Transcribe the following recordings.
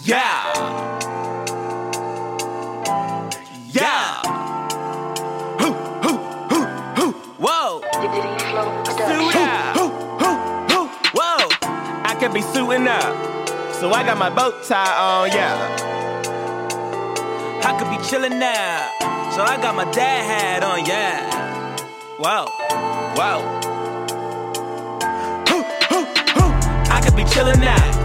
Yeah. Yeah. Hoo, hoo, hoo, hoo. Whoa. Suit up. Hoo, hoo, hoo, hoo. Whoa. I could be suiting up. So I got my bow tie on, yeah. I could be chilling now. So I got my dad hat on, yeah. Whoa. Whoa. Hoo, hoo, hoo. I could be chillin' out.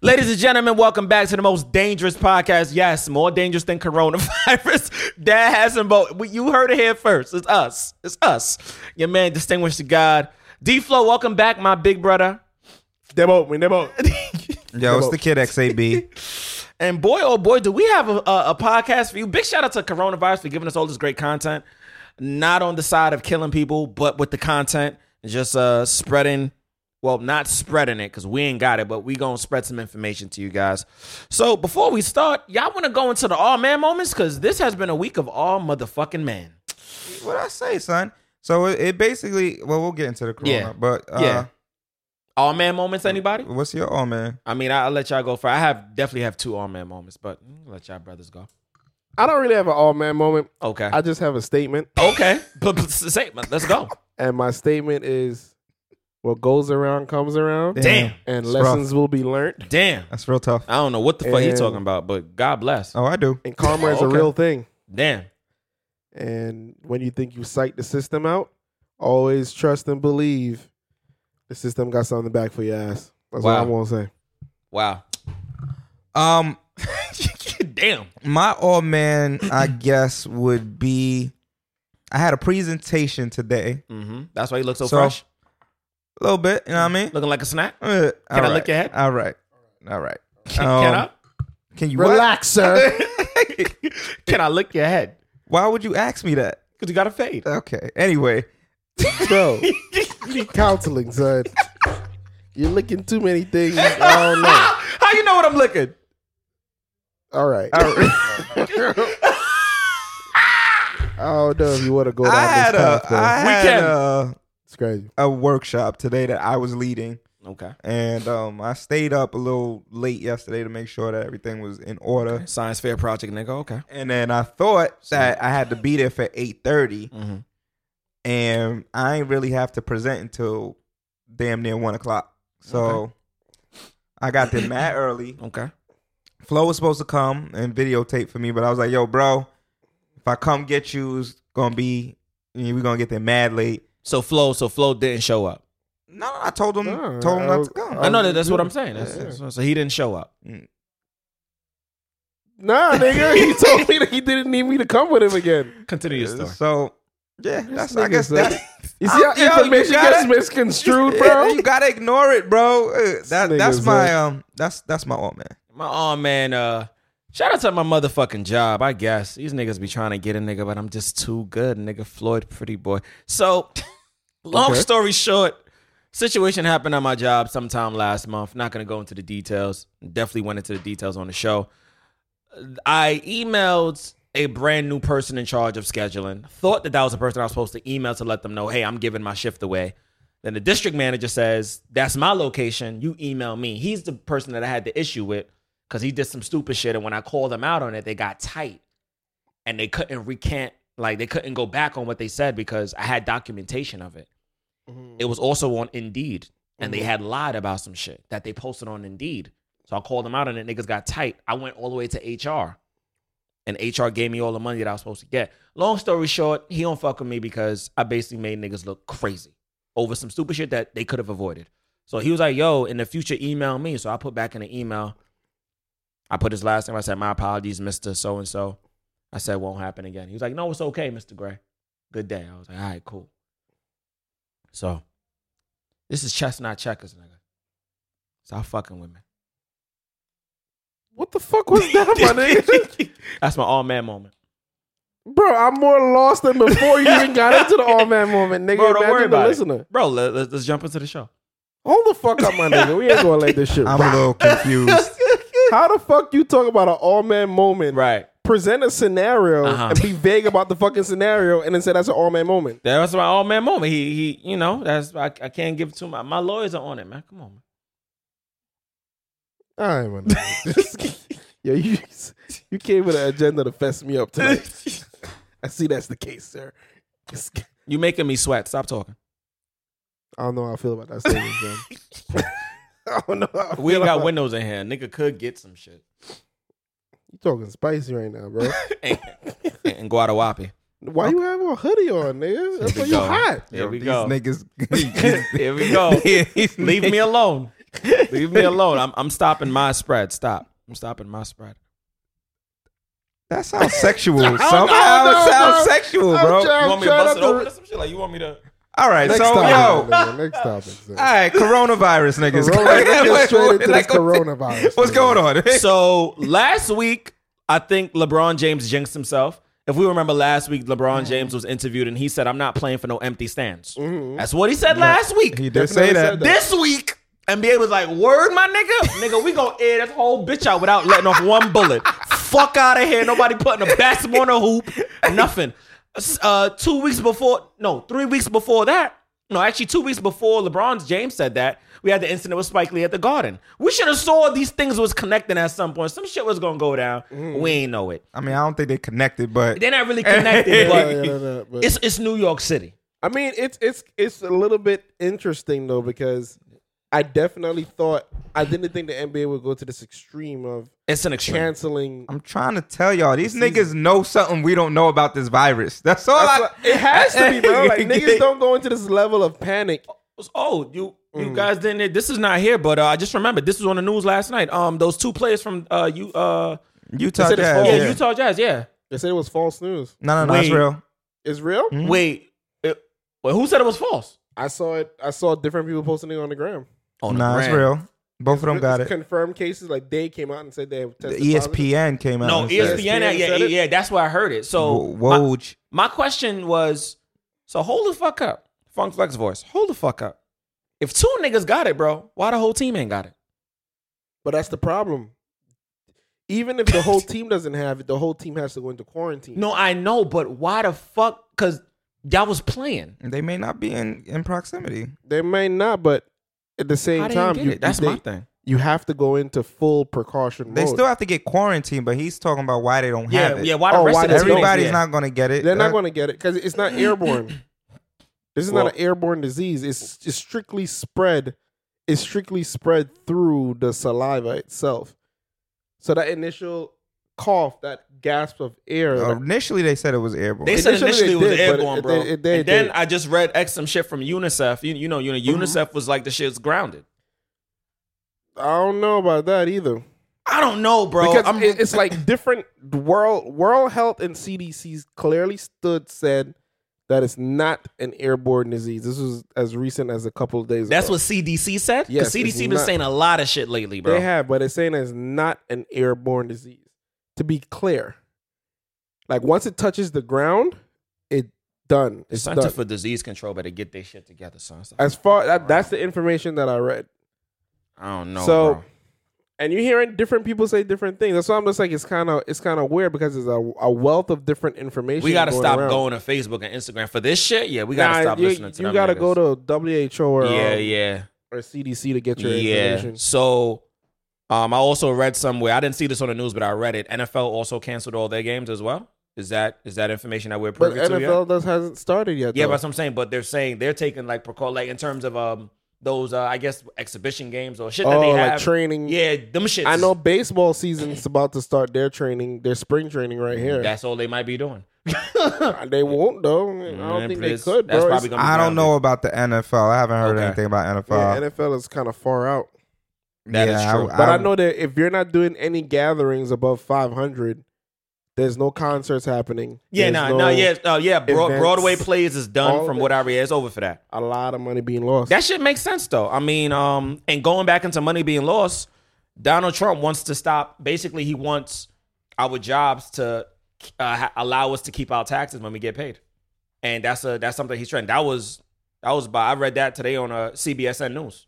Ladies and gentlemen, welcome back to the most dangerous podcast. Yes, more dangerous than coronavirus. Dad has some both. We- You heard it here first. It's us. It's us. Your man, distinguished to God. D Flow, welcome back, my big brother. Demo, we demo. Yo, it's the kid XAB. And boy, oh boy, do we have a, a, a podcast for you. Big shout out to Coronavirus for giving us all this great content. Not on the side of killing people, but with the content, just uh spreading, well, not spreading it because we ain't got it, but we gonna spread some information to you guys. So before we start, y'all wanna go into the all man moments? Cause this has been a week of all motherfucking man. what I say, son? So it, it basically, well, we'll get into the corona, Yeah. but uh, Yeah. All man moments, anybody? what's your oh man? I mean, I- I'll let y'all go for I have definitely have two all man moments, but mm, let y'all brothers go. I don't really have an all man moment. Okay. I just have a statement, okay. But, but say, let's go. and my statement is, "What goes around comes around, Damn. and It's rough. lessons will be learned, Damn. That's real tough. I don't know what the fuck he And- talking about, but God bless. Oh, I do. and karma is a Okay. real thing." Damn. And when you think you psych the system out, always trust and believe the system got something back for your ass. That's what Wow. I'm gonna say. Wow. Um, Damn. my oh man, I guess would be. I had a presentation today, hmm That's why he looks so, So- fresh. a little bit. You know what I mean? Looking like a snack. Uh, all I look at it? All right, all right. Can, can I? Can you what? Relax, sir. Can I lick your head? Why would you ask me that? Because you got a fade. Okay. Anyway, Bro, counseling, son. You're licking too many things. I don't know. How you know what I'm licking? All right. all right. I don't know if you want to go down I had this a path, though. I We had can. a, it's crazy. a workshop today that I was leading. Okay. and um, I stayed up a little late yesterday to make sure that everything was in order. Science fair project, nigga. Okay. And then I thought that I had to be there for eight Mhm. and I ain't really have to present until damn near one o'clock. So I got there mad early. Okay. Flo was supposed to come and videotape for me, but I was like, "Yo, bro, if I come get you, it's gonna be we're gonna get there mad late." So Flo, so Flo didn't show up. No, I told him, No, told him I not was- to come. I know that. That's what I'm saying. That's, Yeah. so, so he didn't show up. Nah, nigga. He told me that he didn't need me to come with him again. Continue your story. So yeah, that's I nigga guess said- that's You see how Yo, you information got gets it. misconstrued, bro? you gotta ignore it, bro. Uh, That This that's nigga's my like- um that's that's my old man. My oh man, uh shout out to my motherfucking job, I guess. These niggas be trying to get a nigga, but I'm just too good, nigga. Floyd pretty boy. So long Okay. story short, situation happened at my job sometime last month. Not gonna go into the details. Definitely went into the details on the show. I emailed a brand new person in charge of scheduling. Thought that that was the person I was supposed to email to let them know, hey, I'm giving my shift away. Then the district manager says, that's my location. You email me. He's the person that I had the issue with because he did some stupid shit. And when I called them out on it, they got tight and they couldn't recant, like they couldn't go back on what they said because I had documentation of it. It was also on Indeed, and they had lied about some shit that they posted on Indeed. So I called them out, and the niggas got tight. I went all the way to HR, and HR gave me all the money that I was supposed to get. Long story short, he don't fuck with me because I basically made niggas look crazy over some stupid shit that they could have avoided. So he was like, "Yo, in the future, email me." So I put back in the email. I put his last name. I said, "My apologies, Mister So and So." I said, "Won't happen again." He was like, "No, it's okay, Mister Gray. Good day." I was like, "All right, cool." So this is chestnut checkers, nigga. Stop fucking with me. What the fuck was that, my nigga? That's my all man moment. Bro, I'm more lost than before you even got into the all man moment, nigga. Bro, don't Imagine worry the about listener. it. Bro, let, us let's jump into the show. Hold the fuck up, my nigga. We ain't gonna let this shit. I'm rock. a little confused. How the fuck you talk about an all man moment? Right. Present a scenario Uh-huh. and be vague about the fucking scenario, and then say that's an all man moment. That was my all man moment. He he, you know, that's I, I can't give it to my my lawyers are on it, man. Come on, man. All right, my nigga. Yo, you you came with an agenda to fess me up tonight. I see that's the case, sir. You making me sweat. Stop talking. I don't know how I feel about that statement, John. I don't know. How I We feel ain't got about- windows in here. Nigga could get some shit. You talking spicy right now, bro? And, and Guadalupe. Why you have a hoodie on, nigga? That's why you go. hot. Here we these go. Niggas, Here we go. These Leave me niggas- alone. Leave me alone. I'm I'm stopping my spread. Stop. I'm stopping my spread. That sounds sexual. Somehow no, it sounds no. sexual, I'm bro. trying- You want me to trying bust not it to- open or some shit? Like you want me to All right, Next so topic, yo, nigga. Next topic. sir. all right, coronavirus niggas. Corona, let's get straight into this Like, coronavirus. What's nigga. going on? so last week, I think LeBron James jinxed himself. If we remember last week, LeBron James was interviewed and he said, I'm not playing for no empty stands. That's what Mm-hmm. he said last week. He did say Definitely that. said that. This week, NBA was like, word, my nigga? nigga, we gonna air this whole bitch out without letting off one bullet. Fuck out of here. Nobody putting a basketball in a hoop. Nothing. Uh, two weeks before, no, three weeks before that, no, actually two weeks before LeBron James said that, we had the incident with Spike Lee at the Garden. We should have saw these things was connecting at some point. Some shit was gonna go down. Mm. We ain't know it. I mean, I don't think they connected, but They're not really connected, Yeah, but yeah, yeah, yeah, but- it's it's New York City. I mean, it's it's it's a little bit interesting though because I definitely thought I didn't think the NBA would go to this extreme of It's an extreme. canceling. I'm trying to tell y'all, these niggas know something we don't know about this virus. That's all That's I. what- it has to be, bro. Like niggas don't go into this level of panic. was- Oh, you you guys didn't. This is not here, but uh, I just remembered this was on the news last night. Um, those two players from uh, you uh, Utah They said it's Jazz. false. yeah, Oh, yeah. Utah Jazz, yeah. They said it was false news. No, no, no, that's Wait. real. It's real. Mm-hmm. Wait, it- wait, who said it was false? I saw it. I saw different people posting it on the gram. Oh, Nah, it's real. Both of them got It's it. Confirmed cases like they came out and said they have The tested E positive. ESPN came out. No, E ESPN. and said- yeah, ESPN yeah, said it? yeah. That's where I heard it. So my- Whoa, My question was, so hold the fuck up, Funk Flex voice. Hold the fuck up. If two niggas got it, bro, why the whole team ain't got it? But that's the problem. Even if the whole team doesn't have it, the whole team has to go into quarantine. No, I know, but why the fuck? Because y'all was playing. they may not be in in proximity. They may not, but at the same I didn't time, get you, it. That's they- my thing. you have to go into full precaution They mode. still have to get quaranted, but he's talking about why they don't Yeah, have it. yeah. Why the Oh, rest why of the the team- team- Everybody's yeah. not going to get it. Uh, They're not That- going to get it because it's not airborne. this is Well- not an airborne disease. It's, it's strictly spread. It's strictly spread through the saliva itself. So that initial cough, that gasp of air, Oh, Uh, like, Initially, they said it was airborne. They said Initially, initially they it was did, but airborne, it- bro. it- it- Mm-hmm. they- and then they- I just read X some shit from UNICEF. You, you know, you know, UNICEF was like the shit's grounded. I don't know about that either. I don't know, bro. because I'm- it- it's like different world world health and CDC's clearly stood said that it's not an airborne disease. This was as recent as a couple of days that's ago. what CDC said. Yes, Because it's CDC been not- saying a lot of shit lately, bro. they have, but it's saying it's not an airborne disease. To be clear, like once it touches the ground, it done. the It's Center done. for Disease Control better get their shit together, son. as far that, that's the information that I read. I don't know, so, bro. and you're hearing different people say different things. That's why I'm just like it's kind of it's kind of weird because there's a, a wealth of different information. We gotta going stop around. going to Facebook and Instagram for this shit. Yeah, we gotta Nah, stop you, listening to You them gotta niggas. go to WHO or yeah, um, yeah. or CDC to get your Yeah. information. So um I also read somewhere, I didn't see this on the news, but I read it. NFL also canceled all their games as well. Is that is that information that we're But privy to? yet? NFL does hasn't started yet. Yeah, though. but that's what I'm saying. But they're saying they're taking like precau like in terms of um those uh, I guess exhibition games or shit that oh, they like have. training. yeah, them shits. I know baseball season's about to start their training, their spring training right here. Uh, That's all they might be doing. they won't though. I don't Mm, think they it's- could. that's bro. probably It's- gonna be I don't grounded. know about the NFL. I haven't heard Okay. anything about yeah, NFL. NFL is kind of far out. That is true. But I, know that if you're not doing any gatherings above 500, there's no concerts happening. Yeah, There's no, no, yeah, uh, yeah. Bro- events. Broadway plays is done All from of what it. I read. It's over for that. A lot of money being lost. That shit makes sense though. I mean, um, and going back into money being lost, Donald Trump wants to stop. Basically, he wants our jobs to uh, ha- allow us to keep our taxes when we get paid, and that's a that's something he's trying. That was that was by I read that today on uh, CBSN News.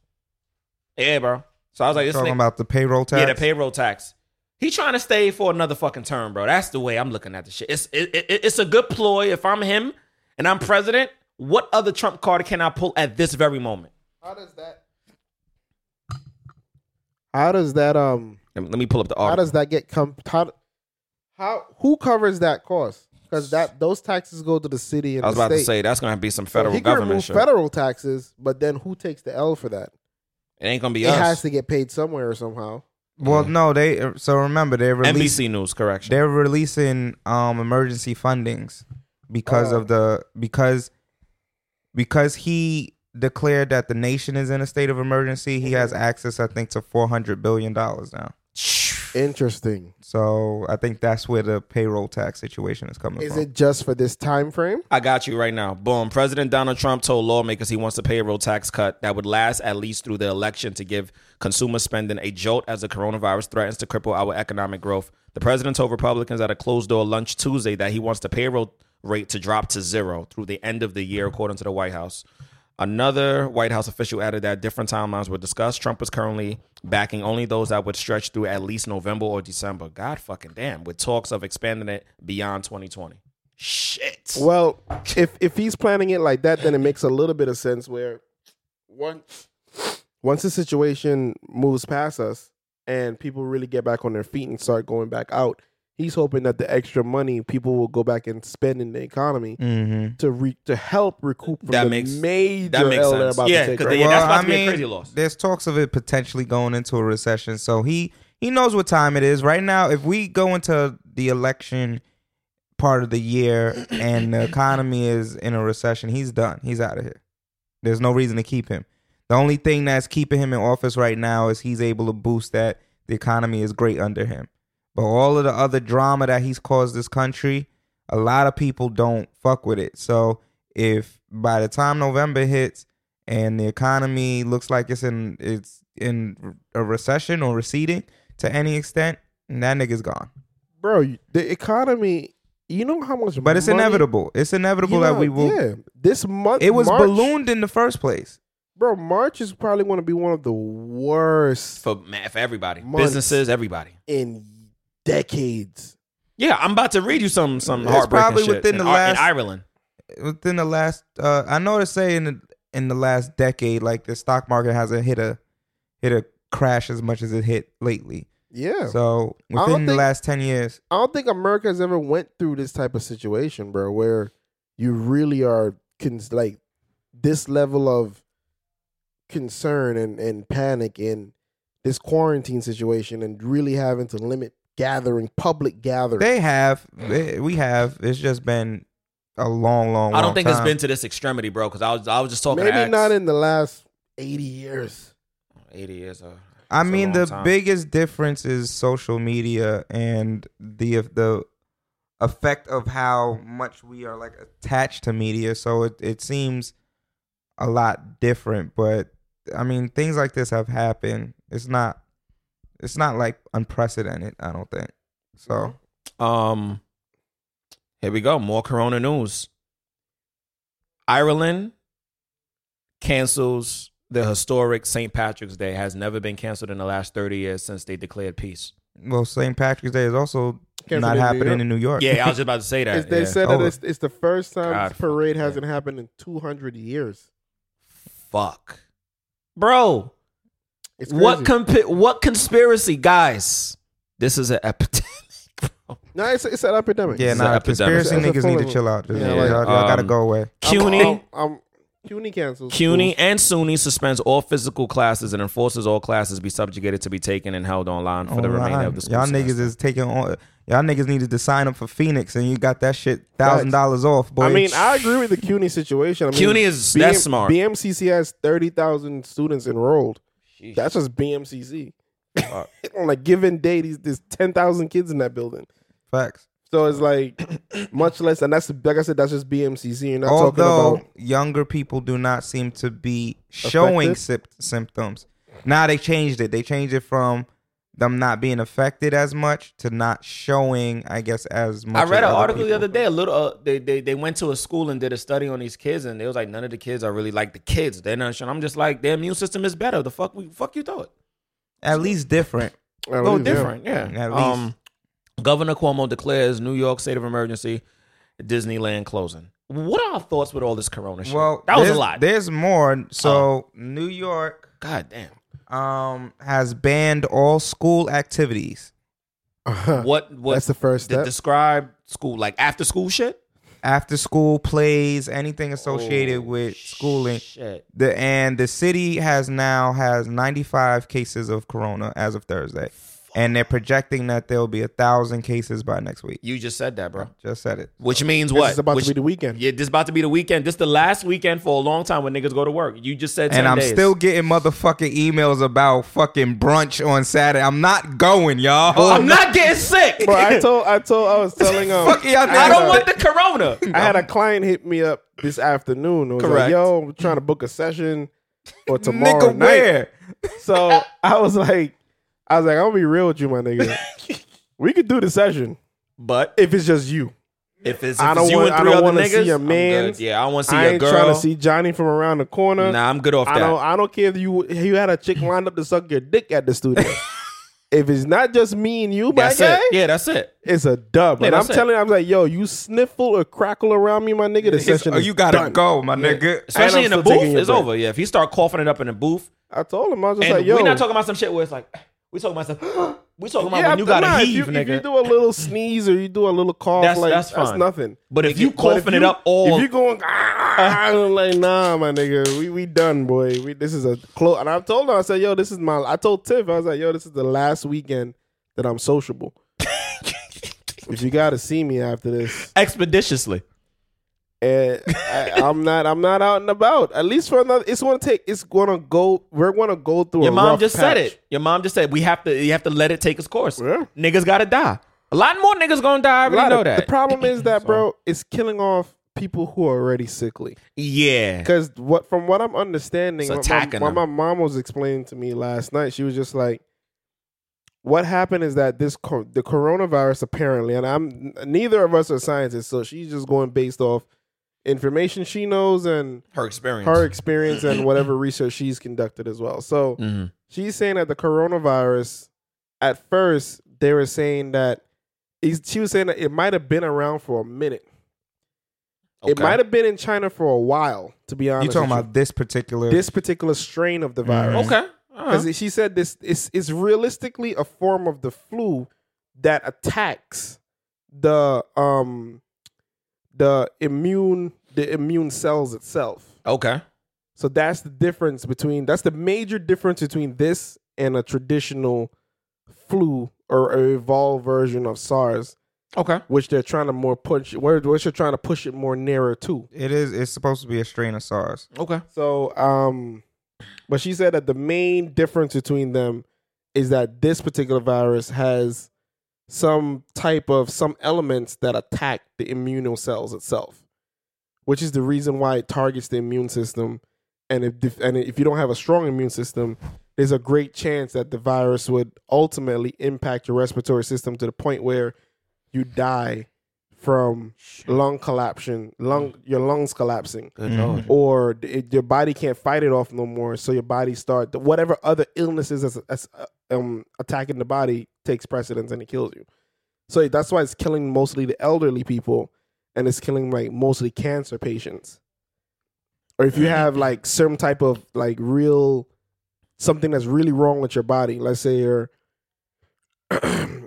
Yeah, bro. So I was like, this Talking nigga- about the payroll tax. yeah, the payroll tax. He trying to stay for another fucking term, bro. That's the way I'm looking at the shit. It's it, it, it's a good ploy. If I'm him and I'm president, what other Trump card can I pull at this very moment? How does that? How does that um? Let me, let me pull up the How article. does that get come? How, how who covers that cost? Because that those taxes go to the city and I was the about to state. say that's gonna be some So federal he can government remove shit. federal taxes, but then who takes the L for that? it ain't gonna be It has us. to get paid somewhere or somehow. well, no, they. So remember, they're releasing. NBC News, correction. They're releasing um emergency fundings because Oh. of the because because he declared that the nation is in a state of emergency. He has Mm-hmm. access, I think, to four hundred billion dollars now. Interesting. So I think that's where the payroll tax situation is coming Is from. it just for this time frame? I got you right now. Boom. President Donald Trump told lawmakers he wants a payroll tax cut that would last at least through the election to give consumer spending a jolt as the coronavirus threatens to cripple our economic growth. The president told Republicans at a closed door lunch Tuesday that he wants the payroll rate to drop to zero through the end of the year, according to the White House. Another White House official added that different timelines were discussed. Trump is currently backing only those that would stretch through at least November or December. God fucking damn, with talks of expanding it beyond 2020. Shit. Well, if if he's planning it like that, then it makes a little bit of sense. Where once once the situation moves past us and people really get back on their feet and start going back out, he's hoping that the extra money people will go back and spend in the economy Mm-hmm. to re- to help recoup from Mm. That the makes- major that makes L they're sense. about Yeah, to take. 'cause right? Yeah, that's about I to be a crazy loss. There's talks of it potentially going into a recession. So he he knows what time it is. Right now, if we go into the election part of the year and the economy is in a recession, he's done. He's out of here. There's no reason to keep him. The only thing that's keeping him in office right now is he's able to boost that the economy is great under him. But all of the other drama that he's caused this country, a lot of people don't fuck with it. So if by the time November hits and the economy looks like it's in it's in a recession or receding to any extent, that nigga's gone. bro, you- the economy. You know how much, But it's money- inevitable. It's you inevitable that know, we will. Yeah, this month It was March- ballooned in the first place. bro. March is probably going to be one of the worst for ma- for everybody, Months. businesses, everybody. in decades. Yeah, I'm about to read you some some It's heartbreaking probably shit within in, the Ar- last- in Ireland. within the last uh I know to say in the in the last decade, like the stock market hasn't hit a hit a crash as much as it hit lately. Yeah. So I don't within the think- last ten years, I don't think America has ever went through this type of situation, bro, where you really are cons- like this level of concern and, and panic and this quarantine situation and really having to limit gathering, public gathering. they have they, we have. It's just been a long, long. I long don't think it's time. been to this extremity, bro. Because I was I was just talking. to Maybe Axe. not in the last 80 years. eighty years. Uh, I it's a mean, long the time. biggest difference is social media and the the effect of how much we are like attached to media. So it it seems a lot different, but I mean, things like this have happened. It's not it's not like unprecedented. I don't think so. Um, here we go. More Corona news. Ireland cancels the historic St. Patrick's Day. Has never been canceled in the last thirty years since they declared peace. Well, St. Patrick's Day is also Canceled not in New happening York. in New York. Yeah, I was just about to say that. It's- they yeah. Oh. said that over. it's, it's the first time God, this parade fuck, hasn't happened in 200 years. "Fuck, bro." It's What crazy. comp- what conspiracy, guys? This is an epidemic. bro. no, it's, it's an epidemic. yeah. It's Nah, an epidemic. conspiracy It's niggas a need full- to chill out. Just, Yeah, y'all, like, y'all gotta um, go away. I'm- CUNY, I'm, I'm- CUNY cancels. CUNY, and SUNY suspends all physical classes and enforces all classes be subjugated to be taken and held online for the remainder of the Online. school. Oh, Y'all semester. niggas is taking on. Y'all niggas needed to sign up for Phoenix, and you got that shit thousand dollars off. Boy, I mean, I agree with the CUNY situation. I mean, CUNY is BM that's smart. BMCC has thirty thousand students enrolled. That's just BMCC. On a given day, these there's ten thousand kids in that building. facts. So it's like much less, and that's like I said, that's just BMCC. You're not Although talking about younger people do not seem to be showing symp- symptoms. Now they changed it. They changed it from them not being affected as much to not showing, I guess, as much. I read an as other article the people. other day. A little, uh, they, they they went to a school and did a study on these kids, and it was like none of the kids are really like the kids. They're not. showing- I'm just like their immune system is better. The fuck we fuck you thought. At least different. At A little least, yeah. different, yeah. At least. Um, Governor Cuomo declares New York state of emergency, Disneyland closing. What are our thoughts with all this Corona shit? Well, that was a there's- lot. Oh. There's more. So New York God damn. um, has banned all school activities What? What? That's the first de- step. describe school like after school shit. after school plays, anything associated Oh, with schooling. Shit. The and the city has now has 95 cases of corona as of Thursday, and they're projecting that there will be a thousand cases by next week. You just said that, bro. Just said it. Which means This what? is about Which- to be the weekend. Yeah, this is about to be the weekend. This the last weekend for a long time when niggas go to work. You just said, 10 And I'm days. still getting motherfucking emails about fucking brunch on Saturday. I'm not going, y'all. Oh, I'm not getting sick. Bro, I told, I told, I was telling um, Fuck y'all I niggas. don't want the corona. I had a client hit me up this afternoon. and was Correct. like, "Yo, I'm trying to book a session for tomorrow nigga night." where? So I was like, I was like, I'll be real with you, my nigga. we could do the session But if it's just you. if it's, if I don't it's you want- and I three don't other wanna see niggas, your I'm mans. good. Yeah, I want to see I a ain't girl. trying to see Johnny from around the corner. nah, I'm good off I that. don't. I don't care if you if you had a chick lined up to suck your dick at the studio. if it's not just me and you, my that's guy, it. Yeah, that's it. it's a dub. Yeah, and I'm that's it. telling, you, I'm like, yo, you sniffle or crackle around me, my nigga. The It's- session. oh, is you gotta done. go, my nigga. Especially in And the I'm still booth, taking your it's break. over. Yeah, if he start coughing it up in the booth, I told him. I was just and like, yo, we're not talking about some shit where it's like we talking about some, we talking about when you after- gotta nah, if heave, you- nigga. If you do a little sneeze or you do a little cough, That's- like that's that's, fine. nothing. but if you But if coughing it you- up all, Uh. if you going "Ah," I'm like nah, my nigga, we we done, boy. We this is a close. And I told her, I said, yo, this is my. I told Tiff, I was like, yo, this is the last weekend that I'm sociable. if you gotta see me after this, expeditiously, and I, I'm not, I'm not out and about. At least for another, it's gonna take. It's gonna go. We're gonna go through. your a mom rough just patch. said it. Your mom just said we have to, you have to let it take its course. Yeah. Niggas gotta die. A lot more niggas gonna die. I A lot already know of- that. The problem is that, bro, it's killing off people who are already sickly. yeah. Because what from what I'm understanding, It's what my, attacking what them. my mom was explaining to me last night, she was just like, "What happened is that this co- the coronavirus apparently, and I'm neither of us are scientists, so she's just going based off information she knows and Her experience. her experience and whatever research she's conducted as well. So Mhm. she's saying that the coronavirus, at first, they were saying that is- she was saying that it might have been around for a minute. It Okay. might have been in China for a while, to be honest. You talking with about Mm-hmm. this particular? this particular strain of the virus. Okay. Uh-huh. uh-huh. All right. Because she said this is is realistically a form of the flu that attacks the um the immune the immune cells itself. Okay. So that's the difference between that's the major difference between this and a traditional flu or a evolved version of SARS, Okay. which they're trying to more push where which they're trying to push it more nearer to. It is. It's supposed to be a strain of SARS. Okay. So, um, but she said that the main difference between them is that this particular virus has some type of some elements that attack the immune cells itself, which is the reason why it targets the immune system. And if and if you don't have a strong immune system, there's a great chance that the virus would ultimately impact your respiratory system to the point where you die from lung collapse, lung your lungs collapsing Mm. Good Mhm. lord. or it, your body can't fight it off no more. So your body start the- whatever other illnesses that's, that's uh, um, attacking the body takes precedence and it kills you. So that's why it's killing mostly the elderly people, and it's killing like mostly cancer patients, or if you have like certain type of like real something that's really wrong with your body. Let's say you're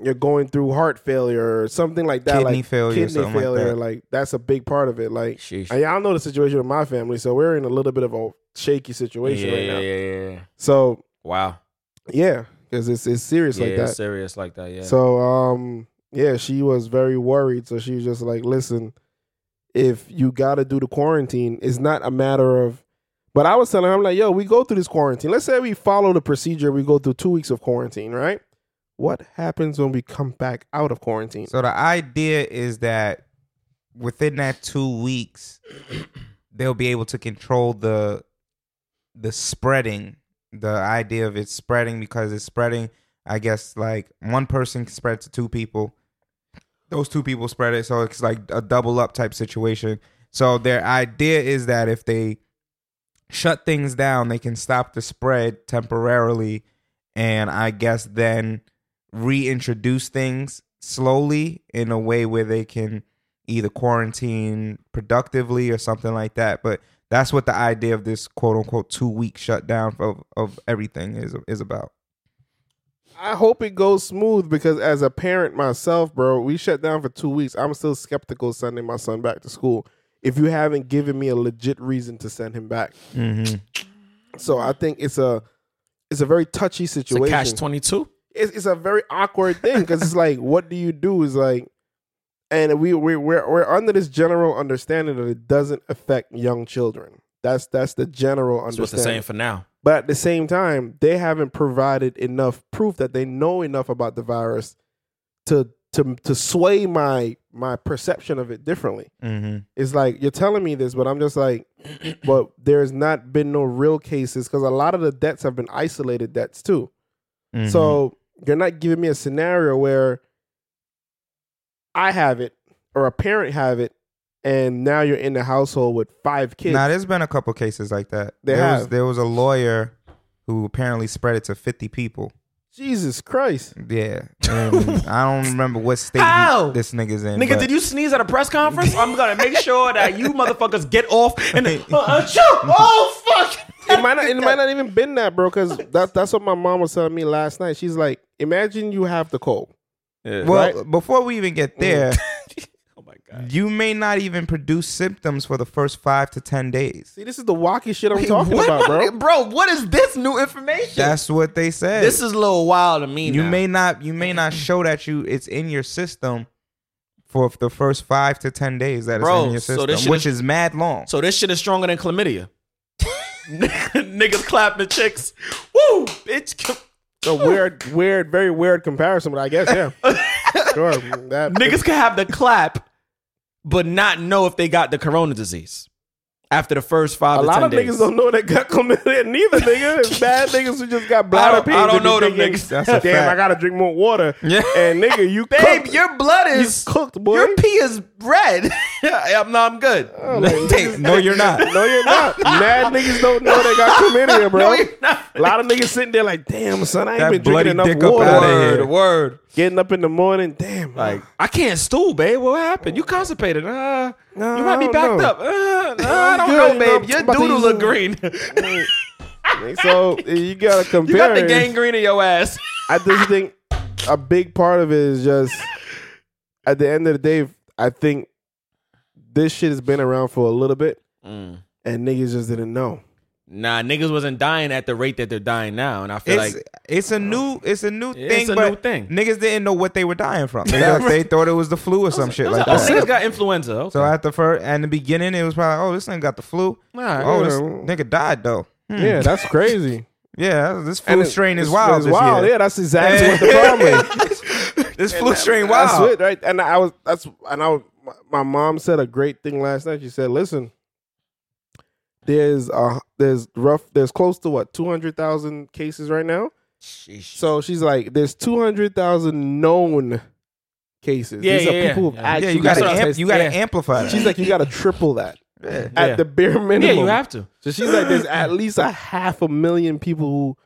you're going through heart failure or something like that, Kidney like failure or kidney something like failure. that. like that's a big part of it. Like Sheesh. and y'all know the situation with my family, so we're in a little bit of a shaky situation yeah, right now. yeah, yeah, yeah. So Wow. yeah, because it's it's serious yeah, like that. serious like that. Yeah. So um yeah, she was very worried. So she was just like, listen, if you gotta do the quarantine, it's not a matter of but I was telling her, I'm like, yo, we go through this quarantine. Let's say we follow the procedure, we go through two weeks of quarantine, right? What happens when we come back out of quarantine? So the idea is that within that two weeks, they'll be able to control the the spreading. The idea of it spreading because it's spreading I guess like one person can spread it to two people. Those two people spread it, so it's like a double up type situation. So their idea is that if they shut things down, they can stop the spread temporarily, and I guess then reintroduce things slowly in a way where they can either quarantine productively or something like that. But that's what the idea of this quote unquote two week shutdown of, of everything is is about. I hope it goes smooth because as a parent myself, bro, we shut down for two weeks. I'm still skeptical sending my son back to school if you haven't given me a legit reason to send him back. Mm-hmm. So I think it's a it's a very touchy It's a situation. cash twenty two. it's, it's a very awkward thing because it's like, what do you do? Is like, and we we we're we're under this general understanding that it doesn't affect young children. That's that's the general That's what they're saying understanding. for now. But at the same time, they haven't provided enough proof that they know enough about the virus to to to sway my my perception of it differently. Mm-hmm. It's like you're telling me this, but I'm just like, but there's not been no real cases because a lot of the deaths have been isolated deaths too. So you're not giving me a scenario where I have it or a parent have it, and now you're in the household with five kids. now there's been a couple cases like that. There there was have. there was a lawyer who apparently spread it to 50 people. Jesus Christ! Yeah, And I don't remember what state he- How? this nigga's in. Nigga, but- did you sneeze at a press conference? I'm gonna make sure that you motherfuckers get off and then, uh, uh, shoo! oh fuck. It might not, it might not even been that, bro, because that, that's what my mom was telling me last night. She's like, imagine you have the cold. Well, before we even get there, oh my god. you may not even produce symptoms for the first five to ten days. See, this is the wacky shit I'm talking What about, bro. fucking- bro, what is this new information? That's what they said. this is a little wild to me. you now. may not you may not show that you it's in your system for the first five to ten days that Bro, it's in your so system, this shit which is- is mad long. So this shit is stronger than chlamydia. Niggas clap the chicks. Woo, bitch. A weird, weird, very weird comparison, but I guess yeah, sure. That, Niggas can have the clap, but not know if they got the corona disease after the first five A to lot ten of days. niggas don't know they got chlamydia neither, nigga. It's bad niggas who just got I bladder don't- pains. I don't and be know them thinking, niggas. That's a Damn, fact. I gotta drink more water. Yeah. And nigga, you Babe, cooked. your blood You is cooked, boy. Your pee is red. I'm not. I'm good. Hey, no, you're not. no, you're not. Mad niggas don't know they got chlamydia, bro. No, you're not. A lot of niggas sitting there like, damn, son, I ain't That been drinking bloody enough dick up water. outta here. Word, word. Getting up in the morning, damn. Like, I can't stool, babe. What happened? You constipated? Uh, No, you might be I don't backed know. up. Uh, no, I don't good, know, you know, babe. I'm about Your to doodle use look it. green. so eh, you gotta compare. you got the it. gangrene in your ass. I just think a big part of it is just at the end of the day, I think this shit has been around for a little bit Mm. and niggas just didn't know. Nah, niggas wasn't dying at the rate that they're dying now, and I feel It's like it's a new it's a new It's thing. a but new thing. Niggas didn't know what they were dying from. They, thought- they thought it was the flu or some shit Those like are- oh, that. niggas got influenza. Okay. So at the first, and the beginning, it was probably, oh, this thing got the flu. Nah, oh, this yeah. nigga died though. Hmm. Yeah, that's crazy. yeah. This flu it- strain is it's- wild. it's this wild. year. Yeah, that's exactly what the problem is. This flu strain That's wild. it, right? And I was that's and I was, my- my mom said a great thing last night. She said, "Listen, there's uh there's rough there's close to what two hundred thousand cases right now. So she's like, there's two hundred thousand known cases. Yeah, These yeah, are yeah. people who've Yeah. Yeah, actually you gotta got amp, tested. you gotta yeah. amplify that. She's like, you gotta triple that Yeah. Yeah. at the bare minimum. yeah, you have to. So she's like, there's at least a half a million people who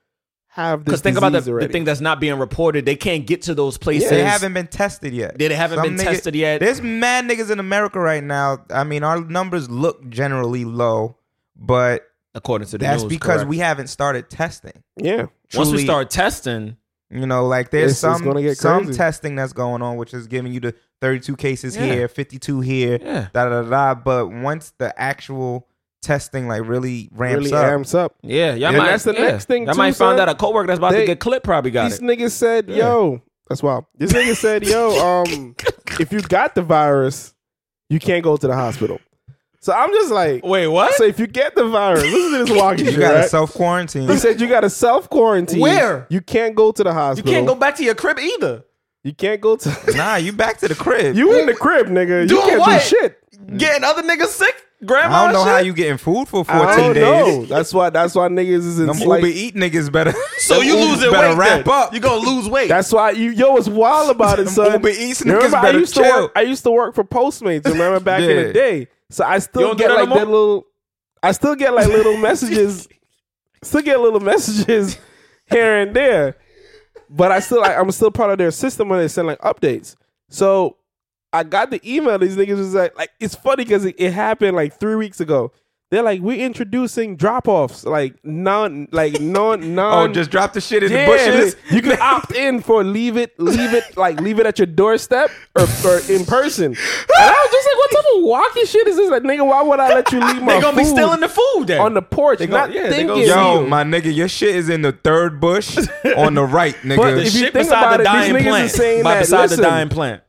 have this. Because think about the, disease the already. thing that's not being reported. They can't get to those places. they haven't been tested yet. They haven't been tested yet. There's mad niggas in America right now. I mean, our numbers look generally low, but according to the that's news, because correct. we haven't started testing. Yeah. once we truly- start testing, You know, like there's It's- it's some gonna get some crazy. testing that's going on, which is giving you the 32 cases Yeah. here, 52 here, Yeah. da da da. da. But once the actual testing like really ramps really up, amps up. yeah, y'all And might, that's the yeah. next thing Y'all too, might find son. out a coworker that's about to They- get clipped probably got These it. niggas said, yo, that's wild. This nigga said, yo, um, if you got the virus, you can't go to the hospital. So I'm just like, Wait, what? so if you get the virus, listen to this walking you shit, gotta right? self quarantine. He said you got to self quarantine. Where? You can't go to the you hospital. can't go back to your crib either. You can't go to. nah, you back to the crib. you in the crib, nigga. You Doing can't what? do shit. Getting other niggas sick. grandma. I don't know shit? how you getting food for I fourteen don't know. days. That's why. That's why niggas is in Them slight. Uber E Eat niggas better. So you Ubers losing better weight. wrap then. up. You gonna lose weight. That's why you yo it's wild about it, son. E Uber Eats You niggas remember I better used to chill. work I used to work for Postmates, remember back in Yeah. the day. So I You still don't do get that like no that little I still get like little messages. Still get little messages here and there. But I still I, I'm still part of their system when they send like updates. So I got the email. These niggas was like, like it's funny because it, it happened like three weeks ago. They're like, we're introducing drop offs, like non, like non, Oh, non. just drop the shit in um, Yeah, the bushes. li- You can opt in for leave it, leave it, like leave it at your doorstep or, or in person. And I was just like, what type of walkie shit is this? Like, nigga, why would I let you leave my they gonna be food stealing the food then. on the porch? go- not yeah, they thinking. go see Yo, my nigga, your shit is in the third bush on the right, nigga. But if shit you think beside about the it, dying these niggas plant. is saying By that, beside listen, the dying plant.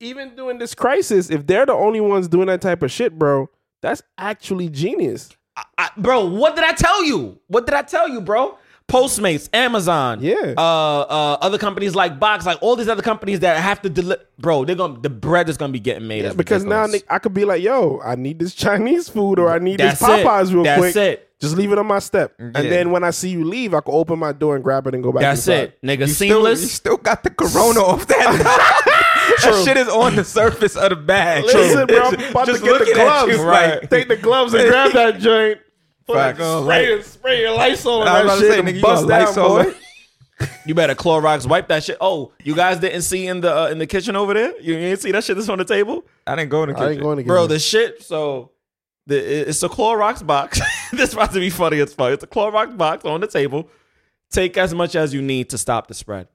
even during this crisis, if they're the only ones doing that type of shit, bro, that's actually genius. I, bro, what did I tell you? What did I tell you, bro? Postmates, Amazon, Yeah. uh, uh, other companies like Box, like all these other companies that have to deliver. Bro, they're gonna the bread is gonna be getting made. That's Because now ridiculous. nigga, I could be like, yo, I need this Chinese food or I need this That's it. Popeyes real That's quick. it. Just leave it on my step. Yeah. And then when I see you leave, I can open my door and grab it and go back that's inside. it, nigga. You still, you Seamless. still got the corona off that. True. that shit is on the surface of the bag. Listen, bro, I'm It's about just to get the looking at gloves. you right. like- Take the gloves and grab that joint. Fuck, Facts. spray, it- spray your Lysol on I was that about to shit say, nigga, and you bust bust down, lights all boy. over. You better Clorox wipe that shit. Oh, you guys didn't see in the uh, in the kitchen over there. You didn't see that shit that's on the table, I didn't go in the kitchen. I ain't going to get bro. it. The shit. So the it- it's a Clorox box. this about to be funny as fuck. It's a Clorox box on the table. Take as much as you need to stop the spread.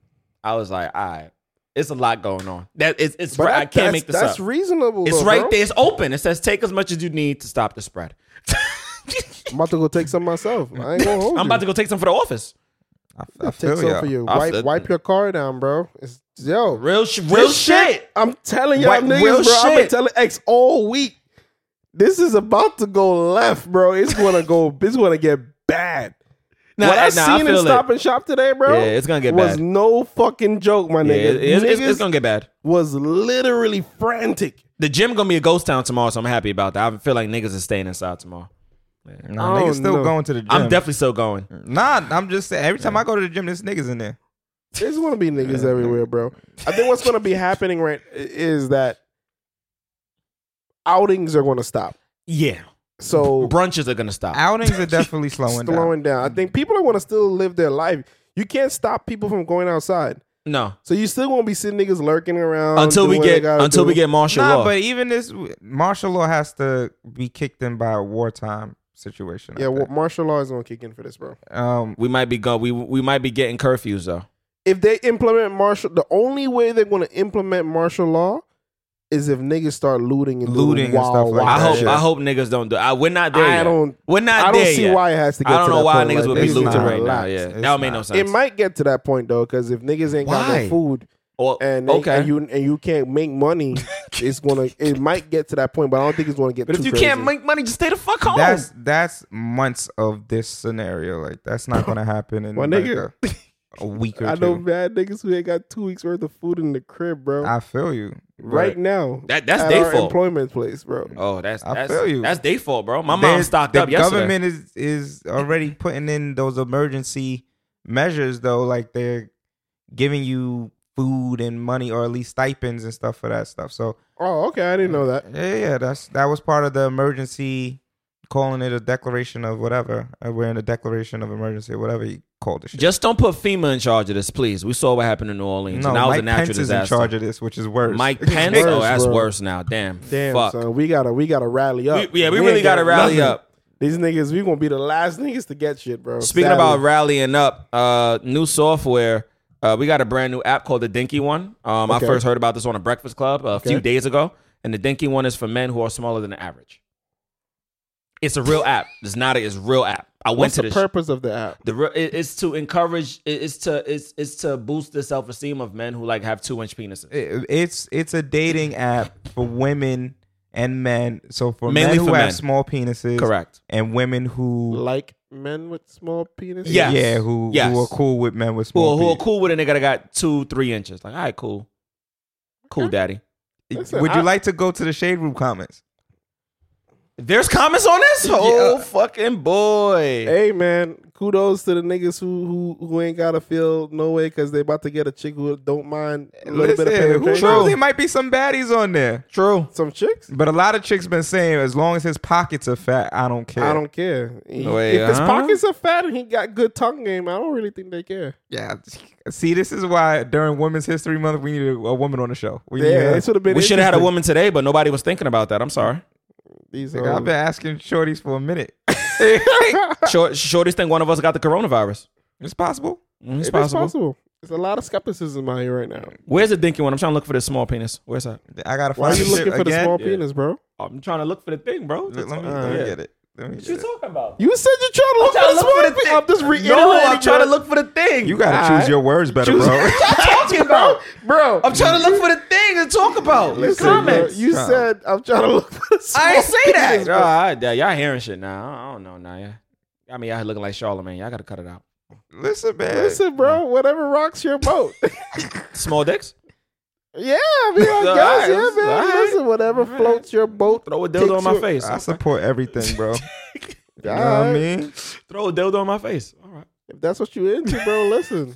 I was like, all right, it's a lot going on. That it's, it's But I that- can't that's- make this That's up. reasonable. it's though, right bro. there. It's open. It says take as much as you need to stop the spread. I'm about to go take some myself. I ain't going to hold I'm about to go take some for the office. I, I Take feel some ya. for you. I Wipe, feel- wipe your car down, bro. It's, yo, Real sh- real This shit. I'm telling y'all Like, niggas, real bro. I've been shit. telling X all week. This is about to go left, bro. It's gonna go. It's gonna get bad. Nah, what I nah, I seen in feel it. Stop and Shop today, bro. Yeah, it's gonna get was bad. no fucking joke, my Yeah, nigga. it- it's- it's- niggas it's gonna get bad. was literally frantic. The gym gonna be a ghost town tomorrow, so I'm happy about that. I feel like niggas is staying inside tomorrow. Nah, I niggas don't still know. going to the gym. I'm definitely still going. Nah, I'm just saying. Every time I go to the gym, there's niggas in there. There's gonna be niggas everywhere, bro. I think what's gonna be happening right is that outings are gonna stop. Yeah, So brunches are gonna stop. Outings are definitely slowing down. slowing down. I Mm-hmm. think people are going to still live their life. You can't stop people from going outside. No, So you still going to be seeing niggas lurking around until we doing what they get gotta until do. we get martial Nah, law. but even this martial law has to be kicked in by a wartime situation. I Yeah, well, think. martial law is going to kick in for this, bro. um, we might be go. We we might be getting curfews though. If they implement martial, the only way they're going to implement martial law is if niggas start looting and doing Looting and wild, stuff like I wild hope shit. I hope niggas don't do. I we're not there. I yet. don't- We're not I don't there see yet. why it has to get I don't to know that why point niggas like would that. be It's looting not right now. relaxed. Yeah, It's that don't make no not. sense. It might get to that point though, because if niggas ain't got Why? no food Or- and they, okay. and you and you can't make money, it's gonna it might get to that point, but I don't think it's gonna get. but too if you crazy. can't make money, just stay the fuck Oh! home. that's that's months of this scenario. Like that's not gonna happen in My like nigga. A, a week or I two. know bad niggas who ain't got two weeks worth of food in the crib, bro. I feel you. right But now, That- that's at they our fault. employment place, bro. oh, that's I that's feel you. that's their fault, bro. My they- mom stocked the up yesterday. government is is already putting in those emergency measures though. Like they're giving you food and money, or at least stipends and stuff for that stuff. So Oh, okay, I didn't know that. yeah, yeah, that's that was part of the emergency. Calling it a declaration of whatever. Uh, We're in a declaration of emergency or whatever you call this shit. Just don't put FEMA in charge of this, please. We saw what happened in New Orleans. no, and that was Mike a natural Pence disaster. is in charge of this, which is worse. Mike Pence. worse, oh, that's bro. worse now. Damn. Damn, Fuck. son, we gotta we gotta rally up. We- yeah, we ain't really gotta got rally nothing. up. These niggas, we gonna be the last niggas to get shit, bro. Speaking Sadly. about rallying up, uh, new software. Uh, we got a brand new app called the Dinky One. Um, I Okay. first heard about this on a Breakfast Club a few days ago, and the Dinky One is for men who are smaller than the average. It's a real app. It's not a. It's a real app. I went what's to the this. purpose of the app? The re- it- it's to encourage. it- It's to it's it's to boost the self esteem of men who like have two inch penises. It- it's it's a dating app for women and men. So for Mainly men who for have men. small penises, Correct. and women who Like men with small penises. Yes. yeah who Yes. who are cool with men with Who small. who are penises. cool with a nigga that got two three inches? Like, all right, cool, cool, daddy. Listen, Would you I- like to go to the shade room comments? There's comments on this? Oh fucking boy. Hey man, kudos to the niggas who who, who ain't gotta feel no way because they about to get a chick who don't mind a little Listen, bit of who knows? penetration. There might be some baddies on there. True. Some chicks, But a lot of chicks been saying, as long as his pockets are fat, I don't care. I don't care. He- Wait, if his huh? pockets are fat and he got good tongue game, I don't really think they care. Yeah. See, this is why during Women's History Month we need a, a woman on the show. We need Yeah, her. this would have been. We should have had a interesting. woman today, but nobody was thinking about that. I'm sorry. These Like, I've hoes. been asking shorties for a minute. Short, shortest thing one of us got the coronavirus. It's possible. Mm, It's It is possible. possible. There's a lot of skepticism out here right now. Where's the dinky one? I'm trying to look for this small penis. Where's that? I gotta Why find are you this looking shit for the again. small Uh, Yeah. penis, bro? I'm trying to look for the thing, bro. Let, let me, All let me right. get it. Let me What get you it. talking about? You said you're trying to look trying for to the look for small the penis. thing. I'm just reiterating. No, I'm trying to bro. look for the thing. You gotta All choose right. your words better, bro. talking about? bro. I'm trying to look for the thing to talk about. The Listen, bro, comments. You said I'm trying to look for the small I ain't say that. penis, Bro, bro. I, yeah, y'all hearing shit now. I don't know now. Yeah. I mean, y'all looking like Charlemagne. Y'all got to cut it out. Listen, man. Listen, bro, whatever rocks your boat. Small dicks? yeah, I mean, I All guess, right, yeah, man. all right. Listen, whatever floats your boat. Throw a dildo on my takes face. I support everything, bro. you know All what I right. mean? Throw a dildo on my face. All right. If that's what you into, bro, listen.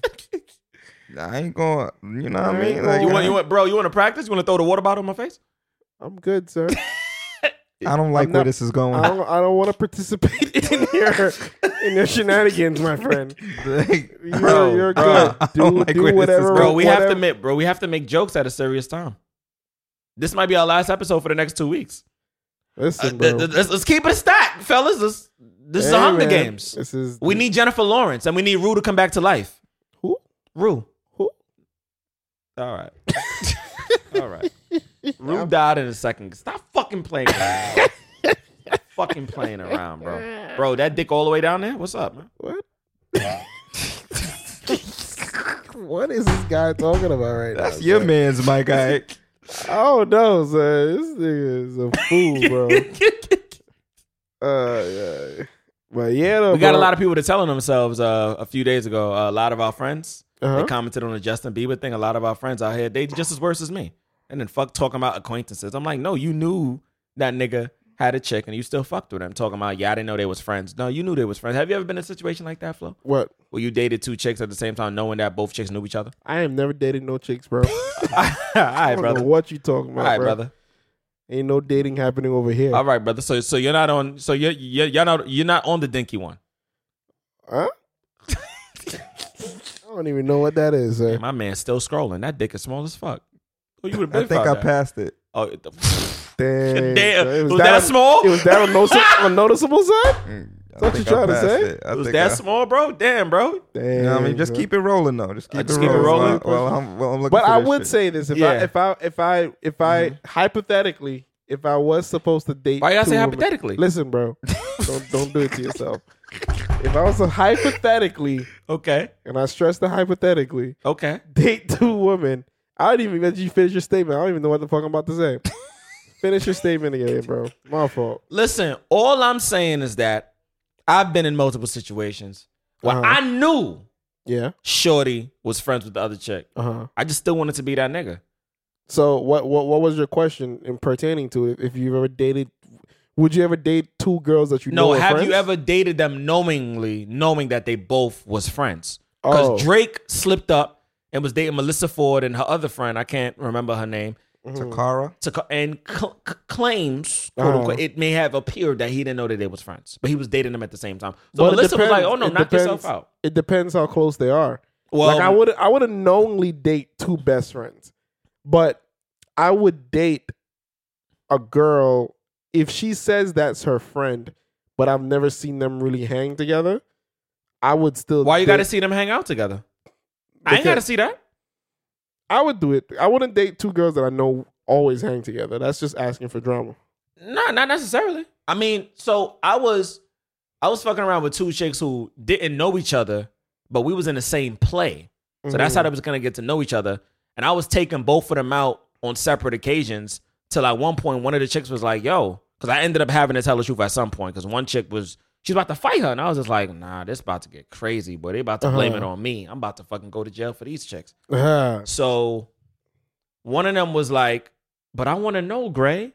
I ain't going. You know what I I ain't mean? gonna- Like, You want, you want, bro? You want to practice? You want to throw the water bottle on my face? I'm good, sir. I don't like I'm where not- this is going. I don't, I don't want to participate in your in your shenanigans, my friend. Like, You're, Bro, you're bro, good. I do don't like do where this is whatever, going. Bro, we have whatever- to make, bro, we have to make jokes at a serious time. This might be our last episode for the next two weeks. Uh, Listen, bro. th- th- let's, let's keep it a stack, fellas. Let's, this is Hey, the Hunger man, Games. This is We need Jennifer Lawrence and we need Rue to come back to life. Who? Rue. Who? All right. All right. Rue died in a second. Stop fucking playing around. Stop fucking playing around, bro. Bro, that dick all the way down there? What's up, man? what? what is this guy talking about right now? that's your sir? man's, my guy. Oh no, sir. This nigga is a fool, bro. uh, yeah. But yeah, though, We got a bro. lot of people that telling themselves uh, a few days ago. Uh, a lot of our friends Uh-huh. they commented on the Justin Bieber thing. A lot of our friends out here they just as worse as me. And then fuck talking about acquaintances. I'm like, no, you knew that nigga had a chick and you still fucked with him. Talking about yeah, I didn't know they was friends. No, you knew they was friends. Have you ever been in a situation like that, Flo? What? Where you dated two chicks at the same time, knowing that both chicks knew each other. I am never dating no chicks, bro. All right, I don't brother. know All what you talking about, right, bro. brother. Ain't no dating happening over here. All right, brother. So, so you're not on. So you're you're, you're not you're not on the dinky one. Huh? I don't even know what that is, sir. My man's still scrolling. That dick is small as fuck. Oh, you would I have been. think I found out. passed it. Oh, it- Damn. Damn. sir. It Was that un- small? It was that unnotice- unnoticeable, sir? Mm, I what think you I trying to passed say? It, I It was think that I- small, bro? Damn, bro. Damn. You know what I mean? Just bro. keep it rolling, though. Just keep, just it, keep it rolling. rolling. Well, I'm, well, I'm looking But for I this would shit. say this if Yeah. Mm-hmm. I if I if I if I hypothetically if I was supposed to date Why y'all two say women- hypothetically? Listen, bro, don't don't do it to yourself. If I was to hypothetically, Okay. and I stress the hypothetically, Okay. date two women, I don't even let you finish your statement. I don't even know what the fuck I'm about to say. finish your statement again, bro. My fault. Listen, all I'm saying is that I've been in multiple situations where Uh-huh. I knew Yeah. Shorty was friends with the other chick. Uh huh. I just still wanted to be that nigga. So what what what was your question in pertaining to it? If you've ever dated, would you ever date two girls that you know? No, are have you friends? ever dated them knowingly, knowing that they both was friends? Because Oh. Drake slipped up and was dating Melissa Ford and her other friend. I can't remember her name. Takara. to co- and cl- c- claims quote Uh-huh. unquote it may have appeared that he didn't know that they was friends, but he was dating them at the same time. So But it Melissa was like, depends. "Oh no, It knock yourself depends- out." It depends how close they are. Well, like I would I would have knowingly date two best friends, but I would date a girl if she says that's her friend, but I've never seen them really hang together. I would still. Why you date- got to see them hang out together? I ain't Because- got to see that. I would do it. I wouldn't date two girls that I know always hang together. That's just asking for drama. No, not necessarily. I mean, so I was, I was fucking around with two chicks who didn't know each other, but we was in the same play. So that's how they was gonna get to know each other. And I was taking both of them out on separate occasions till at one point one of the chicks was like, yo, because I ended up having to tell the truth at some point. Cause one chick was she's about to fight her. And I was just like, nah, this about to get crazy, but they about to blame Uh-huh. it on me. I'm about to fucking go to jail for these chicks. Ah. Uh-huh. So one of them was like, but I wanna know, Gray,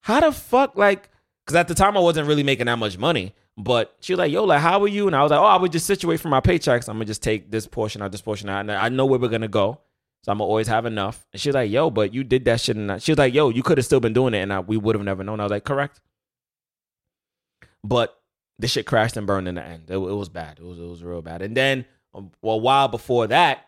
how the fuck like Because at the time, I wasn't really making that much money. But she was like, yo, like, how are you? And I was like, oh, I would just situate for my paychecks. I'm going to just take this portion out, this portion out. And I know where we're going to go. So I'm going to always have enough. And she's like, yo, but you did that shit. And I, she was like, yo, you could have still been doing it. And I, we would have never known. I was like, correct. But this shit crashed and burned in the end. It, wa- it was bad. It was, it was real bad. And then um, well, a while before that,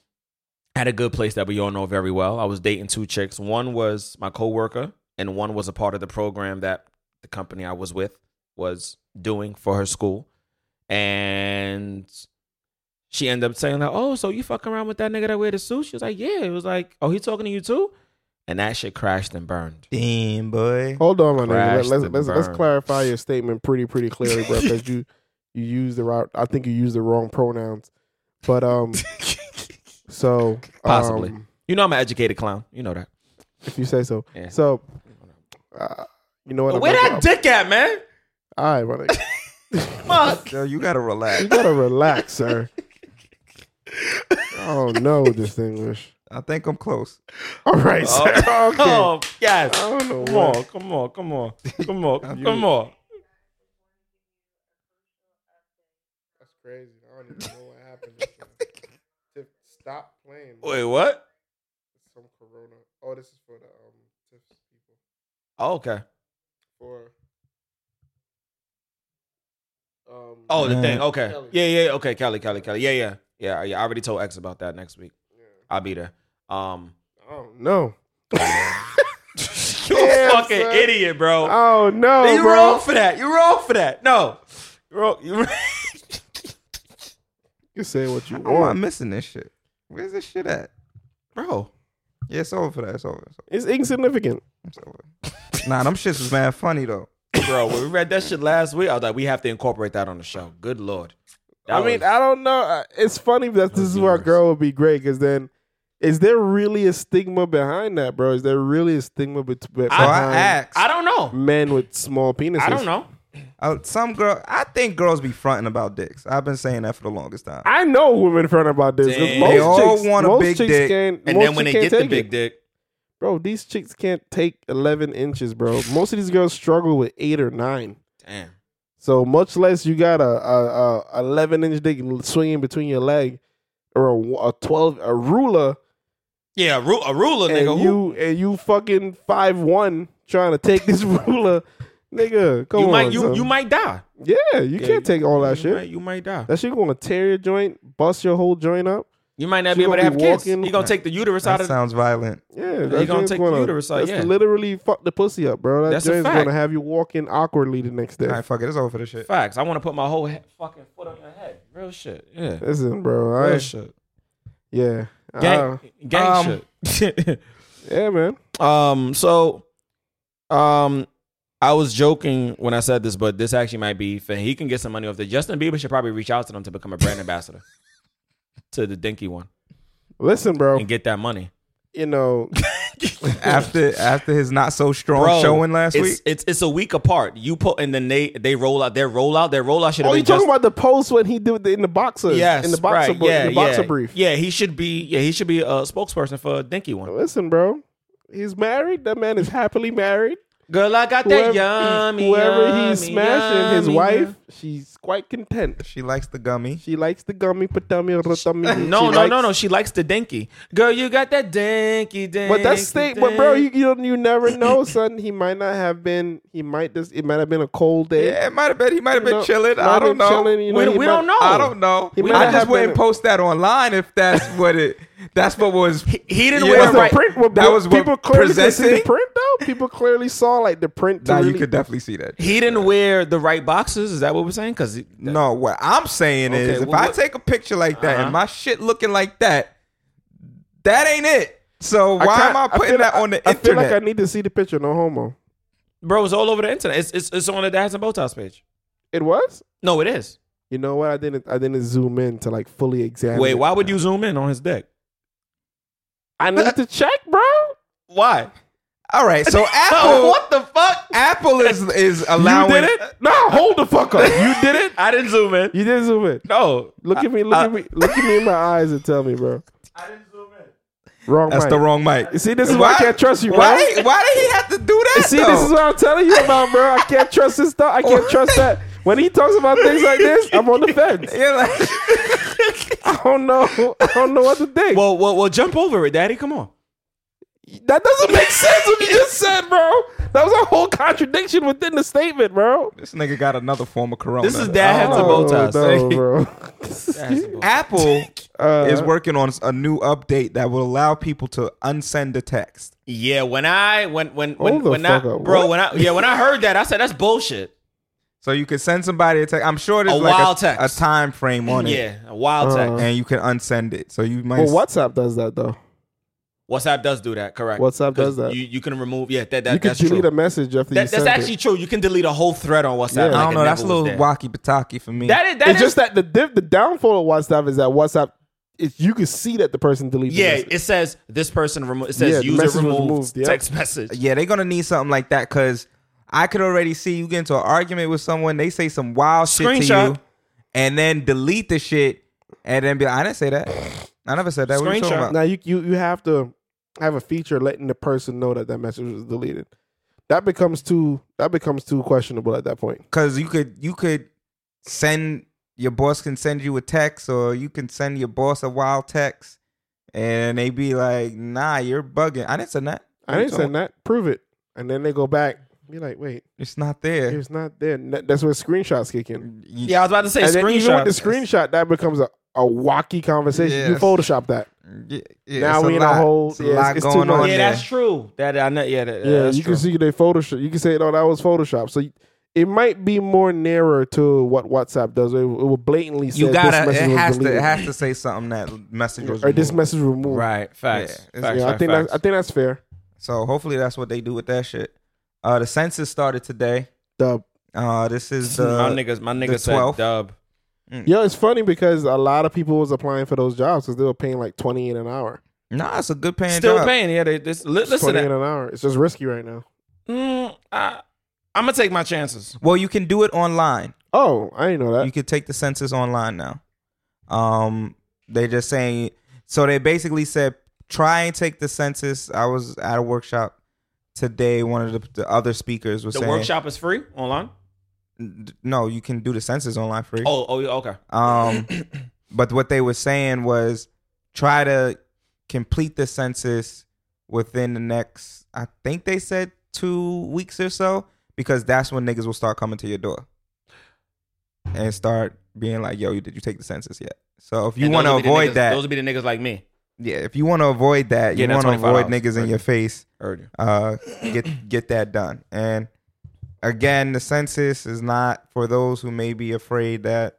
at a good place that we all know very well. I was dating two chicks. One was my coworker, and one was a part of the program that the company I was with was doing for her school. And she ended up saying like, "Oh, so you fucking around with that nigga that wear the suit?" She was like, "Yeah." It was like, "Oh, he talking to you too?" And that shit crashed and burned. Damn, boy. Hold on, my nigga. Let- Crashed Let's and let's, let's burned. clarify your statement pretty pretty clearly, bro. Because you you used the right. I think you used the wrong pronouns. But um, so Possibly. um, You know I'm an educated clown. You know that. if you say so. Yeah. So, uh, you know what? I'm Where gonna- that dick at, man? All right, my nigga. Fuck. Yo, you gotta relax. You gotta relax, sir. Oh no, this English. I think I'm close. All right, sir. Oh, Okay. oh yes. I don't know Come what- on, come on, come on, come on, come on. That's crazy. I don't even know what happened. Tiff, stop playing. Wait, what? Some Corona. Oh, this is for the um Tiff's people. Oh, okay. For um. Oh, the Yeah. thing. Okay. Kelly. Yeah, yeah. Okay, Kelly, Kelly, Kelly. Yeah, yeah, yeah. yeah, I already told X about that next week. I'll be there. Um, Oh no. you Damn, fucking son. idiot, bro. Oh no, you bro. wrong for that. You wrong for that. No, you wrong. You You say what you How am I want. missing this shit? Where's this shit at? bro. Yeah, it's over for that. It's over. It's It's insignificant. over. It's over. nah, them shits was mad funny though. Bro, when we read that shit last week, I was like, we have to incorporate that on the show. Good lord. That I mean, was- I don't know. Uh, It's funny that this was is where a humorous. girl would be great because then, is there really a stigma behind that, bro? Is there really a stigma bet- be- So I, behind asked. I don't know. men with small penises? I don't know. I- Uh, some girl. I think girls be fronting about dicks. I've been saying that for the longest time. I know women front about this. 'cause Damn. Most They all chicks, want a most big chicks dick. Can't, And most then when they get chicks can't the take big it. dick, bro, these chicks can't take eleven inches, bro. Most of these girls struggle with eight or nine. damn. So much less you got a, a, a eleven inch dick swinging between your leg, or a, a twelve a ruler, Yeah, a, ru- a ruler, and nigga. Who- you and you fucking five one trying to take this ruler, nigga. Come you on, might you, son. you might die. yeah, you Yeah, can't take all that you shit. Might, you might die. That shit gonna tear your joint, bust your whole joint up. You might not be She able to gonna have be kids. walking- You gonna take the uterus out That of sounds violent. Yeah, they that gonna joint's take the gonna, uterus out, That's yeah. literally fuck the pussy up, bro. That That's a joint's fact. gonna have you walking awkwardly the next day. All right, fuck it. It's over for this shit. facts. I want to put my whole he- fucking foot on your head. Real shit. Yeah. Um, Listen, bro. Real I shit. yeah, Gang, Uh, gang um, shit. yeah, man. um. So, um, I was joking when I said this, but this actually might be. fair. He can get some money off this. Justin Bieber should probably reach out to them to become a brand ambassador to the Dinky one Listen, bro. and get that money. You know, after after his not so strong showing last it's, week. it's it's a week apart. You put and then they they roll out their rollout. Their rollout should have oh, been you just talking about the post when he did the, in the boxer? Yes, in the boxer, right. bro- yeah, the boxer yeah. brief. Yeah, he should be. Yeah, he should be a spokesperson for Dinky one. Listen, bro. He's married. That man is happily married. Girl, I got Whoever, that yummy. whoever yummy, he's smashing, his yummy, wife, she's quite content. She likes the gummy. She likes the gummy patummy or tummy. yummy. No, no, no, no. She likes the Dinky. Girl, you got that Dinky, Dinky. But that's dinky. thing. But bro, you you, don't- you never know, son. He might not have been. He might just. It might have been a cold day. Yeah, it might have been. He might have You been know, chilling. might I have don't been know. chilling, you know, We- he we might- don't know. I don't know. He might I have just wouldn't been- post that online if that's what it. That's what was. he didn't Yeah. wear Was it the right. print, what- That was what people clearly could see the presenting? print though. People clearly saw like the print. To Nah, you really- could definitely see that. He didn't wear the right boxes. Is that what we're saying? Because No, what I'm saying Okay, is, if well, I what- take a picture like that Uh-huh. and my shit looking like that, that ain't it. So I why can't- am I putting feel that like- on the I feel internet? like I need to see the picture. No homo. bro, it's all over the internet. It's it's, it's on the Dads and Botox page. It was. No, it is. You know what? I didn't. I didn't zoom in to like fully examine. Wait, it. why would you zoom in on his dick? I need to check, bro. Why? All right, so Apple, what the fuck? Apple is is You allowing. did it? No, hold the fuck up. You did it. I didn't zoom in. You didn't zoom in. No, Look at me. Look I- at me. Look at me in my eyes and tell me, bro. I didn't zoom in. Wrong That's mic. the wrong mic. You see, this is why I can't trust you, bro. Why? Why did he have to do that? See, though? this is what I'm telling you about, bro. I can't trust this stuff. I can't trust that. When he talks about things like this, I'm on the fence. You're like- I don't know. I don't know what to think. Well, well, well, jump over it, Daddy. Come on. that doesn't make sense what you just said, bro. That was a whole contradiction within the statement, bro. this nigga got another form of corona. This is Dad had to bow Oh, ties. no, bro. Um, Apple Uh, is working on a new update that will allow people to unsend a text. Yeah, when I when when when Hold the when I, fuck up. bro What? when I yeah when I heard that I said that's bullshit. So you can send somebody a text. I'm sure there's A like wild a, text. a time frame on it, Yeah, a Uh, wild text. and you can unsend it. So you might. well, WhatsApp does that though. WhatsApp does do that, correct? WhatsApp 'Cause does that. You you can remove yeah that, that you can that's true. delete a message after you That, send that's actually it. true. You can delete a whole thread on WhatsApp. Yeah. like I don't it know. That's a never was little there. walkie pataki for me. That is that It's is- just that the diff, the downfall of WhatsApp is that WhatsApp, it's, you can see that the person deleted. the yeah. message. It says this person removed. It Yeah, says the message user was removed, removed, yeah. text message. yeah, they're gonna need something like that because I could already see you get into an argument with someone. They say some wild shit to Screenshot. you, and then delete the shit, and then be like, "I didn't say that. I never said that." What are you talking Screenshot. about? Uh, Now you, you you have to have a feature letting the person know that that message was deleted. That becomes too that becomes too questionable at that point. because you could you could send your boss can send you a text or you can send your boss a wild text and they be like nah you're bugging i didn't send that I didn't send that. Prove it. And then they go back. Be like, wait, it's not there it's not there. That- That's where screenshots kick in. Yeah, I was about to say and then even screenshot. with the screenshot, that becomes a, a wacky conversation. You Yes. Photoshop that. Yeah, yeah, Now it's we in a lot. whole- It's a yeah, lot it's too going much. on yeah, there. that's true. That I know. Yeah, that, Yeah, that's you true. can see they Photoshop. You can say, no, that was Photoshop. So it might be more nearer to what WhatsApp does. It, it will blatantly say you this gotta it message was has to deleted. it has to say something that message was or this removed. message removed. right. Facts. Yeah, facts, Yeah, I facts, think facts. that's I think that's fair. so hopefully that's what they do with that shit uh the census started today Dub. uh this is my the niggas, my the niggas said 12th. dub. Mm. Yo, it's funny because a lot of people was applying for those jobs because they were paying like twenty in an hour. nah it's a good paying Still job. paying. Yeah, they, this, li- listen. twenty that- in an hour. It's just risky right now. Mm, I, I'm gonna take my chances. well you can do it online Oh, I didn't know that. you could take the census online now. Um, they just saying so they basically said try and take the census. I was at a workshop today. One of the, the other speakers was The saying, workshop is free online. "No, you can do the census online free." Oh, oh, yeah, okay. Um, but what they were saying was try to complete the census within the next. I think they said two weeks or so because that's when niggas will start coming to your door and start being like, "Yo, you- did you take the census yet?" So if you And want to those would be the avoid niggas- that, Those would be the niggas like me. yeah, if you want to avoid that, Yeah, you that's want to avoid $25 niggas in right. your face Heard you. uh, get get that done. And again, the census is not for those who may be afraid that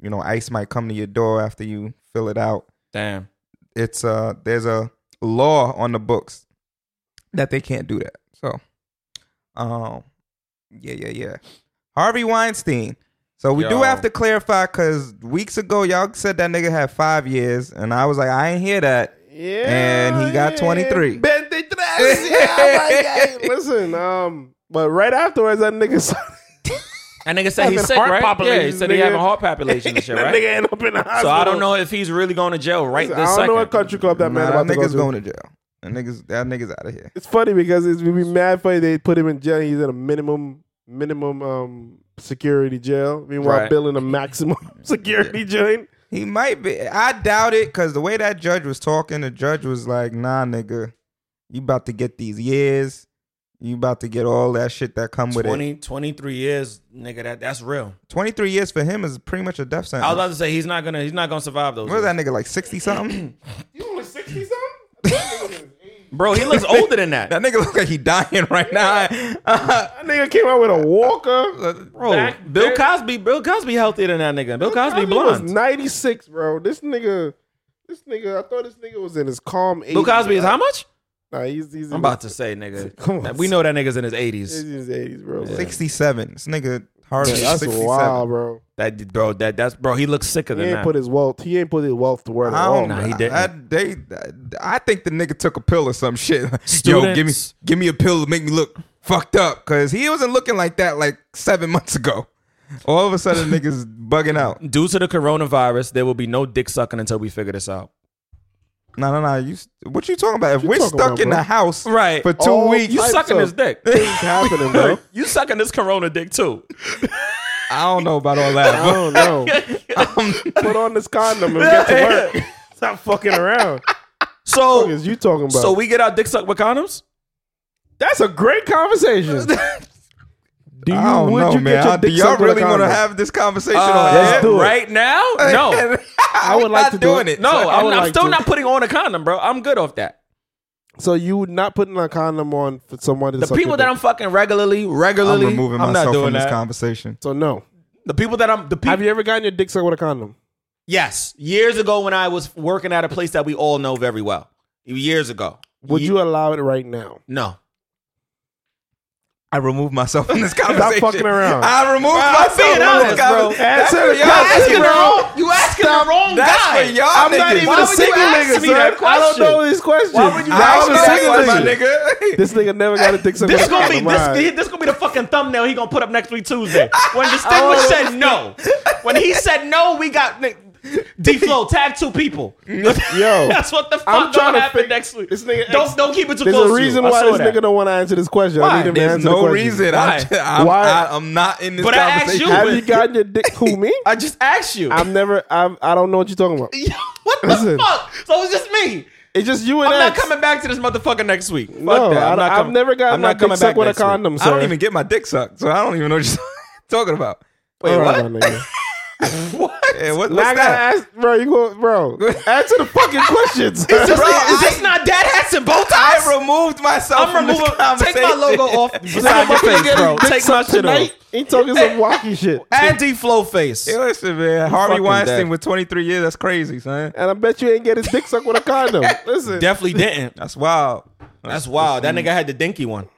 you know ICE might come to your door after you fill it out. Damn. It's uh there's a law on the books that they can't do that. So, um, yeah, yeah, yeah. Harvey Weinstein. So we Yo. do have to clarify because weeks ago y'all said that nigga had five years, and I was like, I ain't hear that. Yeah, And he got 23. 23. Yeah, my God. Listen, um, but right afterwards, that nigga started- That nigga said he's Having sick, heart right? Yeah, he populations, said he nigga. having heart population and shit, that right? nigga ended up in the hospital. So I don't know if he's really going to jail right I this don't second. know what country club that man Nah, about that to go nigga's to. going to jail. That nigga's that nigga's out of here. It's funny because it's would be mad funny they put him in jail. He's in a minimum minimum um security jail. Meanwhile, Right. Bill in a maximum security joint. He might be. I doubt it because the way that judge was talking, the judge was like, "Nah, nigga, you about to get these years. You about to get all that shit that come with it. 20, 23 years, nigga. That that's real. Twenty three years for him is pretty much a I death was sentence. about to say he's not gonna he's not gonna survive those. What is years. that nigga like sixty something? You only sixty something? Bro, he looks older than that. that nigga look like he dying right now. That nigga came out with a walker. Bro, Back Bill then- Cosby, Bill Cosby healthier than that nigga. Bill Cosby was blonde. ninety six, bro. This nigga, this nigga. I thought this nigga was in his calm. 80s. Bill Cosby is how much? Nah, he's, he's I'm in about to his, say, nigga. Come on. We know that nigga's in his He's 80s. in his eighties, bro. Like, Sixty seven. This nigga hardly that's sixty wild, seven. bro. That bro, that that's bro. He looks sicker He than ain't that. put his wealth. He ain't put his wealth to work at I all. don't. Oh, Nah, know. he didn't. I, they, I think the nigga took a pill or some shit. Yo, give me, Students. give me a pill to make me look fucked up, cause he wasn't looking like that like seven months ago. All of a sudden, niggas bugging out. Due to the coronavirus, there will be no dick sucking until we figure this out. No, no, no. You, s- what you talking about? If You we're talking stuck about, in bro? the house Right. for two All weeks, Oh, you types sucking of his dick. Things happening, bro. you sucking this corona dick too. I don't know about all that. I but- don't know. Put on this condom and get to work. Stop fucking around. What So is you talking about? so we get our dick sucked with condoms? that's a great conversation. Do you, I don't would know, you man. Get your I- dick do y'all sucked with a really want to condom? have this conversation Uh, on Let's air? do it. Right now? No. I would like not to do doing it. it. No, So- I'm, would I'm like still to. not putting on a condom, bro. I'm good off that. So you would not putting a condom on for someone to The suck people your that dick. I'm fucking regularly, I'm regularly, removing I'm not myself doing from this that. conversation. So no. the people that I'm the Have people. you ever gotten your dick sucked with a condom? Yes, years ago when I was working at a place that we all know very well. Years ago, Would Ye- you allow it right now? No, I removed myself from this conversation. fucking around. I removed I'm myself being from honest, this bro. conversation. That's Answer for the y'all niggas, question, asking the bro. wrong. You asking the wrong That's guy. for y'all I'm niggas. not Why even a would you single ask nigga, me that son. I don't question? know these questions. Why would you I ask was me that a question, single nigga. This nigga never got a dick sucked This with a gonna be condom. this, All right. this, gonna be the fucking thumbnail he gonna put up next week Tuesday. When Distinguished said no, when he said no, we got D Flow tag two people. Yo, that's what the I'm fuck trying gonna to happen fig- next week. this nigga- don't don't keep it too There's close. a reason to you. I why saw this that. nigga don't want to answer this question. Why? I need him to There's answer the no question. reason. Why? I'm, I'm, Why? I, I'm not in this But I asked conversation. you. Have you gotten your dick? Who me? I just asked you. I'm never. I'm. I don't know what you're talking about. what the Listen. fuck? So it's just me. It's just you and I'm not X. coming back to this motherfucker next week. Fuck No, that. I'm I don't- not I've coming- never gotten I'm my not dick coming sucked back with a next week. condom, I don't sir. even get my dick sucked, so I don't even know what you're talking about. Wait, All right, what? my nigga. What? Yeah, what, Now I what's gotta that? ask, bro. You go, bro. Answer the fucking questions. It's just, Bro, is I- this not dad hats and bow ties? I removed myself I'm from this removing. Take conversation. my logo off beside your Motherfucker face, getting bro. dick Take my sucked shit off. tonight. He talking some wacky shit. Anti flow face. Hey, listen, man. Harvey fucking Weinstein dead. with 23 years. That's crazy, son. And I bet you ain't get his dick sucked with a condom. Listen, Definitely didn't. That's wild. That's wild. That nigga had the dinky one.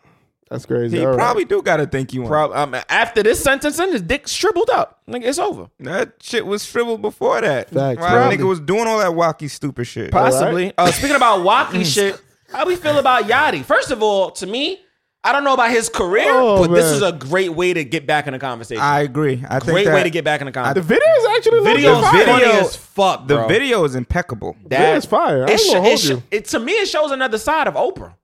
that's crazy. He All right. probably do gotta think you want. Prob- um, after this sentencing, his dick shriveled up. Nigga, it's over. That shit was shriveled before that. Facts, Why probably. that nigga was doing all that wacky stupid shit. All right. Possibly. Uh, speaking about wacky shit, how we feel about Yachty? First of all, to me, I don't know about his career, Oh, but this man. is a great way to get back in the conversation. I agree. I think great that way to get back in the The conversation. video is actually The video, video's fire. funny video- as fuck, the bro. video is impeccable. Video is fire. I It ain't sho- gonna it hold sho- you. it- to me, it shows another side of Oprah.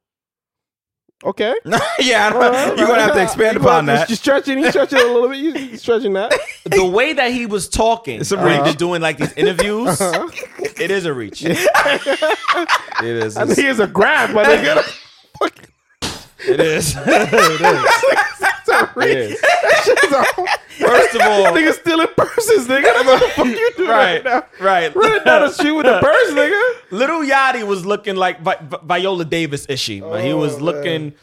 Okay. Uh, yeah, I don't, you're gonna have to expand You gonna upon have to- that. You stretching. He's stretching a little bit. You- You stretching that. The way that he was talking, It's a when reach. they're doing like these interviews, Uh-huh. it is a reach. it is. He is a grab, my nigga. It is. it is. First of all, Nigga stealing purses, nigga. That's what the fuck you do right, now. right. Running down the street with a purse, nigga. Little Yachty was looking like Vi- Vi- Viola Davis ishy. Like, Oh, he was looking.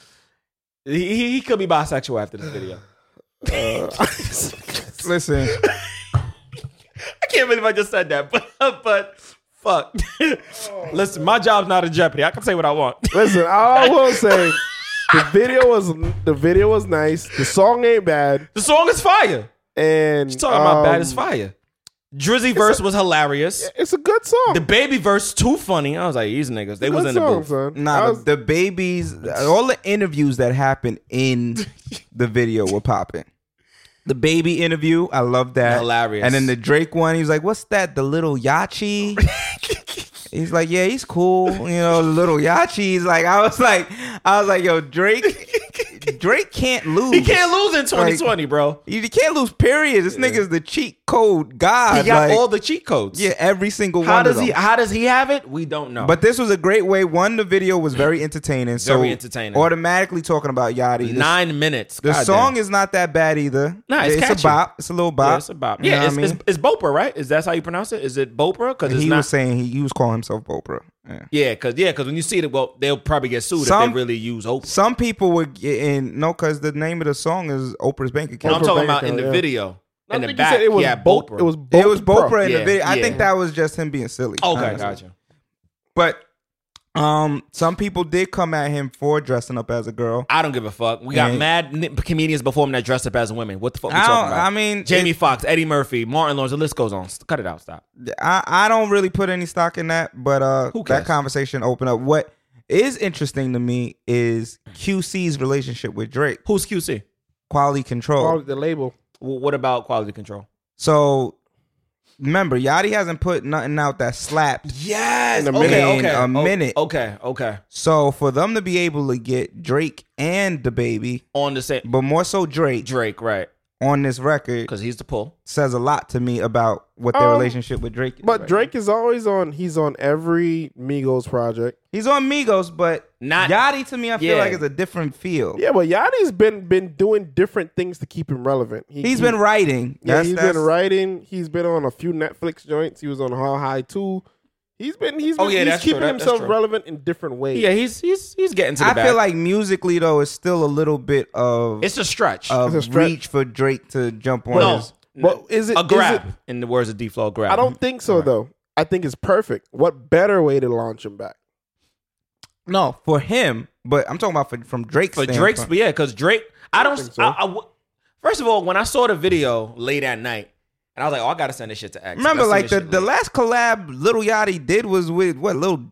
He, he- he could be bisexual after this video. Listen, I can't believe I just said that, but but fuck. Oh, Listen, my job's not in jeopardy. I can say what I want. Listen, all I will say, the video was the video was nice. The song ain't bad, The song is fire. and She's talking about bad um, as fire. Drizzy verse was hilarious. It's a good song. The baby verse too funny. I was like, these niggas, they Good was in the song, booth. son. I nah, was- the, the babies, all the interviews that happened in the video were popping. The baby interview, I love that. Hilarious. And then the Drake one, he was like, "What's that? The little Yachi." He's like, yeah, he's cool, you know, little Yachi. He's like, I was like, I was like, yo, Drake, Drake can't lose. He can't lose in 2020, bro. You can't lose. Period. This nigga's the cheat code god. He got like, all the cheat codes. yeah, every single How one. does of them. he? How does he have it? We don't know. But this was a great way. One, the video was very entertaining. So Very entertaining. Automatically talking about Yachty. The- nine minutes. The song is not that bad either. Nah, it's a catchy. bop. It's a little bop. Yeah, it's a bop. You know Yeah, what it's, I mean? it's, it's Bopra, right? Is that how you pronounce it? Is it Bopra? Because And it's he not. was saying he, he was calling himself Oprah. Yeah. yeah, because yeah, because when you see it, well, they'll probably get sued if Some- they really use Oprah. Some people were getting no, because the name of the song is Oprah's bank No, account. I'm talking Bank about in account, the yeah. video. I In the think you back, said it was yeah, Bo- Bopra. It was it was Bopra in Yeah, the video. I yeah. think that was just him being silly. okay. honestly. Gotcha. But um, some people did come at him for dressing up as a girl. I don't give a fuck. We got Yeah. mad n- comedians before him that dressed up as women. What the fuck? We I talking don't. about? I mean, Jamie it- Foxx, Eddie Murphy, Martin Lawrence. The list goes on. Cut it out. Stop. I, I don't really put any stock in that, but uh, Who cares? that conversation opened up. What is interesting to me is QC's relationship with Drake, Who's QC? quality control. the label. W- What about quality control? So remember, Yachty hasn't put nothing out that slapped. Yes. In a okay. minute. Okay. In a O- minute. okay. Okay. So for them to be able to get Drake and the baby, On the same but more so Drake Drake, right? on this record Because he's the pull. says a lot to me about what their Um, relationship with Drake. is But right Drake is always on. He's on every Migos project. now. he's on Migos, but Not- Yachty to me. I feel Yeah. like it's a different feel. Yeah, but Yachty's been been doing different things to keep him relevant. He, He's he- been writing. yeah, That's- he's that's- been writing. He's been on a few Netflix joints. He was on How High Two. He's been he's been, Oh, yeah, he's that's true. keeping That- that's himself true. relevant in different ways. Yeah, he's he's he's getting to the I back. feel like musically though, it's still a little bit of it's a stretch. of It's a stretch. reach for Drake to jump on. no, his, But is it a is grab. it- in the words of D Flow, grab. I don't think so though. I think it's perfect. What better way to launch him back? no, for him. But I'm talking about for, from Drake's. for Drake's, standpoint. yeah, because Drake. I don't. think so. I, I w- first of all, when I saw the video late at night, and I was like, "Oh, I gotta send this shit to X." Remember, Gotta send like this the, shit the late. last collab Little Yachty did was with what little,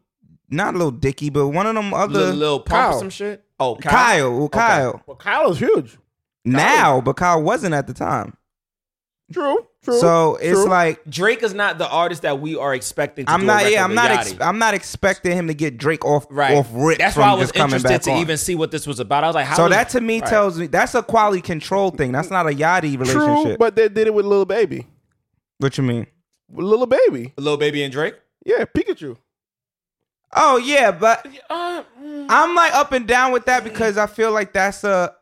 not little Dicky, but one of them other Lil, Lil Pump or Kyle. some shit. Oh, Kyle. Kyle. well, Kyle. Well, Kyle's huge. Now, but Kyle wasn't at the time. True. True. so it's true. like Drake is not the artist that we are expecting. to I'm do a not. record Yeah, I'm with not. Yachty. Ex- I'm not expecting him to get Drake off right. off rip. That's from why I was just coming interested back to on. even see what this was about. I was like, "How?" So does- that to me Right. tells me that's a quality control thing. That's not a Yachty relationship. True, but they did it with Lil Baby. what you mean? Little Baby. Lil Baby and Drake. Yeah, Pikachu. Oh yeah, but Uh, mm. I'm like up and down with that because I feel like that's a.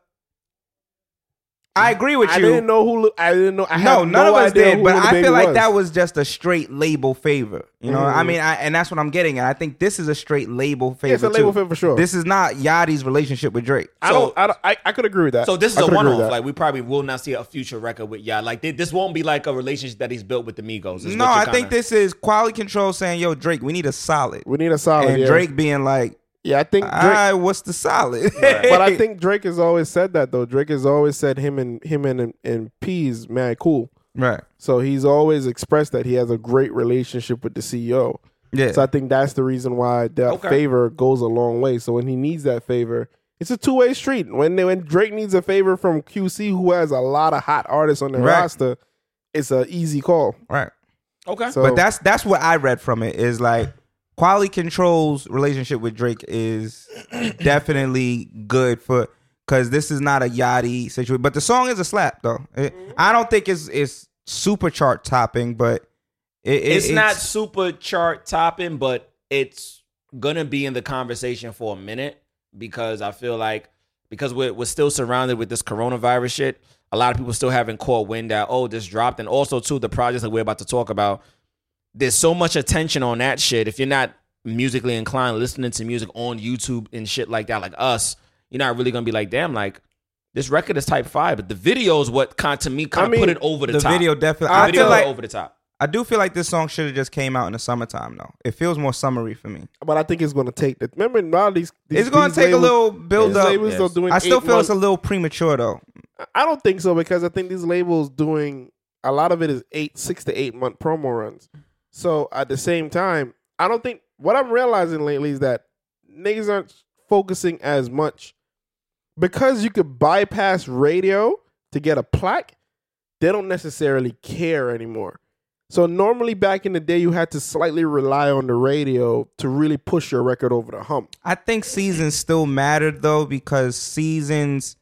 I agree with Mm. I you. didn't know who. Li- I didn't know. I had no, none of us idea did, who but Lil I Baby feel like that was just a straight label favor. You know, I Mhm. mean, I, and that's what I'm getting at. I think this is a straight label favor. Yeah, it's a label too. fit for sure. This is not Yachty's relationship with Drake. I don't. I, don't, I, I could agree with that. So this is I a could agree with one-off. that. Like we probably will not see a future record with Yachty. Like thi- this won't be like a relationship that he's built with the Migos. is no, what I you're think kinda- this is quality control saying, "Yo, Drake, we need a solid." we need a solid. and yeah. Drake being like, Yeah, I think. Drake, "I what's the solid?" but I think Drake has always said that though. Drake has always said him and him and and P's mad cool. right, So he's always expressed that he has a great relationship with the CEO. yeah. So I think that's the reason why that Okay. favor goes a long way. So when he needs that favor, it's a two way street. When they, when Drake needs a favor from QC, who has a lot of hot artists on their Right. roster, it's an easy call. right. okay. So But that's that's what I read from it is like quality control's relationship with Drake is definitely good for because this is not a yachty situation. But the song is a slap though. It- I don't think it's it's super chart topping, but it, it- it's, not super chart topping, but it's gonna be in the conversation for a minute because I feel like because we're, we're still surrounded with this coronavirus shit. A lot of people still haven't caught wind that oh this dropped, and also too the projects that we're about to talk about. There's so much attention on that shit. If you're not musically inclined, listening to music on YouTube and shit like that, like us, you're not really gonna be like, damn, like this record is type five, but the video is what kind to me kind I of mean, put it over the, the top. video the definitely. video I feel is like over the top. I do feel like this song should have just came out in the summertime though. It feels more summery for me. but I think it's going to take. The, remember, now these, these It's gonna these take a labels- little build these up. labels Yes. are doing I still eight feel it's months- a little premature though. I don't think so because I think these labels doing a lot of it is eight, six to eight month promo runs. So at the same time, I don't think what I'm realizing lately is that niggas aren't focusing as much because you could bypass radio to get a plaque. They don't necessarily care anymore. So normally back in the day, you had to slightly rely on the radio to really push your record over the hump. I think seasons still matter though because seasons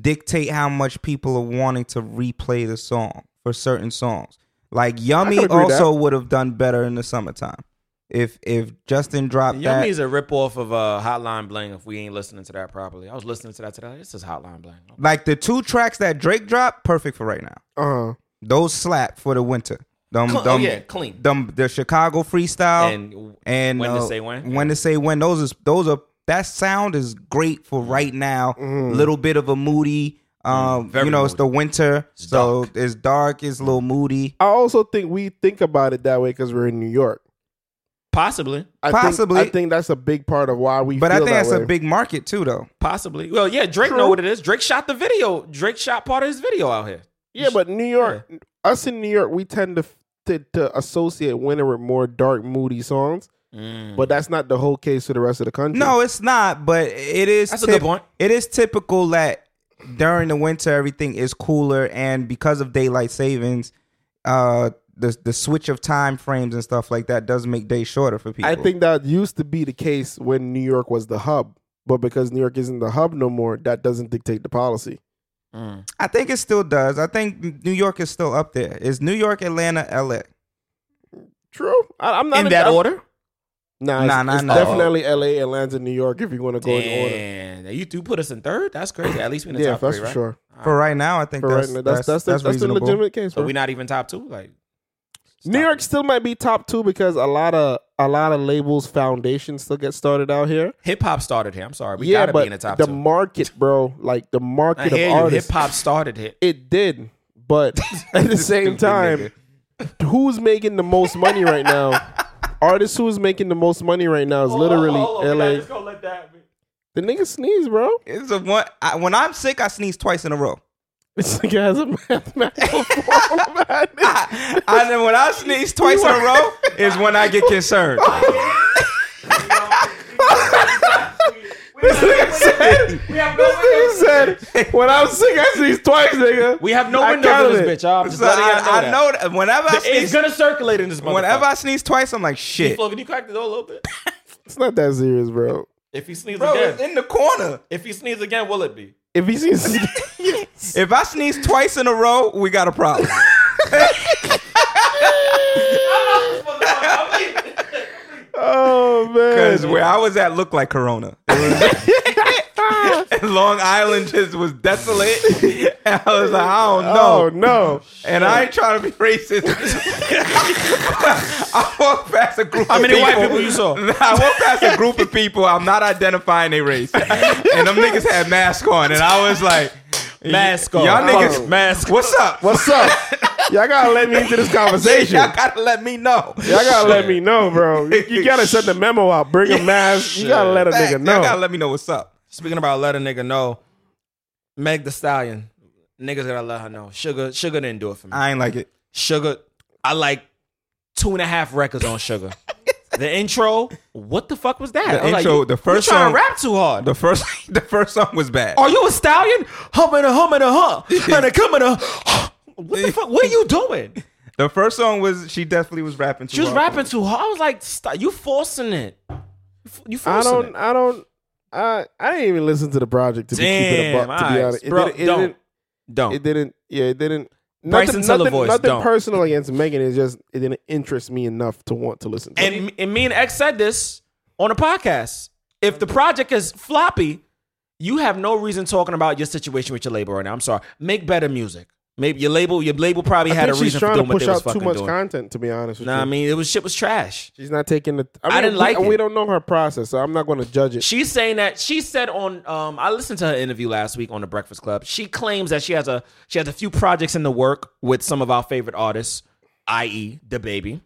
dictate how much people are wanting to replay the song for certain songs. Like I Yummy can agree with also would have done better in the summertime. If if Justin dropped Yummy that is a ripoff of uh, Hotline Bling. If we ain't listening to that properly, I was listening to that today. This is Hotline Bling. like the two tracks that Drake dropped, perfect for right now. Uh huh. Those slap for the winter. Them, Clean- oh, them- yeah, clean. Them the Chicago freestyle And and When to uh, Say When. When to say when? Those is those are that sound is great for Mm. right now. Mm. Little bit of a moody. Um, very you know, it's moody. the winter, so dark. it's dark. It's a little moody. I also think we think about it that way because we're in New York. possibly, I Possibly. Think, I think that's a big part of why we. But I feel think that that's way. a big market too, though. possibly. Well, yeah, Drake True. know what it is. Drake shot the video. Drake shot part of his video out here. Yeah, but New York, us in New York, we tend to to, to associate winter with more dark, moody songs. Mm. But that's not the whole case for the rest of the country. No, it's not. But it is. That's a good point. It is typical that during the winter everything is cooler, and because of daylight savings, uh, the the switch of time frames and stuff like that does make days shorter for people. I think that used to be the case when New York was the hub, but because New York isn't the hub no more, that doesn't dictate the policy. Mm. I think it still does. I think New York is still up there. It's New York, Atlanta, LA. True. I, I'm not In that I'm- order? Nah, it's, Nah, nah, it's nah. definitely L.A., Atlanta, New York. If you want to go in order, Damn. You do put us in third? That's crazy. At least we in the yeah, top that's three, for right? sure. For right now, I think For that's, right now, that's that's that's, that's, the reasonable. legitimate case. So bro. we not even top two? Like New York still might be top two because a lot of a lot of labels foundations still get started out here. hip hop started here. I'm sorry. We yeah, gotta but be in the top two. market, bro, like the I market hear you. of Hip artists, hop started here. it did. But at the same Stupid time, who's making the most money right now? Artists who's making the most money right now is literally LA. The nigga sneeze, bro. It's a one. I, when I'm sick, I sneeze twice in a row. This nigga has a mathematical form. man. I, I know when I sneeze twice in a row is when I get concerned. This nigga said, "When I'm sick, I sneeze twice, nigga." We have no I windows in counted this it. bitch, y'all. I'm just So letting y'all know I, I that. know that whenever I It's sneeze, gonna circulate in this motherfucker. whenever I sneeze twice, I'm like shit. Flo, can you crack the door a little bit? It's not that serious, bro. If he sneezes Bro, again, it's in the corner. if he sneezes again, will it be? If he sees, If I sneeze twice in a row, we got a problem. oh man, Because where I was at looked like Corona. And Long Island just was desolate. And I was like, I don't know. oh no. and I ain't trying to be racist. I walked past a group How of many people. white people you saw? I walked past a group of people. I'm not identifying their race. And them niggas had masks on. And I was like, Mask on. Y'all niggas, Fuck. Mask What's up? What's up? Y'all gotta let me into this conversation. Y'all Y'all gotta let me know. gotta let me know, bro. You, you gotta send the memo out. Bring a mask. You gotta let a Fact, nigga Y'all know. gotta let me know what's up. Speaking about let a nigga know, Meg the Stallion, niggas gotta let her know. Sugar, Sugar didn't do it for me. I ain't like it. Sugar, I like two and a half records on Sugar. the intro, what the fuck was that? The I was like, intro, you- the first you trying song- to rap too hard. The first, the first song was bad. Oh, Are you a stallion? Humming a humming a hum and a coming a. What the fuck? What are you doing? The first song was she definitely was rapping. Too She was hard. rapping too hard. I was like, stop. you forcing it. You f- You I forcing don't. it. I don't. I I didn't even listen to the project to be keeping Damn, it buck. To be alright, honest, it, bro, didn't, it, don't. didn't, Don't. it didn't. Yeah, it didn't. Bryson Nothing, nothing, Tiller voice, nothing don't. personal against Megan. It's just it didn't interest me enough to want to listen. to it. and, and me and X said this on a podcast. If the project is floppy, you have no reason talking about your situation with your label right now. I'm sorry. Make better music. Maybe your label, your label probably I had a think she's reason for trying to doing what push they was out too fucking much doing. content. To be honest with Nah, I you, mean, it was shit was trash. she's not taking the. I, mean, I didn't we- like it. We don't know her process, so I'm not going to judge it. She's saying that she said on um I listened to her interview last week on the Breakfast Club. She claims that she has a she has a few projects in the work with some of our favorite artists, i.e. the baby.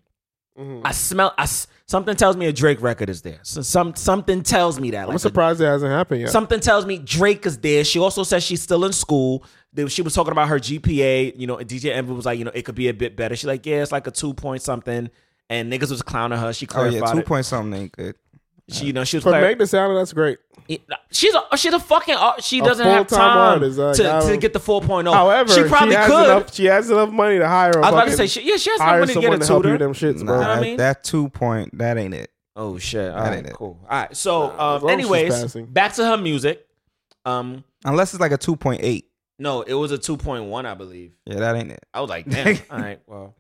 Mm-hmm. I smell I s- something tells me a Drake record is there. So some something tells me that. I'm Like a- surprised it hasn't happened yet. something tells me Drake is there. She also says she's still in school. That She was talking about her GPA. You know, and DJ Envy was like, you know, it could be a bit better. She's like, yeah, it's like a two point something. And niggas was clowning her. She Oh clarified yeah, two it. point something ain't good. She, you know, she was For clar- Meg Thee Stallion, that's great. She's a she's a fucking art. She doesn't have full-time time artist, like, I to, to don't- get the 4.0. However, Oh, she probably has could. Enough, she has enough money to hire. I I was about to say, she, yeah, she has enough hire money to someone get a to help you tutor. with them shits, Nah, bro. know what I that, mean? that two point that ain't it. Oh shit! All That right, ain't it. cool. All right, so as um, long as she's anyways, passing. back to her music. Um, Unless it's like a two point eight. no, it was a 2.1, I believe. Yeah, that ain't it. I was like, damn. all right, well,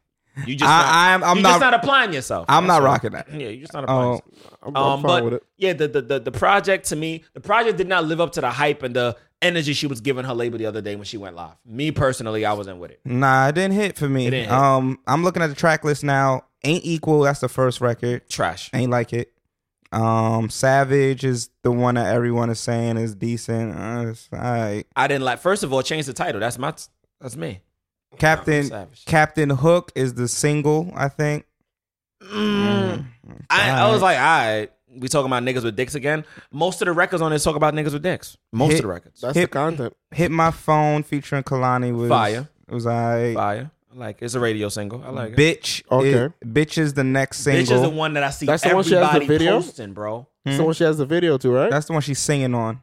you just I- not, I'm- I'm you not- just not applying yourself. I'm That's not all. rocking that. Yeah, you're just not applying. Oh, yourself. I'm, I'm Um, fine but with it. yeah, the, the the the project to me, the project did not live up to the hype and the energy she was giving her label the other day when she went live. Me personally, I wasn't with it. nah, it didn't hit for me. It didn't hit. Um, I'm looking at the track list now. Ain't equal. That's the first record. Trash. Ain't like it. Um, Savage is the one that everyone is saying is decent. Uh, it's all right. I didn't like. First of all, change the title. That's my. That's me. Captain Savage. Captain Hook is the single. I think. I, I Alright. was like, all right, we talking about niggas with dicks again. Most of the records on this talk about niggas with dicks. Most Hit- of the records. That's the hit- content. Hit my phone featuring Kalani was Fire. Was I Fire. I Like it's a radio single. I like it. bitch? Okay. It, bitch is the next single. Bitch is the one that I see That's the one everybody she has the video? posting, bro. Hmm? Someone she has the video too, right? That's the one she's singing on.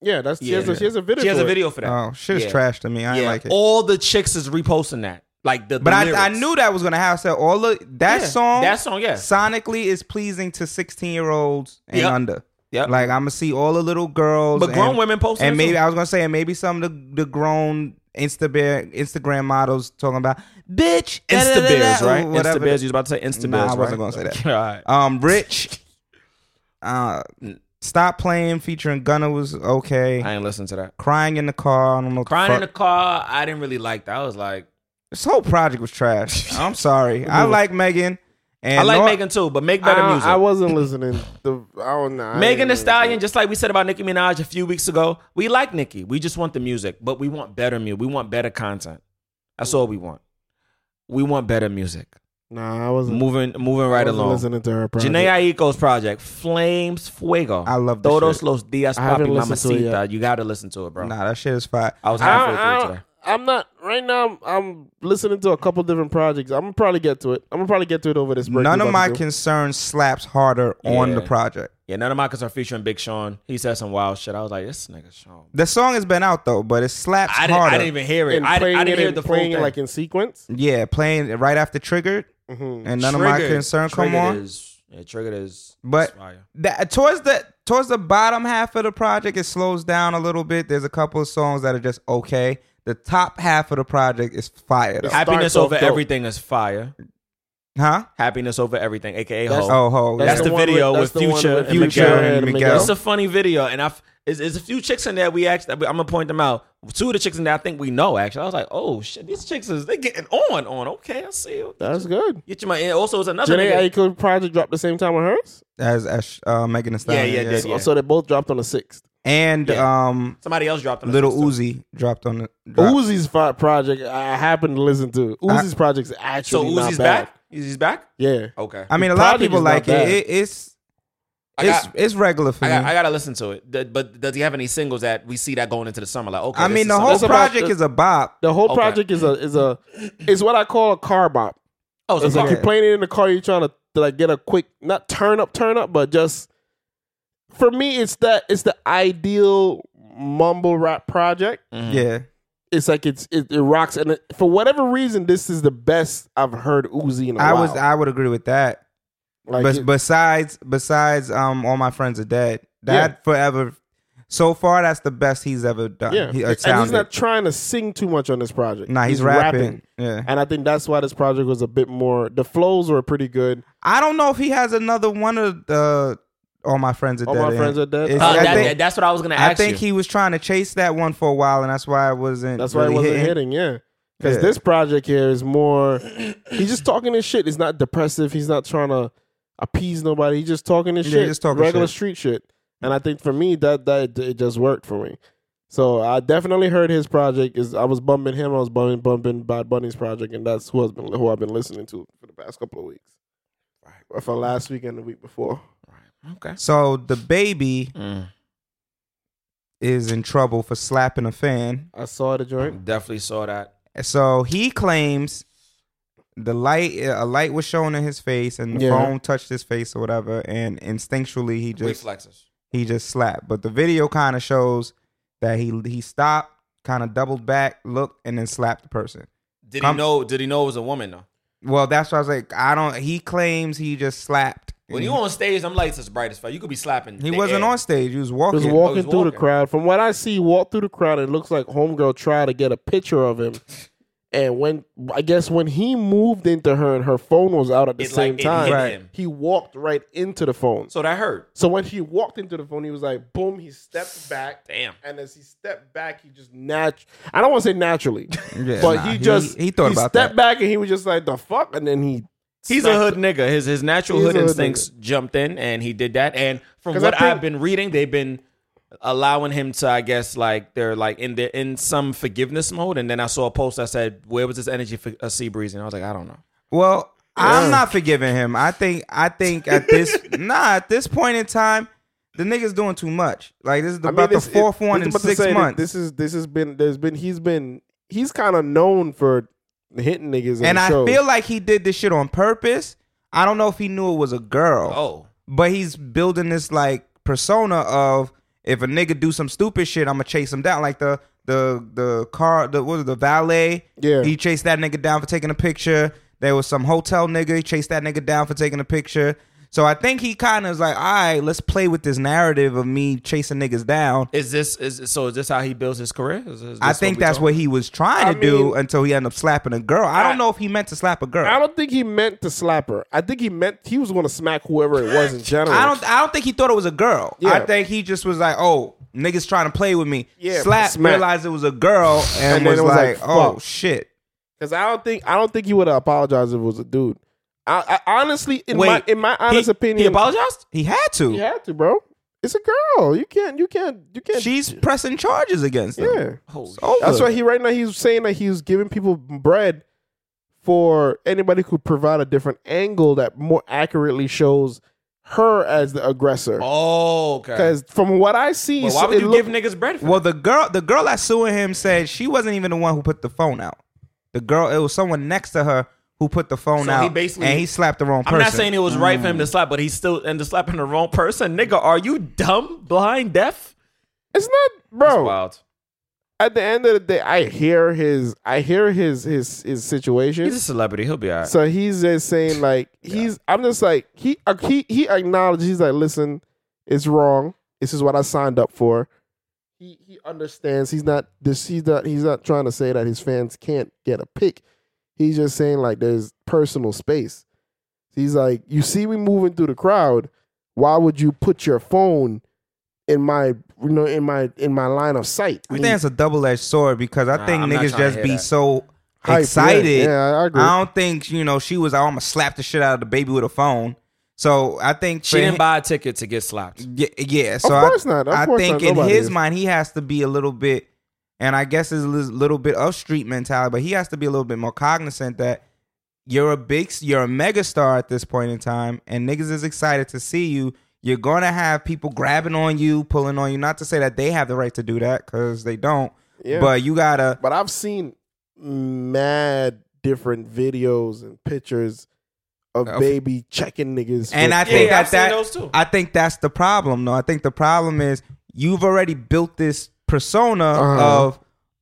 yeah, that's she, Yeah. has a, she has a video. She has to a it. video for that. Oh, shit is Yeah. trash to me. I ain't like it. All the chicks is reposting that. Like the, the But lyrics. I, I knew that was gonna have so all the that Yeah, song That song, yeah. sonically is pleasing to sixteen year olds and Yep. under. Yep. Like I'm gonna see all the little girls, But grown and- women posting and it, maybe too. I was gonna say, and maybe some of the, the grown Instagram Instagram models talking about bitch Instabears, da-da-da-da," or right? whatever Instabears. You was about to say Instabears. Nah, I wasn't right? gonna say All right. Um, Rich, uh, stop playing featuring Gunna was okay. I ain't listen to that. Crying in the car, I don't know. Crying in the car, I didn't really like that. I was like, This whole project was trash. I'm sorry. I like Megan. And I like Nor- Megan too, but make better I, music. I wasn't listening. The I don't know. Megan I didn't Thee really- Stallion, just like we said about Nicki Minaj a few weeks ago, we like Nicki. We just want the music, but we want better music. We want better content. That's all we want. We want better music. Nah, I wasn't. Moving, moving right I wasn't along. listening to her. Project. Janae Aiko's project, Flames Fuego. I love this Todos shit. los días, I haven't papi, listened to it mamacita. You got to listen to it, bro. Nah, that shit is fire. I was I halfway don't, I through don't, today. I'm not right now. I'm, I'm listening to a couple different projects. I'm gonna probably get to it. I'm gonna probably get to it over this break. None we of about my to do. concerns slaps harder on Yeah. the project. Yeah, none of my are featuring Big Sean. He said some wild shit. I was like, this nigga Sean. The song has been out though, but it slaps I didn't, harder. I didn't even hear it. and I, playing didn't- I didn't it hear in- the full playing thing. it like in sequence. yeah, playing it right after Triggered, Mm-hmm. and none of my concern come Triggered on. Is, yeah, Triggered is. But is fire. that towards the towards the bottom half of the project, it slows down a little bit. There's a couple of songs that are just okay. The top half of the project is fire, though. It's- happiness starts off over dope. everything is fire. huh? Happiness over everything, aka That's- ho. Oh, ho, That's yeah. the one video that's with the one Future and Future Miguel. and Miguel. It's a funny video, and I is is a few chicks in there. We actually, I'm gonna point them out. Two of the chicks in there, I think we know. Actually, I was like, oh shit, these chicks is they getting on on. Okay, I see. You. That's good. Get your mind. And also, it's another. Janae nigga- Aiko project dropped the same time with hers, as as uh, Megan Thee Stallion. yeah, yeah. so, so they both dropped on the sixth. And um, Somebody else dropped on the Little system. Uzi dropped on the drop. Uzi's fi- project I happened to listen to. Uzi's project's So actually Uzi's not bad. back. Uzi's back. Yeah, Okay. I mean, a lot of Project people is not like it. bad. it. It's I it's got- it's regular for I, got, me. I gotta listen to it, Th- but does he have any singles that we see that going into the summer? Like, okay, I this mean, is the something- whole That's about- project is a bop. the whole Okay. project is a is a is what I call a car bop. Oh, it's It's a like car. you're playing it in the car. You're trying to like get a quick, not turn up, turn up, but just for me, it's that it's the ideal mumble rap project. Mm. Yeah, It's like it's it, it rocks, and it, for whatever reason, this is the best I've heard Uzi Oh, in a I while. was I would agree with that. like, but it- besides besides um, all my friends are dead. That Yeah. forever. So far, that's the best he's ever done. yeah, He- uh, and he's sounded. not trying to sing too much on this project. Nah, he's, rapping. Yeah. and I think that's why this project was a bit more. The flows were pretty good. I don't know if he has another one of the All My Friends Are All Dead. My in. Friends Are Dead? It's- Uh, I that- think- that's what I was gonna I ask think you. he was trying to chase that one for a while, and that's why it wasn't. That's why really it wasn't hitting. hitting, yeah. Because Yeah. this project here is more, he's just talking his shit. It's not depressive. He's not trying to appease nobody. He's just talking his Yeah, shit, just talking regular shit. street shit. And I think for me, that that it just worked for me. So I definitely heard his project. Is I was bumping him. I was bumping bumping Bad Bunny's project, and that's who has been who I've been listening to for the past couple of weeks, Or for last week and the week before. okay. So the baby Mm. is in trouble for slapping a fan. I saw the joint. Definitely saw that. So he claims the light uh, a light was shown in his face and the Yeah. phone touched his face or whatever and instinctually he just Reflexes. he just slapped. But the video kind of shows that he he stopped, kind of doubled back, looked and then slapped the person. Did Come- he know? Did he know it was a woman though? Well, that's why I was like I don't he claims he just slapped. When you on stage, I'm lights as bright as fuck. You could be slapping. Mm-hmm. he the wasn't air. on stage, he was He walking. was walking he's through the walking. crowd. From what I see, he walked through the crowd. It looks like homegirl tried to get a picture of him. And when I guess when he moved into her and her phone was out at the It, like, same it hit time, him. he walked right into the phone. So, So that hurt. when he walked into the phone, he was like, boom, he stepped back. Damn. And as he stepped back, he just nat I don't want to say naturally, Yeah, but nah, he just he, thought about stepped that. back and he was just like, the fuck? And then he He's a snapped hood nigga. His his natural He's hood a hood instincts jumped in, and he did that. And from 'Cause what I think- I've been reading, they've been allowing him to, I guess, like they're like in the in some forgiveness mode. And then I saw a post that said, "Where was this energy for a sea breeze?" And I was like, "I don't know." Well, I'm not forgiving him. I think I think at this nah at this point in time, the nigga's doing too much. Like this is about this- the it- fourth one this in about to six say that months. This is this has been there's been he's been he's kind of known for hitting niggas. in and the I shows. feel like he did this shit on purpose. I don't know if he knew it was a girl, Oh, but he's building this like persona of if a nigga do some stupid shit, I'm gonna chase him down. Like the the the car the what was it, the valet. Yeah. He chased that nigga down for taking a picture. There was some hotel nigga. He chased that nigga down for taking a picture. So I think he kind of was like, all right, let's play with this narrative of me chasing niggas down. Is this is so? Is this how he builds his career? Is- is I this think we that's talking- what he was trying I to do mean- until he ended up slapping a girl. I, I- don't know if he meant to slap a girl. I don't think he meant to slap her. I think he meant he was going to smack whoever it was in general. I don't. I don't think he thought it was a girl. I Yeah. think he just was like, "Oh, niggas trying to play with me." Yeah, slap. smack. Realized it was a girl, and, And then was, it was like, like, "Oh fuck." shit." because I don't think I don't think he would have apologized if it was a dude. I, I honestly, in Wait, my in my honest he, opinion, He apologized. He had to. You had to, bro. It's a girl. You can't. You can't. You can't. She's pressing charges against him. yeah. Holy Oh, That's why he right now he's saying that he's giving people bread for anybody who could provide a different angle that more accurately shows her as the aggressor. Oh, okay. Because from what I see, Well, why so would it you look- give niggas bread for? Well, the girl, the girl that suing him said she wasn't even the one who put the phone out. The girl, it was someone next to her who put the phone So out. he basically- and he slapped the wrong I'm person. Mm. not saying it was right for him to slap, but he's still and to slapping the wrong person. Nigga, are you dumb, blind, deaf? it's not, bro. Wild. At the end of the day, I hear his, I hear his, his, his situation. He's a celebrity. He'll be all right. So he's just saying like he's. I'm just like he uh, he he acknowledges. He's like, listen, it's wrong. This is what I signed up for. He he understands. He's not this. He's not. He's not trying to say that his fans can't get a pick. He's just saying like there's personal space. He's like, you see me moving through the crowd. Why would you put your phone in my you know in my in my line of sight? I think it's a double edged sword because I Nah, think I'm not trying niggas to just hear be that. so Hype, yeah. excited. Yeah, I agree. I don't think you know she was. I'm gonna slap the shit out of the baby with a phone. So I think she for didn't him- buy a ticket to get slapped. Yeah, yeah. So course I, not. Of I course think not. in Nobody his is. mind he has to be a little bit, and I guess it's a lis- little bit of street mentality, but he has to be a little bit more cognizant that you're a big, s- you're a megastar at this point in time, and niggas is excited to see you. You're gonna have people grabbing on you, pulling on you. Not to say that they have the right to do that because they don't. Yeah. But you gotta. But I've seen mad different videos and pictures of Of- baby checking niggas. And for- I think Yeah, I've that seen that those too. I think that's the problem. though. I think the problem is you've already built this persona Uh-huh. of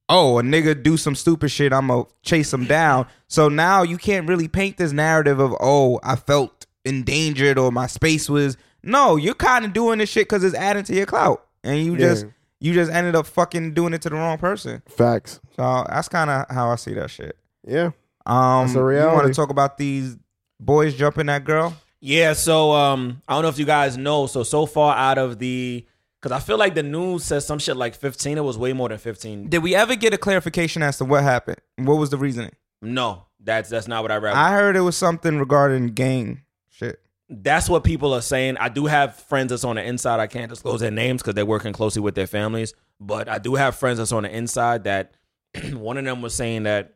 oh a nigga do some stupid shit. I'm gonna chase him down. So now you can't really paint this narrative of oh I felt endangered or my space was no. You're kind of doing this shit because it's adding to your clout, and you Yeah. just you just ended up fucking doing it to the wrong person. facts. So that's kind of how I see that shit. Yeah. Um, That's a you want reality. to talk about these boys jumping that girl? Yeah, so um, I don't know if you guys know. So so far out of the, because I feel like the news says some shit like 15. It was way more than 15. Did we ever get a clarification as to what happened? What was the reasoning? No, that's that's not what I read. I heard it was something regarding gang shit. that's what people are saying. I do have friends that's on the inside. I can't disclose their names because they're working closely with their families. But I do have friends that's on the inside that one of them was saying that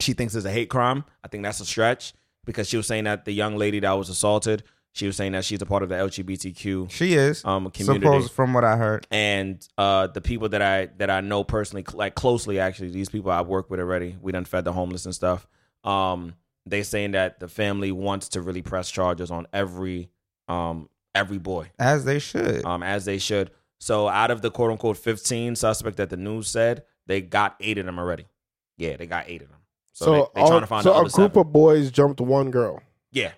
she thinks it's a hate crime. I think that's a stretch because she was saying that the young lady that was assaulted, she was saying that she's a part of the LGBTQ She is um, community. supposed from what I heard. and uh, the people that I that I know personally, cl- like closely, actually, these people I've worked with already. We done fed the homeless and stuff. Um, they saying that the family wants to really press charges on every um every boy, As they should. um as they should. So out of the quote unquote fifteen suspect that the news said, they got eight of them already. Yeah, they got eight of them. So, So, they, they all- trying to find so the a other group seven. of boys jumped one girl. yeah,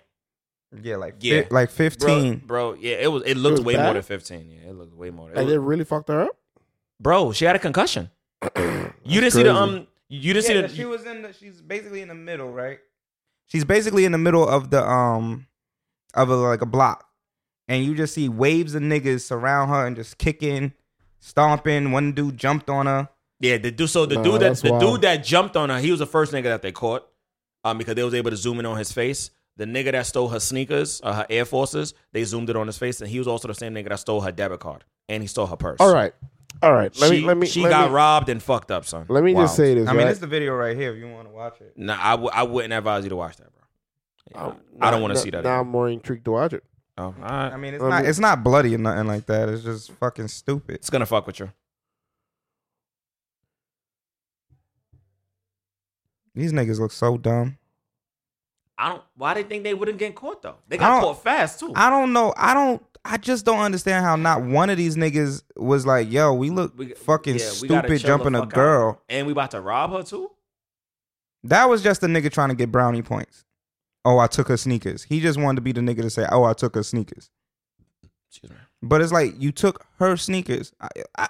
yeah, like Yeah. fi- like bro, fifteen. bro, yeah, it was it looked was way more bad? than fifteen. Yeah, it looked way more. It And was- it really fucked her up. bro, she had a concussion. you didn't see crazy. the um. You didn't see the. you- was in. The, she's basically in the middle, right? She's basically in the middle of the um of a, like a block, and you just see waves of niggas surround her and just kicking, stomping. One dude jumped on her. Yeah, the dude. So the Nah, dude that that's the dude wild. that jumped on her, he was the first nigga that they caught, um, because they was able to zoom in on his face. The nigga that stole her sneakers, uh, her Air Forces, they zoomed it on his face, and he was also the same nigga that stole her debit card and he stole her purse. All right. All right. Let she, me let me she let got me, robbed and fucked up, son. Let me just say this. I mean, right? it's the video right here. If you want to watch it. nah, I w- I wouldn't advise you to watch that, bro. I'm- I don't want to now- see that. Now again. I'm more intrigued to watch it. Oh, all right. I mean, it's Um, not it's not bloody or nothing like that. It's just fucking stupid. It's gonna fuck with you. These niggas look so dumb. I don't. Why they think they wouldn't get caught though? They I got don't- caught fast too. I don't know. I don't. I just don't understand how not one of these niggas was like, "Yo, we look We- fucking yeah, we gotta stupid chill the jumping a fuck out. girl." And we about to rob her too? That was just a nigga trying to get brownie points. Oh, I took her sneakers. He just wanted to be the nigga to say, "Oh, I took her sneakers." Excuse me. But it's like you took her sneakers. I, I,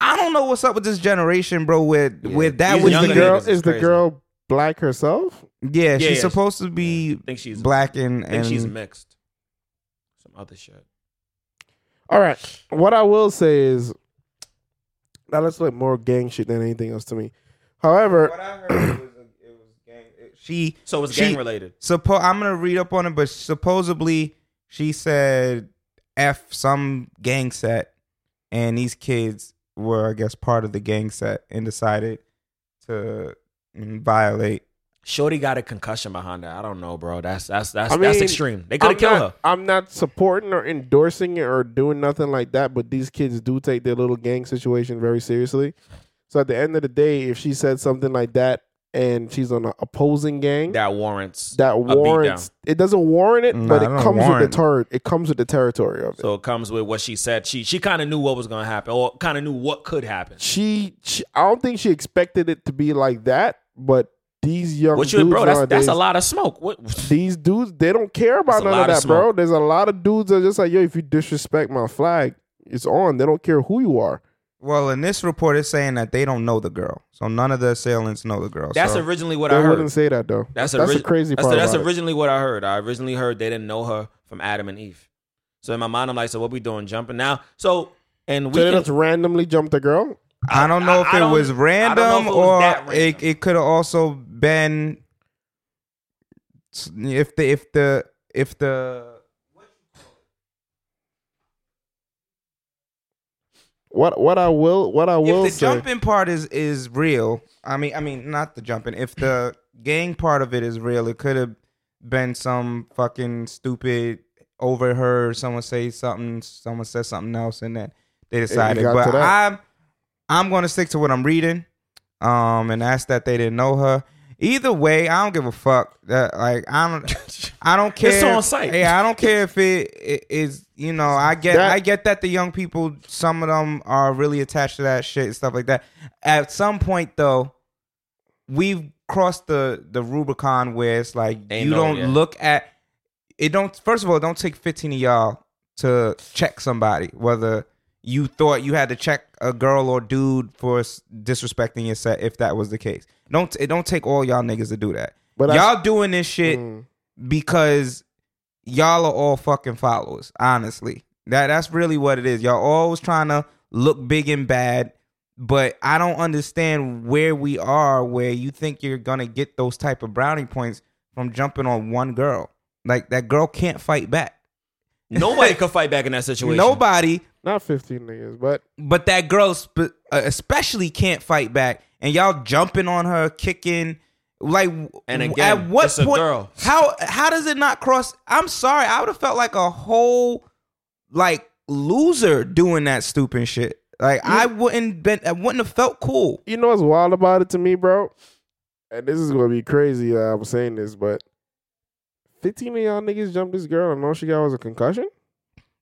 I don't know what's up with this generation, bro. Where Yeah. where that These was younger the the niggas girl. girl is is the crazy. girl black herself? Yeah, Yeah, she's yeah. supposed to be I think she's black and I think and she's mixed. Some other shit. All right. What I will say is that looks like more gang shit than anything else to me. However, I heard was, it was gang. she So it's She- gang related. suppo- I'm gonna read up on it, but supposedly she said F some gang set, and these kids were, I guess, part of the gang set and decided to mm, violate. Shorty got a concussion behind her. I don't know, bro. That's that's that's I that's mean, extreme. They could I'm have killed not, her. I'm not supporting or endorsing it or doing nothing like that, but these kids do take their little gang situation very seriously. So at the end of the day, if she said something like that and she's on an opposing gang, That warrants. that beatdown. warrants it doesn't warrant it, Nah, but I it don't comes with warrant. the ter- it comes with the territory of it. so it comes with what she said. She she kind of knew what was gonna happen, or kind of knew what could happen. she, she I don't think she expected it to be like that, but these young What you, dudes bro? That's nowadays, that's a lot of smoke. What? These dudes, they don't care That's about a none lot of of that, bro. There's a lot of dudes that are just like, yo, if you disrespect my flag, it's on. They don't care who you are. Well, in this report, it's saying that they don't know the girl, so none of the assailants know the girl. That's so originally what They I heard. wouldn't say that though. That's, that's ori- the crazy that's part. that's about it. originally what I heard. I originally heard they didn't know her from Adam and Eve. So in my mind, I'm like, so what we doing? Jumping now? So and we So they can, just randomly jumped the girl. I don't I- know if I it don't- was I don't know if it random was or that it, random. it could have also been if the if the if the What what I will what I will if the say. jumping part is is real, I mean, I mean, not the jumping. If the gang part of it is real, it could have been some fucking stupid overheard someone say something, someone said something else, and then they decided. got But to that. I'm I'm gonna stick to what I'm reading, um, and that's that they didn't know her. Either way, I don't give a fuck. That like I don't, I don't care. It's on site. Yeah, I don't care if it it is. You know, I get, That- I get that the young people, some of them are really attached to that shit and stuff like that. At some point, though, we've crossed the the Rubicon where it's like They you know, don't yeah. look at it. Don't first of all, it don't take fifteen of y'all to check somebody whether you thought you had to check a girl or dude for s- disrespecting your set if that was the case. Don't it don't take all y'all niggas to do that. But I- y'all doing this shit Mm. because y'all are all fucking followers. Honestly, that that's really what it is. Y'all always trying to look big and bad, but I don't understand where we are where you think you're gonna get those type of brownie points from jumping on one girl. Like that girl can't fight back. nobody could fight back in that situation. Nobody Not fifteen niggas, but but that girl sp- uh, especially can't fight back and y'all jumping on her kicking like And w- again, at what it's a point girl. how how does it not cross i'm sorry i would have felt like a whole like loser doing that stupid shit like i wouldn't been i wouldn't have felt cool you know what's wild about it to me, bro? And this is gonna be crazy. That I'm saying this, but fifteen of y'all niggas jumped this girl, and all she got was a concussion.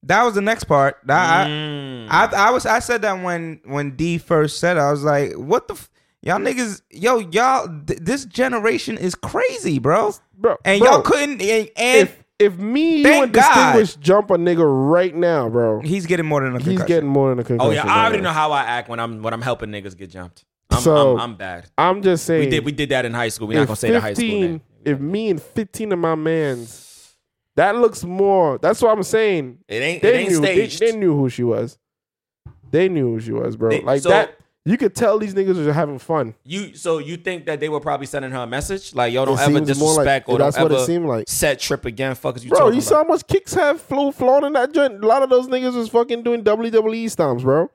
that was the next part That- I, Mm. I I was I said that when when D first said it, I was like, what the f- y'all niggas, yo y'all, th- this generation is crazy, bro. Bro, And bro, y'all couldn't, and, and If if me you Thank and God. distinguished jump a nigga right now, bro, he's getting more than a he's concussion. getting more than a concussion. oh yeah, I already bro. know how I act when I'm when I'm helping niggas get jumped. I'm, So- I'm, I'm bad. I'm just saying. We did we did that in high school. We're not if gonna say the high school 15 name. If me and fifteen of my mans, that looks more. That's what I'm saying. It ain't it They ain't knew. They, staged. they knew who she was. They knew who she was, bro. They- like so- that. You could tell these niggas are having fun. You so you think that they were probably sending her a message like yo don't It ever seems more like- disrespect or that's don't what it ever seemed like. set trip again. Fuck is you Bro, talking you about? saw how much kicks have flew flown in that joint. A lot of those niggas was fucking doing WWE stomps, bro.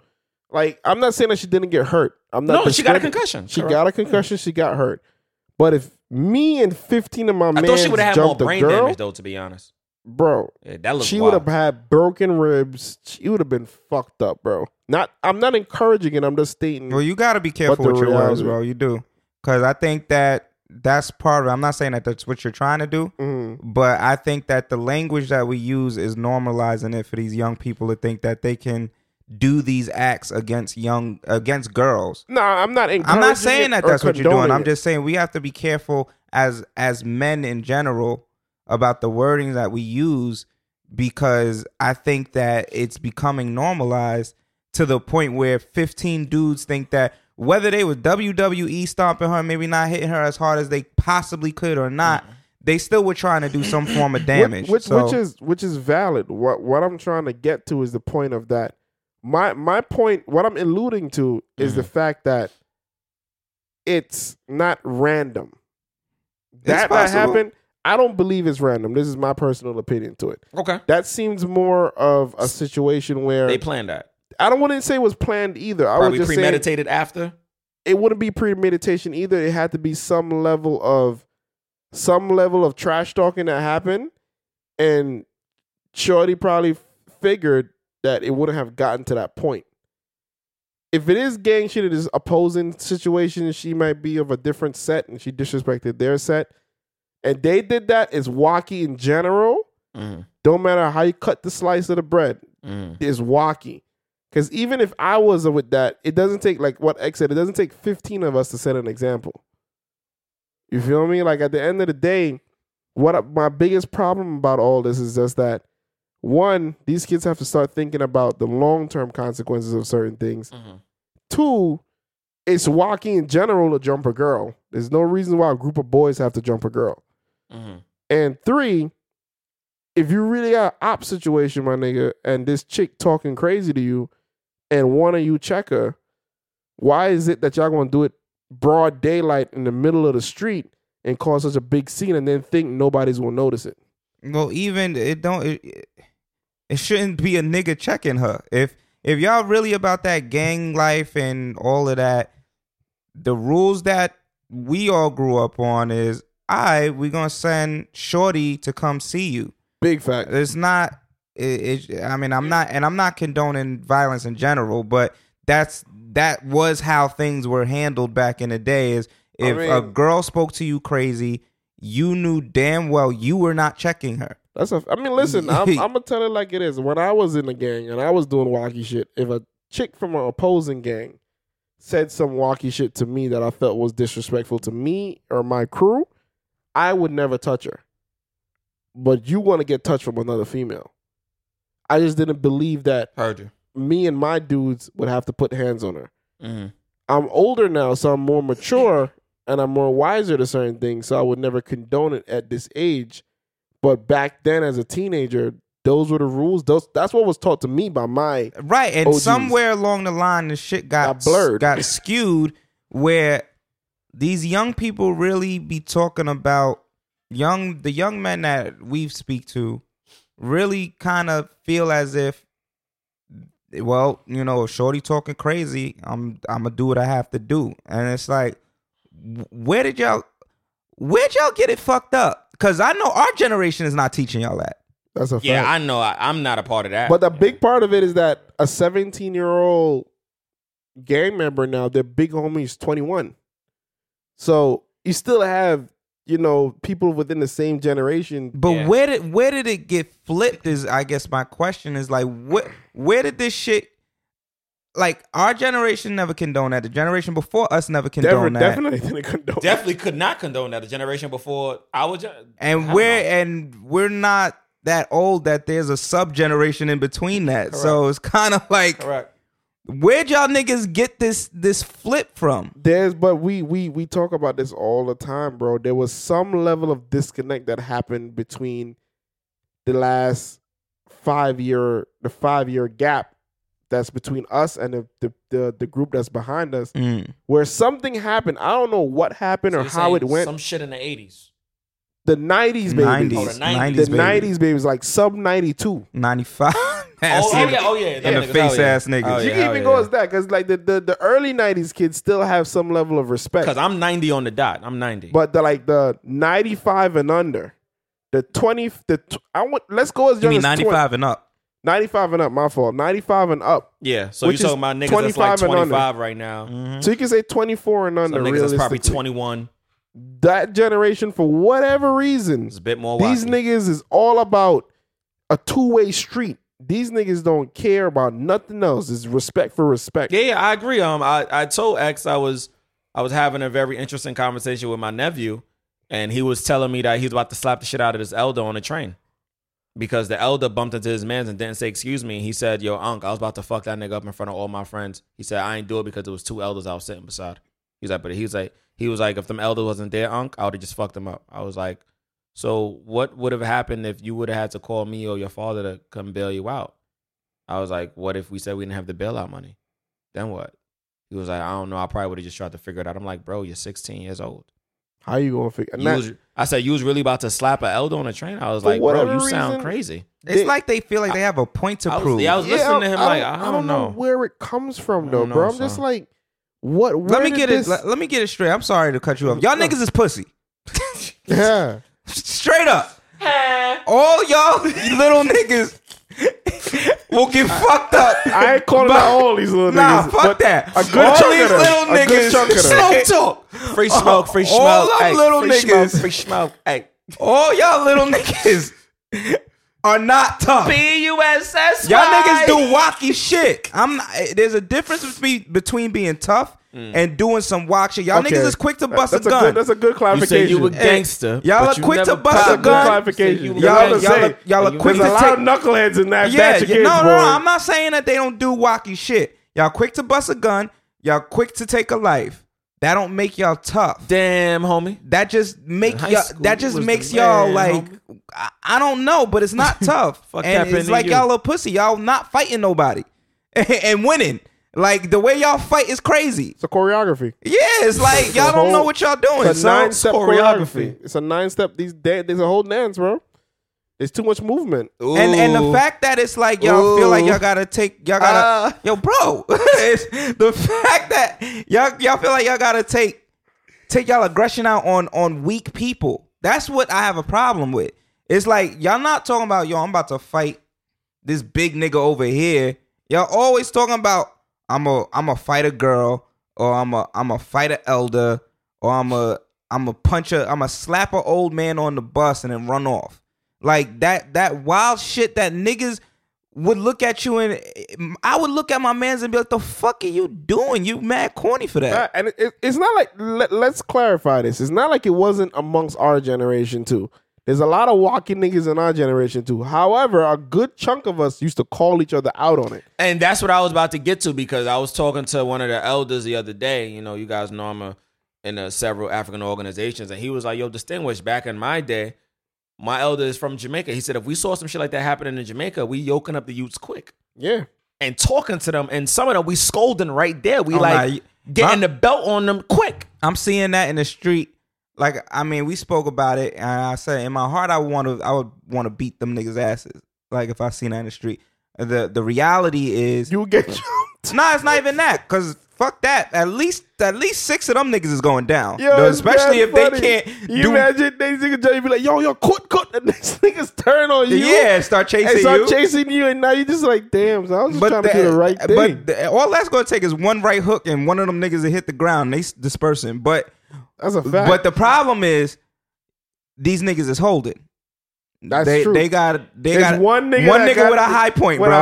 Like, I'm not saying that she didn't get hurt. I'm not. No, she got a discrediting- concussion. She Correct. got a concussion. She got hurt. But if me and 15 of my I men thought she would have jumped had more the brain girl, damage though. To be honest, bro, yeah, that looks. she wild. would have had broken ribs. She would have been fucked up, bro. Not. I'm not encouraging it. I'm just stating. Well, you got to be careful But the with your words, reality- bro. You do, because I think that that's part of it. I'm not saying that that's what you're trying to do, Mhm. but I think that the language that we use is normalizing it for these young people to think that they can do these acts against young against girls. No, I'm not. I'm encouraging not saying it that or that's what you're doing. condoning I'm it. just saying we have to be careful as as men in general about the wording that we use because I think that it's becoming normalized to the point where 15 dudes think that whether they were WWE E stomping her, maybe not hitting her as hard as they possibly could or not, they still were trying to do some form of Which- damage. Which, So- which is which is valid. What what I'm trying to get to is the point of that. My my point, what I'm alluding to is the fact that it's not random. That that possible. happened. I don't believe it's random. This is my personal opinion to it. Okay. That seems more of a situation where They planned that. I don't want to say it was planned either. I would Probably just say premeditated after. it wouldn't be premeditation either. It had to be some level of some level of trash talking that happened, and Shorty probably figured that it wouldn't have gotten to that point. If it is gang shit, it is opposing situations. She might be of a different set, and she disrespected their set, and they did that. It's wacky in general. Mm, Don't matter how you cut the slice of the bread, mm, is wacky. Because even if I was with that, it doesn't take like what X said. It doesn't take fifteen of us to set an example. You feel me? Like at the end of the day, what I- my biggest problem about all this is just that one, these kids have to start thinking about the long term consequences of certain things. mhm. Two, it's wacky in general to jump a girl. There's no reason why a group of boys have to jump a girl. Mhm. And three, if you really got an op situation, my nigga, and this chick talking crazy to you, and one of you check her, why is it that y'all gonna do it broad daylight in the middle of the street and cause such a big scene, and then think nobody's gonna notice it? Well, even it don't. It, it- it shouldn't be a nigga checking her. If if y'all really about that gang life and all of that, the rules that we all grew up on is, I we gonna send Shorty to come see you. Big fact. It's not. It, it, I mean, I'm not, and I'm not condoning violence in general, but that's that was how things were handled back in the day. Is if a mean- girl spoke to you crazy, you knew damn well you were not checking her. That's a. I mean, listen, I'm, I'm gonna tell it like it is. When I was in the gang and I was doing wacky shit, if a chick from an opposing gang said some wacky shit to me that I felt was disrespectful to me or my crew, I would never touch her. But you want to get touched from another female. I just didn't believe that Heard you. me and my dudes would have to put hands on her. Mhm. I'm older now, so I'm more mature and I'm more wiser to certain things. So I would never condone it at this age. But back then, as a teenager, those were the rules. Those that's what was taught to me by my Right, and OGs. somewhere along the line, the shit got, Got blurred. got skewed, where these young people really be talking about young the young men that we speak to really kind of feel as if, well, you know, if shorty talking crazy. I'm I'm gonna do what I have to do, and it's like, wh- where did y'all, where'd y'all get it fucked up? Because I know our generation is not teaching y'all that. that's a Yeah, fact. I know. I, I'm not a part of that. but the big part of it is that a 17 year old gang member now, their big homie is 21. So you still have you know people within the same generation. But Yeah. where did where did it get flipped? Is I guess my question is like what where did this shit like our generation never condoned that. The generation before us never Never, condoned that. definitely didn't condone. it. definitely could not condone that. The generation before our gen- I And don't we're know. and we're not that old that there's a sub generation in between that. So it's kind of like correct. where'd y'all niggas get this this flip from? There's, but we we we talk about this all the time, bro. There was some level of disconnect that happened between the last five year, the five year gap that's between us and the the the, the group that's behind us, Mm. where something happened. I don't know what happened So or you're how it saying went. Some shit in the 80s. the nineties, baby. 90s, Oh, the 90s, the 90s, baby. nineties, babies, like sub ninety two. 95. Oh, oh, yeah, oh yeah, And the Them niggas, face oh, yeah. ass niggas. Oh, you yeah, can oh, even yeah. go as that because like the, the the early nineties kids still have some level of respect. Because Uh, I'm 90 on the dot. I'm 90. but the like the 95 and under the 20 the tw- i want let's go as You young mean as 20 95 and up. 95 and up my fault 95 and up yeah. So you're Which is talking about niggas that's like 25 and under. 25 right now. so you can say 24 and Mm-hmm. Some under niggas that's probably realistically. 21. That generation, for whatever reason, It's a bit more. these wacky. niggas is all about a two way street. These niggas don't care about nothing else. It's respect for respect. Yeah, yeah, I agree. Um, I, I told X I was I was having a very interesting conversation with my nephew, and he was telling me that he's about to slap the shit out of this elder on the train because the elder bumped into his man's and didn't say excuse me. He said, "Yo, Unc, I was about to fuck that nigga up in front of all my friends." He said, "I ain't do it because it was two elders I was sitting beside." He's like, but he was like, he was like, if them elder wasn't there, Unc, I would have just fucked him up. I was like, so what would have happened if you would have had to call me or your father to come bail you out? I was like, what if we said we didn't have the bailout money? Then what? He was like, I don't know. I probably would have just tried to figure it out. I'm like, bro, you're 16 years old. How you gonna figure? You not- was- I said, you was really about to slap an elder on a train. I was For like, bro, you whatever sound reason, crazy. It's They- like they feel like they have a point to I was- prove. yeah, I was listening to him like, I don't know. where it comes I from though, don't know, bro. I'm just son. like, what? Where let me did get this, it. Let, let me get it straight. I'm sorry to cut you off. Y'all niggas is pussy. yeah, Straight up. All y'all little niggas will get fucked up. I ain't calling out all these little Nah, niggas. fuck but that. A good all chunk these of them. little A good chunk of them. niggas. Smoke talk. Free smoke, free smoke. all them hey, little free smoke, niggas. free smoke. Hey. All y'all little niggas are not tough. B-U-S-S. Y'all niggas do wacky shit. I'm. Not, eh, there's a difference between between being tough Mm. and doing some wack shit. Y'all Okay. niggas is quick to bust that's a gun. Good, that's a good You say clarification. you a Hey, gangster. y'all but are you quick to never bust pop a gun. Clarification. You Y'all never are- y'all, say- y'all, are- y'all are You quick There's to a lot take. of knuckleheads in that yeah, batch of yeah, kids, no, no, boy. no. I'm not saying that they don't do wacky shit. Y'all quick to bust a gun. Y'all quick to take a life. That don't make y'all tough. Damn, homie. That just make high y'all. school, That you just was the makes y'all man, like. I, I don't know, but it's not tough. Fuck and happened it's to like you. y'all a pussy. Y'all not fighting nobody, and winning. Like the way y'all fight is crazy. it's a choreography. Yeah, it's like y'all don't know what y'all doing. It's a So nine step choreography. It's a nine step. These da- there's a whole dance, bro. There's too much movement. and and the fact that it's like y'all feel like Ooh. y'all gotta take y'all Uh. gotta yo bro it's, the fact that y'all y'all feel like y'all gotta take take y'all aggression out on on weak people that's what I have a problem with it's like y'all not talking about yo I'm about to fight this big nigga over here y'all always talking about I'm a I'm a fight a girl or I'm a I'm a fight a elder or I'm a I'm a punch a I'm a slap a old man on the bus and then run off like that that wild shit that niggas would look at you and I would look at my man's and be like, the fuck are you doing? You mad corny for that. Uh, and it, it- it's not like let, let's clarify this. It's not like it wasn't amongst our generation too. There's a lot of walking niggas in our generation too. However, a good chunk of us used to call each other out on it. And that's what I was about to get to because I was talking to one of the elders the other day. You know, you guys know I'm a, in uh several African organizations, and he was like, "Yo, distinguished. Back in my day, my elder is from Jamaica. He said if we saw some shit like that happening in Jamaica, we yoking up the youths quick Yeah, and talking to them, and some of them we scolding right there. We Oh, nah, like you- getting my- the belt on them quick. I'm seeing that in the street. Like I mean, we spoke about it, and I said in my heart, I want to, I would want to beat them niggas' asses. Like if I seen that in the street, the the reality is, you would get nah, it's not even that. Cause fuck that. At least at least six of them niggas is going down. Yo, it's especially mad if they funny. can't You do. imagine these niggas tell you be like, "Yo, yo, cut, cut," and these niggas turn on you. Yeah, start chasing and start you. chasing you, and now you just like, "Damn, so I was just trying to the- do the right thing." But the- all that's gonna take is one right hook, and one of them niggas will hit the ground. They s- dispersing, but That's a fact. but the problem is these niggas is holding. That's they, true. They got they There's got one nigga, that got with a the- high point, with a bro.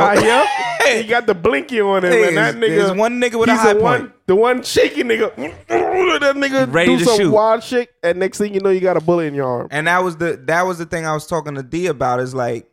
high- yep. he got the blinky on him, There's- and that nigga. there's one nigga with a he's high the one, point. The one shaky nigga. that nigga Ready do to some shoot. wild shit, and next thing you know, you got a bullet in your arm. and that was the that was the thing I was talking to D about. Is like,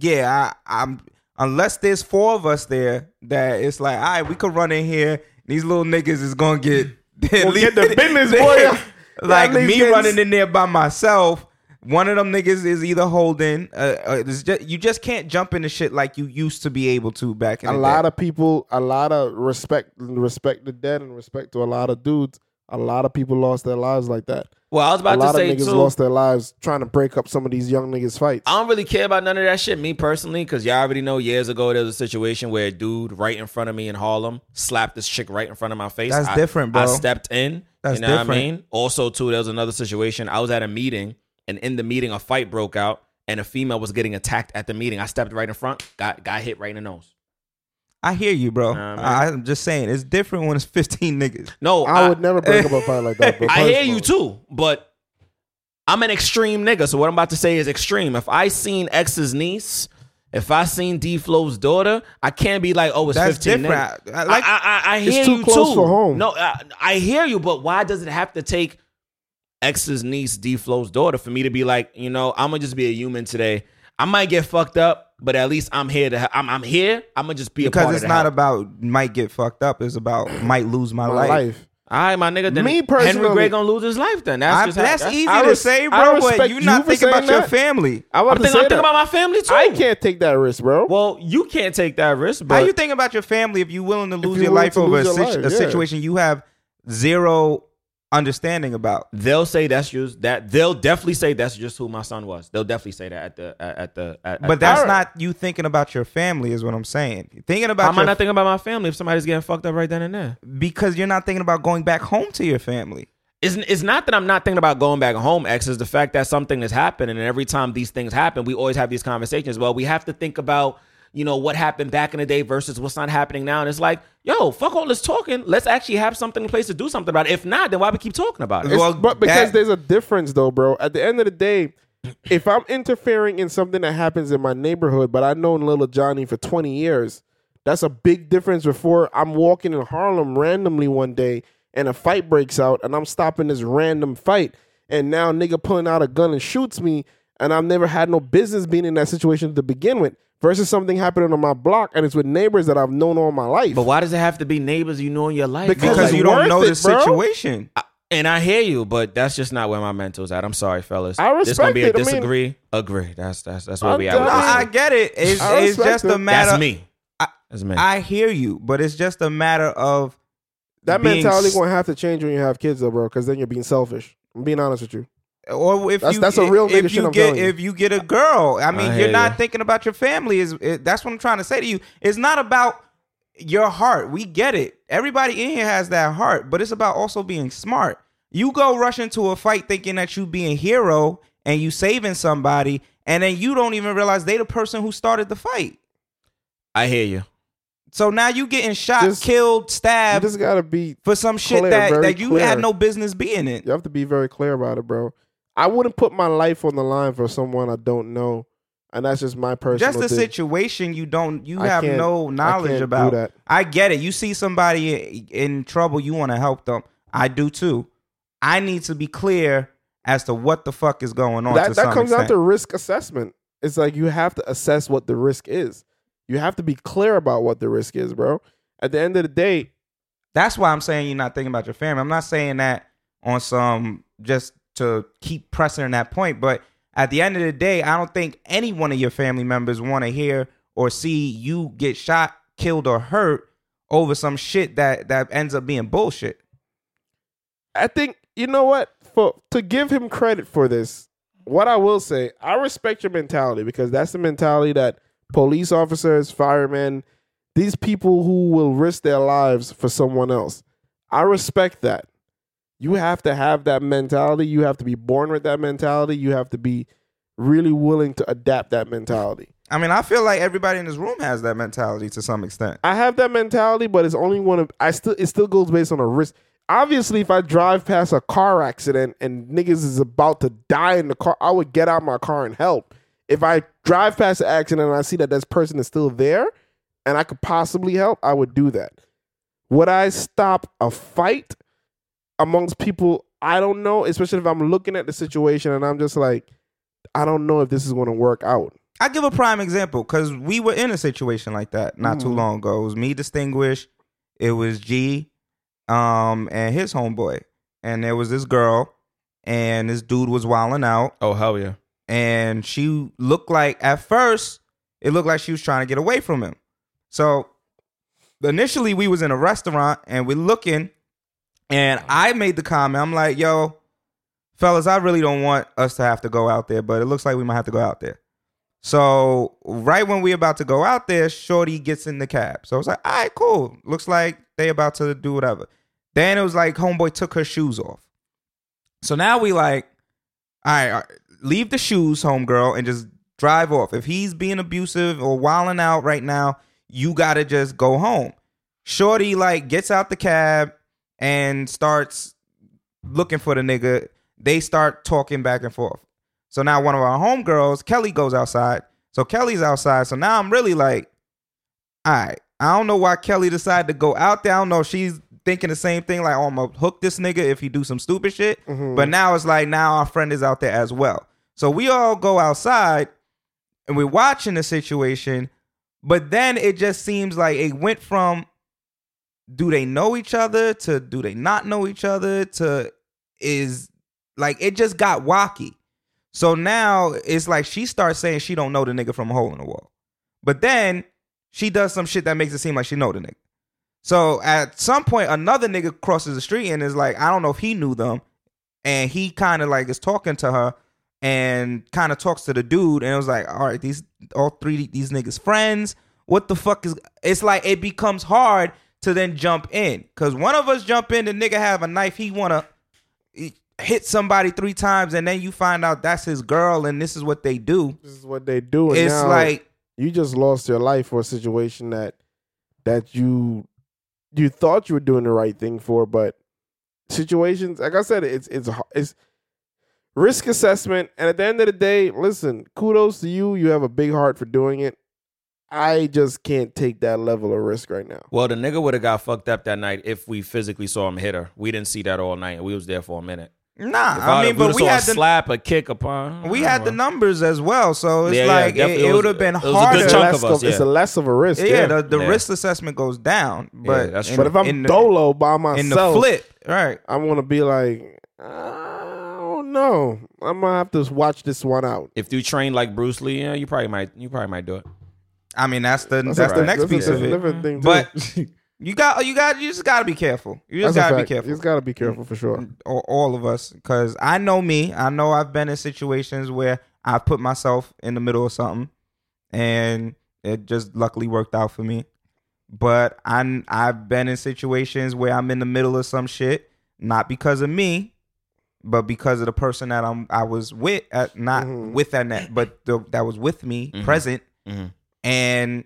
yeah, I, I'm unless there's four of us there, that it's like, all right, we could run in here. These little niggas is gonna get at Gonna least- Mm-hmm. get the business, boy. like That nigga me getting- running in there by myself. One of them niggas is either holding. Uh, uh, it's just, you just can't jump into shit like you used to be able to back in A the lot day. of people, a lot of respect, respect the dead, and respect to a lot of dudes. A lot of people lost their lives like that. Well, I was A about to lot of say niggas too. lost their lives trying to break up some of these young niggas' fights. I don't really care about none of that shit, me personally, because y'all already know years ago there was a situation where a dude right in front of me in Harlem slapped this chick right in front of my face. That's I- different, bro. I stepped in. That's you know what I different. mean? Also, too, there was another situation. I was at a meeting, and in the meeting, a fight broke out, and a female was getting attacked at the meeting. I stepped right in front, got got hit right in the nose. I hear you, bro. Nah, man. I, I'm just saying, it's different when it's 15 niggas. No, I I, would never break up a fight like that. Bro. I hear you Punch too, but I'm an extreme nigga. So what I'm about to say is extreme. If I seen X's niece, if I seen D Flow's daughter, I can't be like, oh, it's That's 15. different. niggas. I- I like- I, I, I hear too you close too. for home. No, I, I hear you, but why does it have to take X's niece, D Flow's daughter, for me to be like, you know, I'm gonna just be a human today. I might get fucked up, but at least I'm here to. he- I'm, I'm here. I'm gonna just be a Because part it's of the not help. about might get fucked up. It's about might lose my, my life. life. All right, my nigga. Then Me Henry personally- Gray gonna lose his life. Then that's I, just that's how, easy I to res- say, I bro, but respect you you not for thinking about saying your that. family. I I'm want to thinking, say I'm thinking that. about my family too. I can't take that risk, bro. Well, you can't take that risk, but How you thinking about your family if you're willing to lose you're your willing life to over a, lose your situ- life, a yeah. situation you have zero understanding about? they'll say that's just that. They'll definitely say that's just who my son was. They'll definitely say that at the at, at the. At, But at- that's Alright. not you thinking about your family, is what I'm saying. Thinking How about am I your not thinking about my family if somebody's getting fucked up right then and there? because you're not thinking about going back home to your family. It's, it's not that I'm not thinking about going back home, X. Is the fact that something has happened, and every time these things happen, we always have these conversations. Well, we have to think about you know what happened back in the day versus what's not happening now, and it's like, yo, fuck all this talking. Let's actually have something in place to do something about it. If not, then why we keep talking about it? It's- Well, but that- because there's a difference, though, bro. At the end of the day, if I'm interfering in something that happens in my neighborhood, but I've known little Johnny for 20 years, that's a big difference. Before I'm walking in Harlem randomly one day and a fight breaks out, and I'm stopping this random fight, and now nigga pulling out a gun and shoots me, and I've never had no business being in that situation to begin with. Versus something happening on my block, and it's with neighbors that I've known all my life. But why does it have to be neighbors you know in your life? Because bro? Because it's you don't worth know it, the bro. situation. And I hear you, but that's just not where my mental's at. I'm sorry, fellas. I This gonna be a respect it. I mean- disagree, agree. That's that's that's where I'm we at. with No, this I one. get it. It's, I it's respect just a it. matter. That's me. I- That's me. I hear you, but it's just a matter of That being mentality s- gonna have to change when you have kids, though, bro. Because then you're being selfish. I'm being honest with you. or if That's- you that's a real nigga if shit you I'm get telling you. if you get a girl. I mean, I you're hear not you. thinking about your family. Is it, that's what I'm trying to say to you? It's not about your heart. We get it. Everybody in here has that heart, but it's about also being smart. You go rush into a fight thinking that you being hero and you saving somebody, and then you don't even realize they the person who started the fight. I hear you. So now you getting shot, Just- killed, You stabbed just gotta be. for some shit clear, that, very that you clear. had no business being in. You have to be very clear about it, bro. I wouldn't put my life on the line for someone I don't know, and that's just my personal. Just a thing. situation you don't you I have can't- no I knowledge can't do about. that. I get it. You see somebody i- in trouble, you want to help them. I do too. I need to be clear as to what the fuck is going on. to That that some comes extent. out to risk assessment. It's like you have to assess what the risk is. You have to be clear about what the risk is, bro. At the end of the day, That's why I'm saying you're not thinking about your family. I'm not saying that on some just to keep pressing on that point, but at the end of the day, I don't think any one of your family members want to hear or see you get shot, killed, or hurt over some shit that that ends up being bullshit. I think you know what for to give him credit for this. What I will say, I respect your mentality because that's the mentality that police officers, firemen, these people who will risk their lives for someone else. I respect that. You have to have that mentality. You have to be born with that mentality. You have to be really willing to adapt that mentality. I mean, I feel like everybody in this room has that mentality to some extent. I have that mentality, but it's only one of I still it still goes based on a risk. Obviously, if I drive past a car accident and niggas is about to die in the car, I would get out my car and help. If I drive past an accident and I see that this person is still there and I could possibly help, I would do that. Would I stop a fight amongst people I don't know, especially if I'm looking at the situation and I'm just like, I don't know if this is going to work out. I give a prime example because we were in a situation like that not too long ago. It was me, distinguished. It was G, um, and his homeboy, and there was this girl, and this dude was wilding out, Oh hell yeah. and she looked like at first it looked like she was trying to get away from him. So initially we was in a restaurant and we're looking, and I made the comment. I'm like, "Yo, fellas, I really don't want us to have to go out there, but it looks like we might have to go out there." So right when we about to go out there, Shorty gets in the cab. So I was like, all right, cool. Looks like they about to do whatever. Then it was like homeboy took her shoes off. So now we like, all right, all right, leave the shoes, homegirl, and just drive off. If he's being abusive or wilding out right now, you got to just go home. Shorty like gets out the cab and starts looking for the nigga. They start talking back and forth. So now one of our homegirls, Kelly, goes outside. So Kelly's outside. So now I'm really like, all right. I don't know why Kelly decided to go out there. I don't know. if She's thinking the same thing, like, oh, I'm gonna hook this nigga if he do some stupid shit. But now it's like now our friend is out there as well. So we all go outside and we're watching the situation, but then it just seems like it went from do they know each other to do they not know each other to is like it just got wacky. So now it's like she starts saying she don't know the nigga from a hole in the wall. But then she does some shit that makes it seem like she know the nigga. So at some point, another nigga crosses the street and is like, I don't know if he knew them, and he kind of like is talking to her and kind of talks to the dude, and it was like, all right, these all three these niggas friends. What the fuck is? It's like it becomes hard to then jump in because one of us jump in, the nigga have a knife, he wanna hit somebody three times, and then you find out that's his girl, and this is what they do. This is what they do. And It's now like you just lost your life for a situation that that you you thought you were doing the right thing for, but situations like I said, it's it's h- it's risk assessment. And at the end of the day, listen, kudos to you. You have a big heart for doing it. I just can't take that level of risk right now. Well, the nigga would have got fucked up that night if we physically saw him hit her. We didn't see that all night. We was there for a minute. nah. If I mean, would've but we saw had a the slap, a Uh-huh. kick upon. we had the numbers as well, so it's Yeah, yeah, like it, definitely. It was- would have been it was a good harder. chunk less of us, It's yeah. a less of a risk. yeah, Yeah. the, the Yeah. risk assessment goes down, but that's in- true. but if I'm in the- dolo by myself, in the flip, right? I'm gonna be like, I don't know. I'm gonna have to watch this one out. If you train like Bruce Lee, yeah, you probably might. You probably might do it. I mean, that's the that's, the a- next that's a piece of it. different thing, too. But you got you got you just got to be careful. You just That's got a to be fact. careful. You just gotta be careful for sure. all, all of us because I know me. I know I've been in situations where I put myself in the middle of something, and it just luckily worked out for me. But I I've been in situations where I'm in the middle of some shit, not because of me, but because of the person that I'm I was with, at, not Mhm. with at that, but the, that was with me Mhm. present, Mhm. and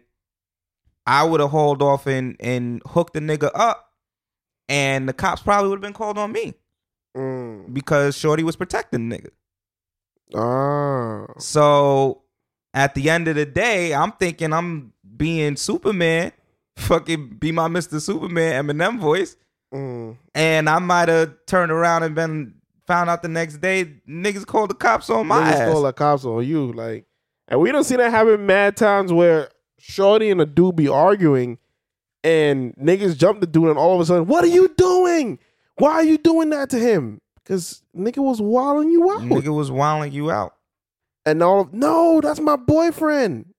I would have hauled off and and hooked the nigga up, and the cops probably would have been called on me Mm. because Shorty was protecting the nigga. Ah, So at the end of the day, I'm thinking I'm being Superman, fucking be my Mr. Superman Eminem voice, Mm. and I might have turned around and been found out the next day niggas called the cops on my Niggas ass. call the cops on you, like, and we don't see that happen mad times where Shorty and a dude be arguing, and niggas jump the dude, and all of a sudden, what are you doing? Why are you doing that to him? Because nigga was wilding you out, nigga was wilding you out. and all of, no, that's my boyfriend.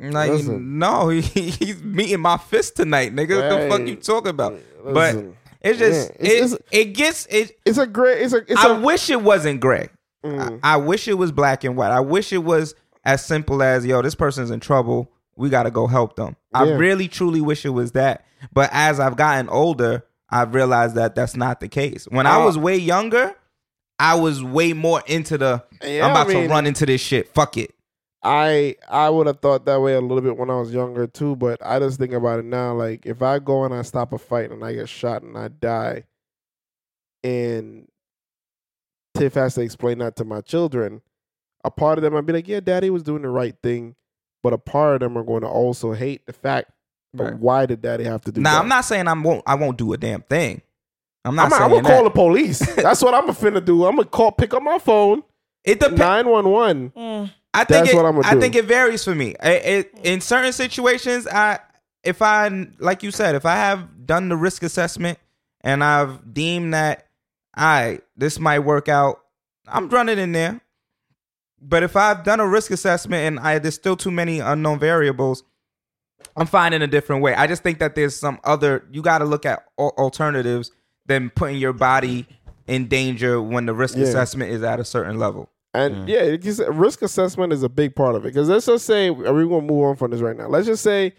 Like Listen. no, he, he's meeting my fist tonight, nigga. What the Hey. fuck you talking about? But Listen, it's just Yeah, it's- it, it gets it. it's a great, it's a, it's I a wish it wasn't gray. Mm. I, I wish it was black and white. I wish it was as simple as yo, this person's in trouble. We gotta go help them. I Yeah. really truly wish it was that. But as I've gotten older, I've realized that that's not the case. When I Uh, was way younger, I was way more into the. Yeah, I'm about I to mean- run into this shit. Fuck it. I I would have thought that way a little bit when I was younger too, but I just think about it now. Like if I go and I stop a fight and I get shot and I die, and Tiff has to explain that to my children, a part of them I'd be like, yeah, Daddy was doing the right thing, but a part of them are going to also hate the fact. But Right. why did Daddy have to do Now that? I'm not saying I won't. I won't do a damn thing. I'm not I'm, saying I'm gonna that. call the police. That's what I'm finna do. I'm gonna call, pick up my phone, it depends. nine one one. I think That's it, what I'ma I do. think it varies for me. I- it- in certain situations, I if I like you said, if I have done the risk assessment and I've deemed that I this might work out, I'm running in there. But if I've done a risk assessment and I there's still too many unknown variables, I'm finding a different way. I just think that there's some other you got to look at al- alternatives than putting your body in danger when the risk Yeah. assessment is at a certain level. And yeah, it just, risk assessment is a big part of it. Because let's just say, are we going to move on from this right now? Let's just say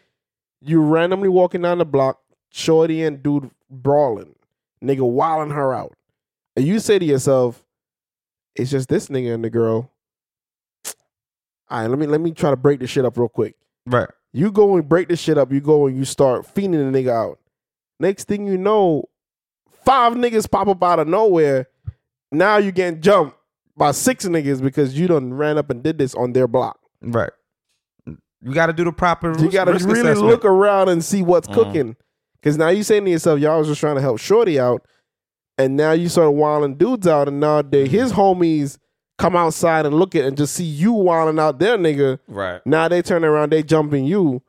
you randomly walking down the block, shorty and dude brawling, nigga wilding her out. And you say to yourself, it's just this nigga and the girl. All right, let me let me try to break this shit up real quick. Right. You go and break the shit up. You go and you start fiending the nigga out. Next thing you know, five niggas pop up out of nowhere. Now you getting jumped by six niggas because you done ran up and did this on their block. Right. You got to do the proper. You risk- gotta risk really assessment. Mm. look around and see what's cooking. Cause now you saying to yourself, y'all was just trying to help Shorty out, and now you start wilding dudes out, and now they, Mm. his homies come outside and look at and just see you wilding out their nigga. Right. Now they turn around, they jumping you.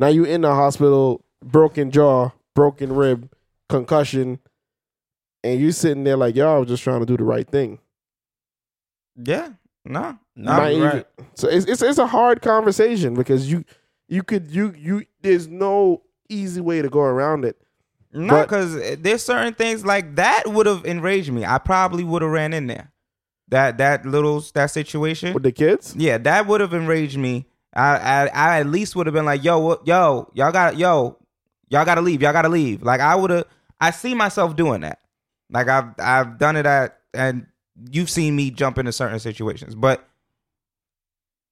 Now you in the hospital, broken jaw, broken rib, concussion, and you sitting there like y'all was just trying to do the right thing. Yeah. No. Nah, Not right. even- So it's, it's it's a hard conversation because you you could you you there's no easy way to go around it. No, But- because there's certain things like that would have enraged me. I probably would have ran in there. That that little that situation. With the kids? Yeah, that would have enraged me. I, I I at least would have been like, yo, what, yo, y'all got, yo, y'all got to leave, y'all got to leave. Like I would have, I see myself doing that. Like I've I've done it at, and you've seen me jump into certain situations, but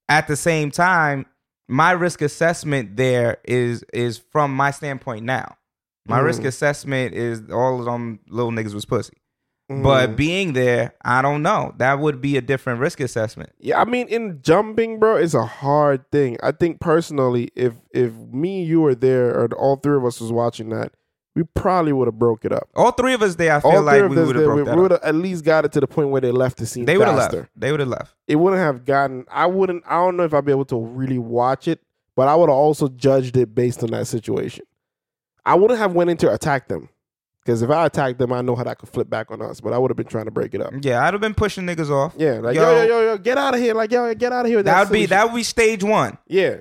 at the same time, my risk assessment there is is from my standpoint now. My Mm. risk assessment is all of them little niggas was pussy. Mm-hmm. Mm. But being there, I don't know. That would be a different risk assessment. yeah, I mean in jumping, bro, it's a hard thing. I think personally, if if me, you were there, or all three of us was watching that, we probably would have broke it up. All three of us there, I feel All three like of we us would have there, we broke that would up. have at least got it to the point where they left the scene. They would have left. faster. They would have left. It wouldn't have gotten. I wouldn't. I don't know if I'd be able to really watch it, but I would have also judged it based on that situation. I wouldn't have went in to attack them because if I attacked them, I know how that could flip back on us. But I would have been trying to break it up. Yeah, I'd have been pushing niggas off. Yeah, like yo, Yo. yo, yo, yo, get out of here! Like yo, get out of here! that That's would be silly that would be stage one. shit. Yeah.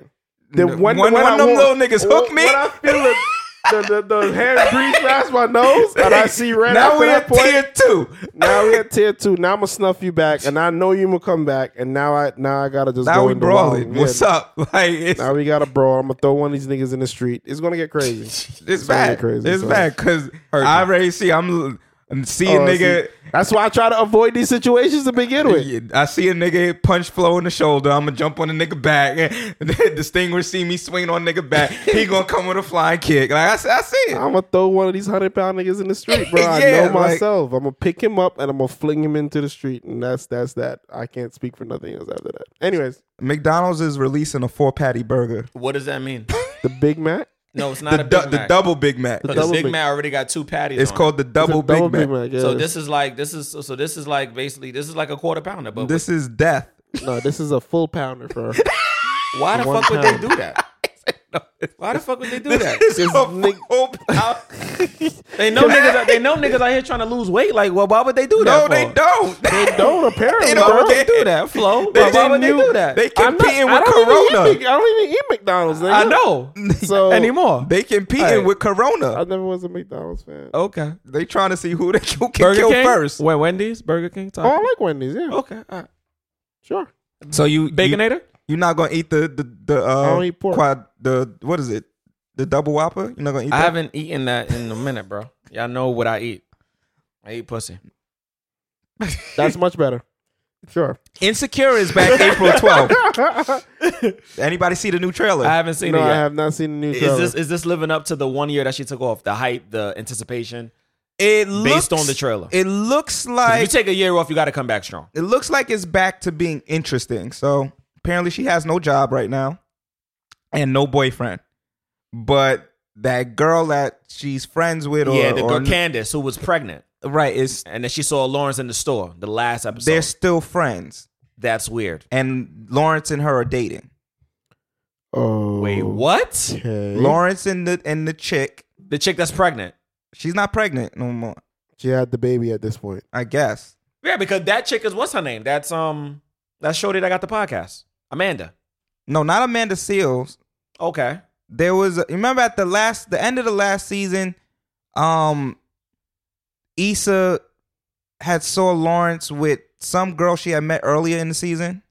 Then N- when, one- when one I of them wa- little niggas when- hook me. When I feel the the, the, the hand breeze past my nose and I see right now after we that at point, tier two. now we at tier two. Now I'm gonna snuff you back, and I know you gonna come back. And now I now I gotta just Now go we in the wild. brawling. Yeah, What's up? Like it's Now we got to brawl. I'm gonna throw one of these niggas in the street. It's gonna get crazy. it's gonna bad. get crazy, It's so. bad because I already see I'm, I'm seeing Oh, nigga. see, that's why I try to avoid these situations to begin with. Yeah, I see a nigga punch Flo in the shoulder. I'm gonna jump on the nigga back. Distinguished see me swing on nigga back. He gonna come with a flying kick. Like I, see- I see it. I'm gonna throw one of these hundred pound niggas in the street, bro. I Yeah, know like- myself. I'm gonna pick him up and I'm gonna fling him into the street, and that's that's that. I can't speak for nothing else after that. Anyways, McDonald's is releasing a four patty burger. What does that mean? the Big Mac, No, it's not The, a du- Big the Mac. double Big Mac. But double the Big Big- Mac already got two patties. It's on called the double, the double Big, Mac. It. yeah. So this is like this is so this is like basically this is like a quarter pounder. But This is death. no, this is a full pounder for why the one fuck would they pound. do that? Why the fuck would they do that? This is It's a Nick- full pound. They know niggas. out- They know niggas out here trying to lose weight. Like, well, why would they do No, that? they for? don't. They don't apparently, They don't bro. care. do that, Flo. They Why, why would they didn't- do that? They I'm not- competing I with don't even eat Corona. Mc- I don't even eat McDonald's. Nigga. I know So anymore. They competing Hey. with I Corona. never was a McDonald's fan. Oh, Okay. They trying to see who they who can kill first. Wait, Wendy's, Burger King, Taco. I like Wendy's. Yeah, okay. All right. sure. So you Baconator. You, are not gonna eat the the the uh, I don't eat pork. quad the what is it? The double whopper? You're not gonna eat I that? haven't eaten that in a minute, bro. Y'all know what I eat. I eat pussy. That's much better. Sure. Insecure is back April 12th. Anybody see the new trailer? I haven't seen No, it I yet. have not seen the new Is trailer. this is this living up to the one year that she took off? The hype, the anticipation. it Based on the trailer. It looks If you like take a year off, you got to come back strong. it looks like it's back to being interesting. So apparently she has no job right now and no boyfriend. But that girl that she's friends with or, yeah, the girl or- Candace who was pregnant, right is and then she saw Lawrence in the store. The last episode. they're still friends That's weird. and Lawrence and her are dating. oh, Wait, what? Okay. Lawrence and the and the chick, The chick that's pregnant. she's not pregnant no more, She had the baby at this point. I guess. Yeah, because that chick is what's her name? That's um, that shorty that got the podcast, Amanda. No, not Amanda Seals. Okay. there was remember at the last the end of the last season um Issa had saw Lawrence with some girl she had met earlier in the season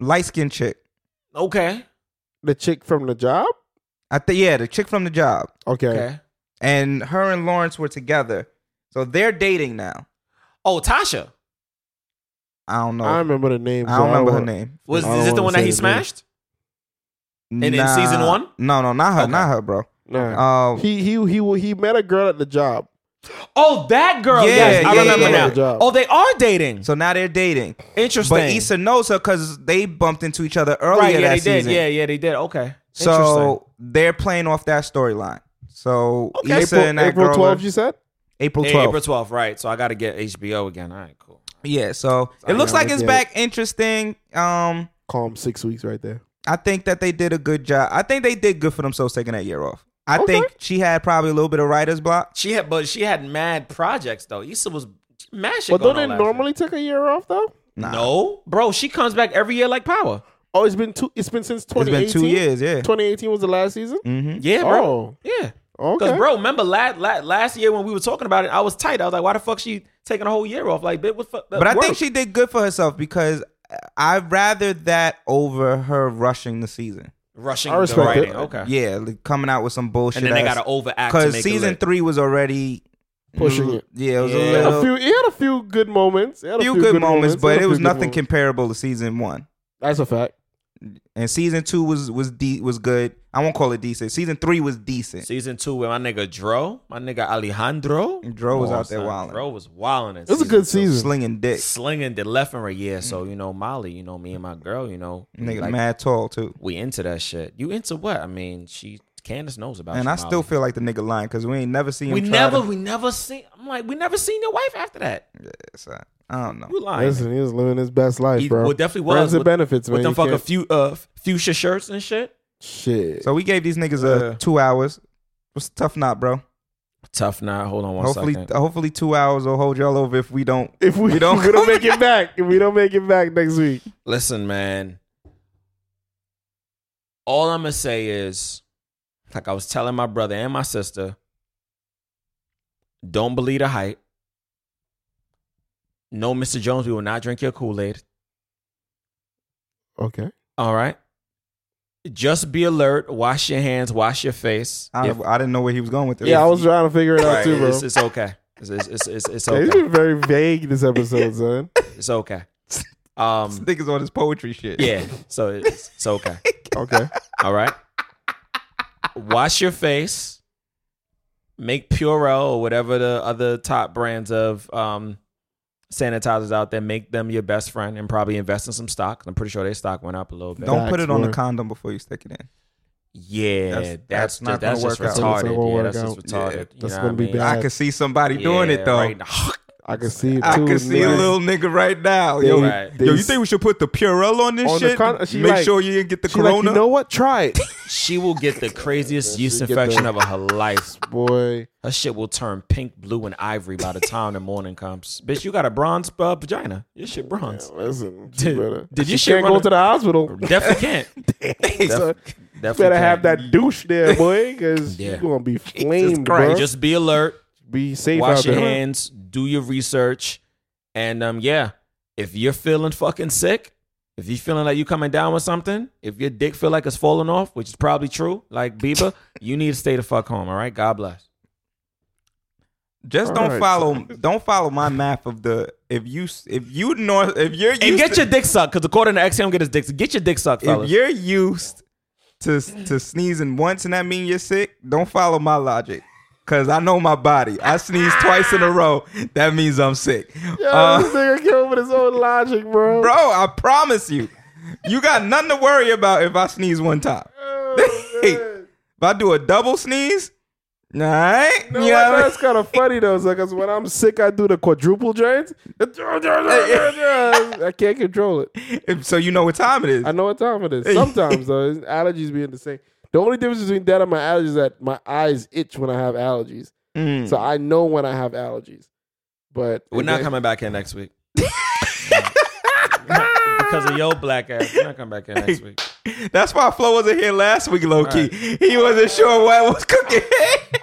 light skinned chick Okay. The chick from the job. I think yeah the chick from the job Okay. Okay. and her and Lawrence were together so they're dating now Oh, Tasha. I don't know I remember the name. I don't remember her name Was I don't is this the wanna one say that he his name. smashed? And in season one? No, no, not her, not her, bro. Nah. Uh, he he he wa- he met a girl at the job. Oh, that girl. Yeah, yes, I yeah, remember yeah. Good now. job. Oh, they are dating. so now they're dating. Interesting. But Issa knows her because they bumped into each other earlier right? Yeah, that they season. did. Yeah, yeah, they did. Okay. Interesting. So they're playing off that storyline. So Okay. Issa and April, that April girl 12th, are- you said? April Yeah, 12th. April 12th, right? So I got to get HBO again. All right, cool. Yeah, so it looks know, like I it's get back interesting. Um, Calm six weeks right there. I think that they did a good job. I think they did good for themselves taking that year off. I Okay. think she had probably a little bit of writer's block. She had, but she had mad projects though. Issa was mad shit. But going don't they on last year. normally take a year off though? Nah. No, bro. She comes back every year like power. Oh, it's been two. It's been since It's 2018. been two years, yeah. 2018 was the last season. Mm-hmm. Yeah, bro. Oh, Yeah. Because, okay. bro, remember last, last last year when we were talking about it, I was tight. I was like, why the fuck she taking a whole year off? Like, bitch, what fuck? But I think she did good for herself because I'd rather that over her rushing the season. rushing I the respect writing. it. Okay. Yeah, like coming out with some bullshit. And then they ass- got to overact. to Cause make it season lit. three was already Pushing it. Mm-hmm. Yeah, it was Yeah. a He had a little few, few. He had a few good moments. He had a few, good, moments, He had but a it few was good nothing moments. comparable to season one. That's a fact. And season two was was de- was good. I won't call it decent. Season three was decent. Season two with my nigga Dro, my nigga Alejandro. Dro was Come on, out there son. wilding. Dro was wilding. It was a good season. slinging dick. Slinging the left and right. Yeah, so you know Molly, you know me and my girl, you know, we Mm. Nigga, like- mad tall too. we into that shit. You into what? I mean, she Candace knows about. And you, I still Molly. feel like the nigga lying because we ain't never seen. him we try never, To, we never seen. I'm like, we never seen your wife after that. It's, uh, I don't know. You lying? Listen, he was living his best life, He- bro. well, definitely was Friends and with- benefits, with man. them You fucking can't- few, uh, fuchsia shirts and shit. shit. So we gave these niggas uh, Uh. two hours. It's a tough knot, bro. Tough night. Hold on one second. hopefully, hopefully two hours will hold y'all over if we don't. if we, we don't- don't, we don't make it back, if we don't make it back next week, Listen, man. All I'm gonna say is, like I was telling my brother and my sister, don't believe the hype. No, Mr. Jones, we will not drink your Kool Aid. okay. All right. Just be alert. Wash your hands. Wash your face. I, If- I didn't know where he was going with this. Yeah, I was trying to figure it out Right, too, bro. It's, it's okay. It's, it's, it's, it's, it's Yeah, He's okay. been very vague this episode, son. It's okay. This Um. niggas on his poetry shit. Yeah. So it's, it's okay. Okay. All right. Wash your face. Make Purell or whatever the other top brands of um, sanitizers out there. Make them your best friend and probably invest in some stock. I'm pretty sure their stock went up a little bit. Don't put Facts, it on the word. condom before you stick it in. Yeah, That's- that's that's that's, not just, that's gonna just work out. retarded. Yeah, That's not gonna work that's just retarded. out. Yeah, You that's know gonna what be I mean? bad. I could see somebody doing it Yeah, though. right now. I can see it I too. could see a man. little nigga right now. They- Yo, Right. yo, you they- think we should put the Purell on this On the shit? con- she Make like- sure you didn't get the She like, corona. you know what? Try it, She will get the craziest yeast get infection the- of her life. boy. Her shit will turn pink, blue, and ivory by the time the morning comes. Bitch, you got a bronze uh, vagina. Your shit bronze. Listen, she Dude, better- did she your shit can't run go a- to the hospital? Definitely can't. Definitely So, better can't. have that douche there, boy, because Yeah. you're gonna be flamed, bro. Christ. Just Just be alert. be safe out Wash your there. hands. Do your research. And um, yeah, if you're feeling fucking sick, if you're feeling like you're coming down with something, if your dick feel like it's falling off, which is probably true, like Bieber, you need to stay the fuck home. All right. God bless. Just don't Alright, follow. Don't follow my math of the if you if you know if you're used And get to, your dick sucked because according to X, he don't get his dick. sucked. Get your dick sucked, if fellas. you're used to to sneezing once and that mean you're sick. Don't follow my logic. Cause I know my body. I sneeze twice in a row. That means I'm sick. Yo, Uh, this nigga came up with his own logic, bro. bro, I promise you, you got nothing to worry about if I sneeze one time. Oh, if I do a double sneeze, all right, You know yeah, what? That's kind of funny though, because when I'm sick, I do the quadruple joints. I can't control it. so you know what time it is. I know what time it is. Sometimes though, it's allergies being the same. The only difference between that and my allergies is that my eyes itch when I have allergies, Mm. so I know when I have allergies. But We're Hmm. not coming back in next week. because of your black ass. We're not coming back in next week. That's why Flo wasn't here last week, low key. He wasn't sure what was cooking.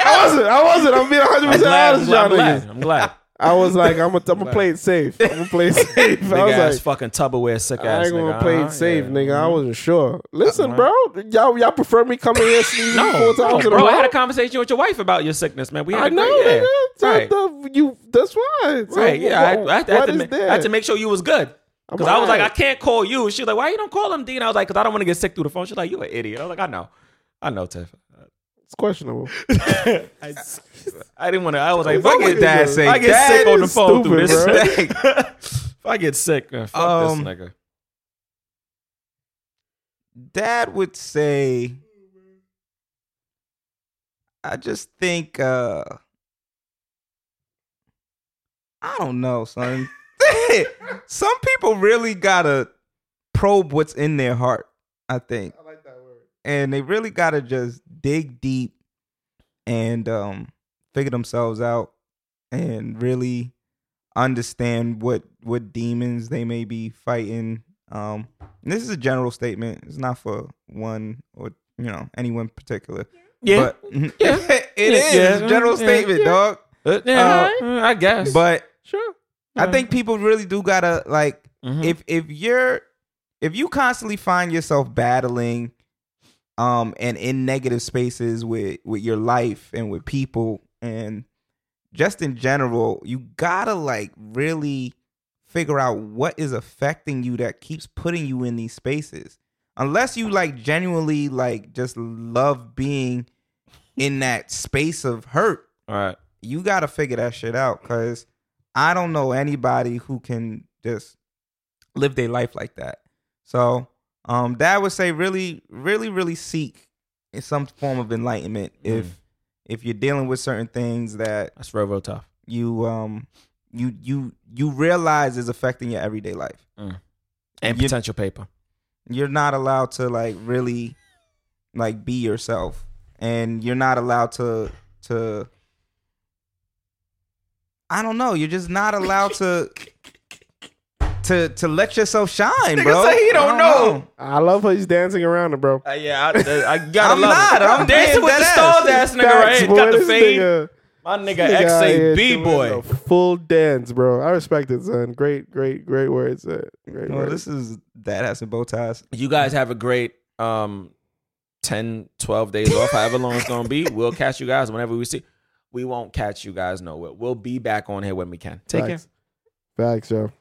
I wasn't. I wasn't. I'm being 100 I'm percent glad. I'm honest, with y'all glad. niggas. I'm glad. I was like, I'm gonna I'm play it safe. I'm gonna play it safe. I Big ass was like, fucking Tupperware sick ass. I ain't gonna nigga. play Uh-huh, it safe, yeah. Uh-huh. nigga. I wasn't sure. Listen, bro, y'all y'all prefer me coming here sneezing No, four times no, in a bro. I had row. a conversation with your wife about your sickness, man. We had I a know, great- nigga. So Right. the- you. That's why. So Right, yeah. I, I, what- I had what to is ma- I there? had to make sure you was good. Because I was like, I can't call you. She was like, why you don't call him, Dean? I was like, because I don't want to get sick through the phone. She's like, you an idiot. I was like, I know. I know, Tiff. it's questionable. I, I didn't want to. I was like, What fuck would it, dad dad. say? I get Dad sick on the is phone through this. stupid, if I get sick, man, fuck Um, this nigga. Dad would say, I just think, uh, I don't know, son. Some people really gotta probe what's in their heart, I think. I like that word. And they really gotta just dig deep and um, figure themselves out and really understand what what demons they may be fighting. Um, and this is a general statement. It's not for one or you know anyone particular. Yeah. but, it is. It's a general Yeah. statement, Yeah. dog. Uh, yeah, uh, I guess. But sure. I think people really do gotta like Mhm. if if you're if you constantly find yourself battling um and in negative spaces with with your life and with people and just in general you gotta like really figure out what is affecting you that keeps putting you in these spaces unless you like genuinely like just love being in that space of hurt All right. you gotta figure that shit out because I don't know anybody who can just live their life like that. So um dad would say really, really, really seek in some form of enlightenment Mm. if if you're dealing with certain things that That's real, real tough. you um you you you realize is affecting your everyday life. And You- potential paper. You're not allowed to like really like be yourself. And you're not allowed to to I don't know. You're just not allowed to to to let yourself shine, bro. say he don't I know. I love how he's dancing around it, bro. Uh, yeah, I, I gotta I'm love not, it. I'm dancing being with the dead stars ass ass. nigga right Facts, here. boy, Got the this fade. nigga- My nigga this nigga X out say here B doing boy. a Full dance, bro. I respect it, son. Great, great, great words. son. Great Well, words. this is dad has some bow ties. You guys have a great um 10, 12 days off, however long it's gonna be. We'll catch you guys whenever we see. We won't catch you guys nowhere. We'll be back on here when we can. Take care. Facts. Facts, yo.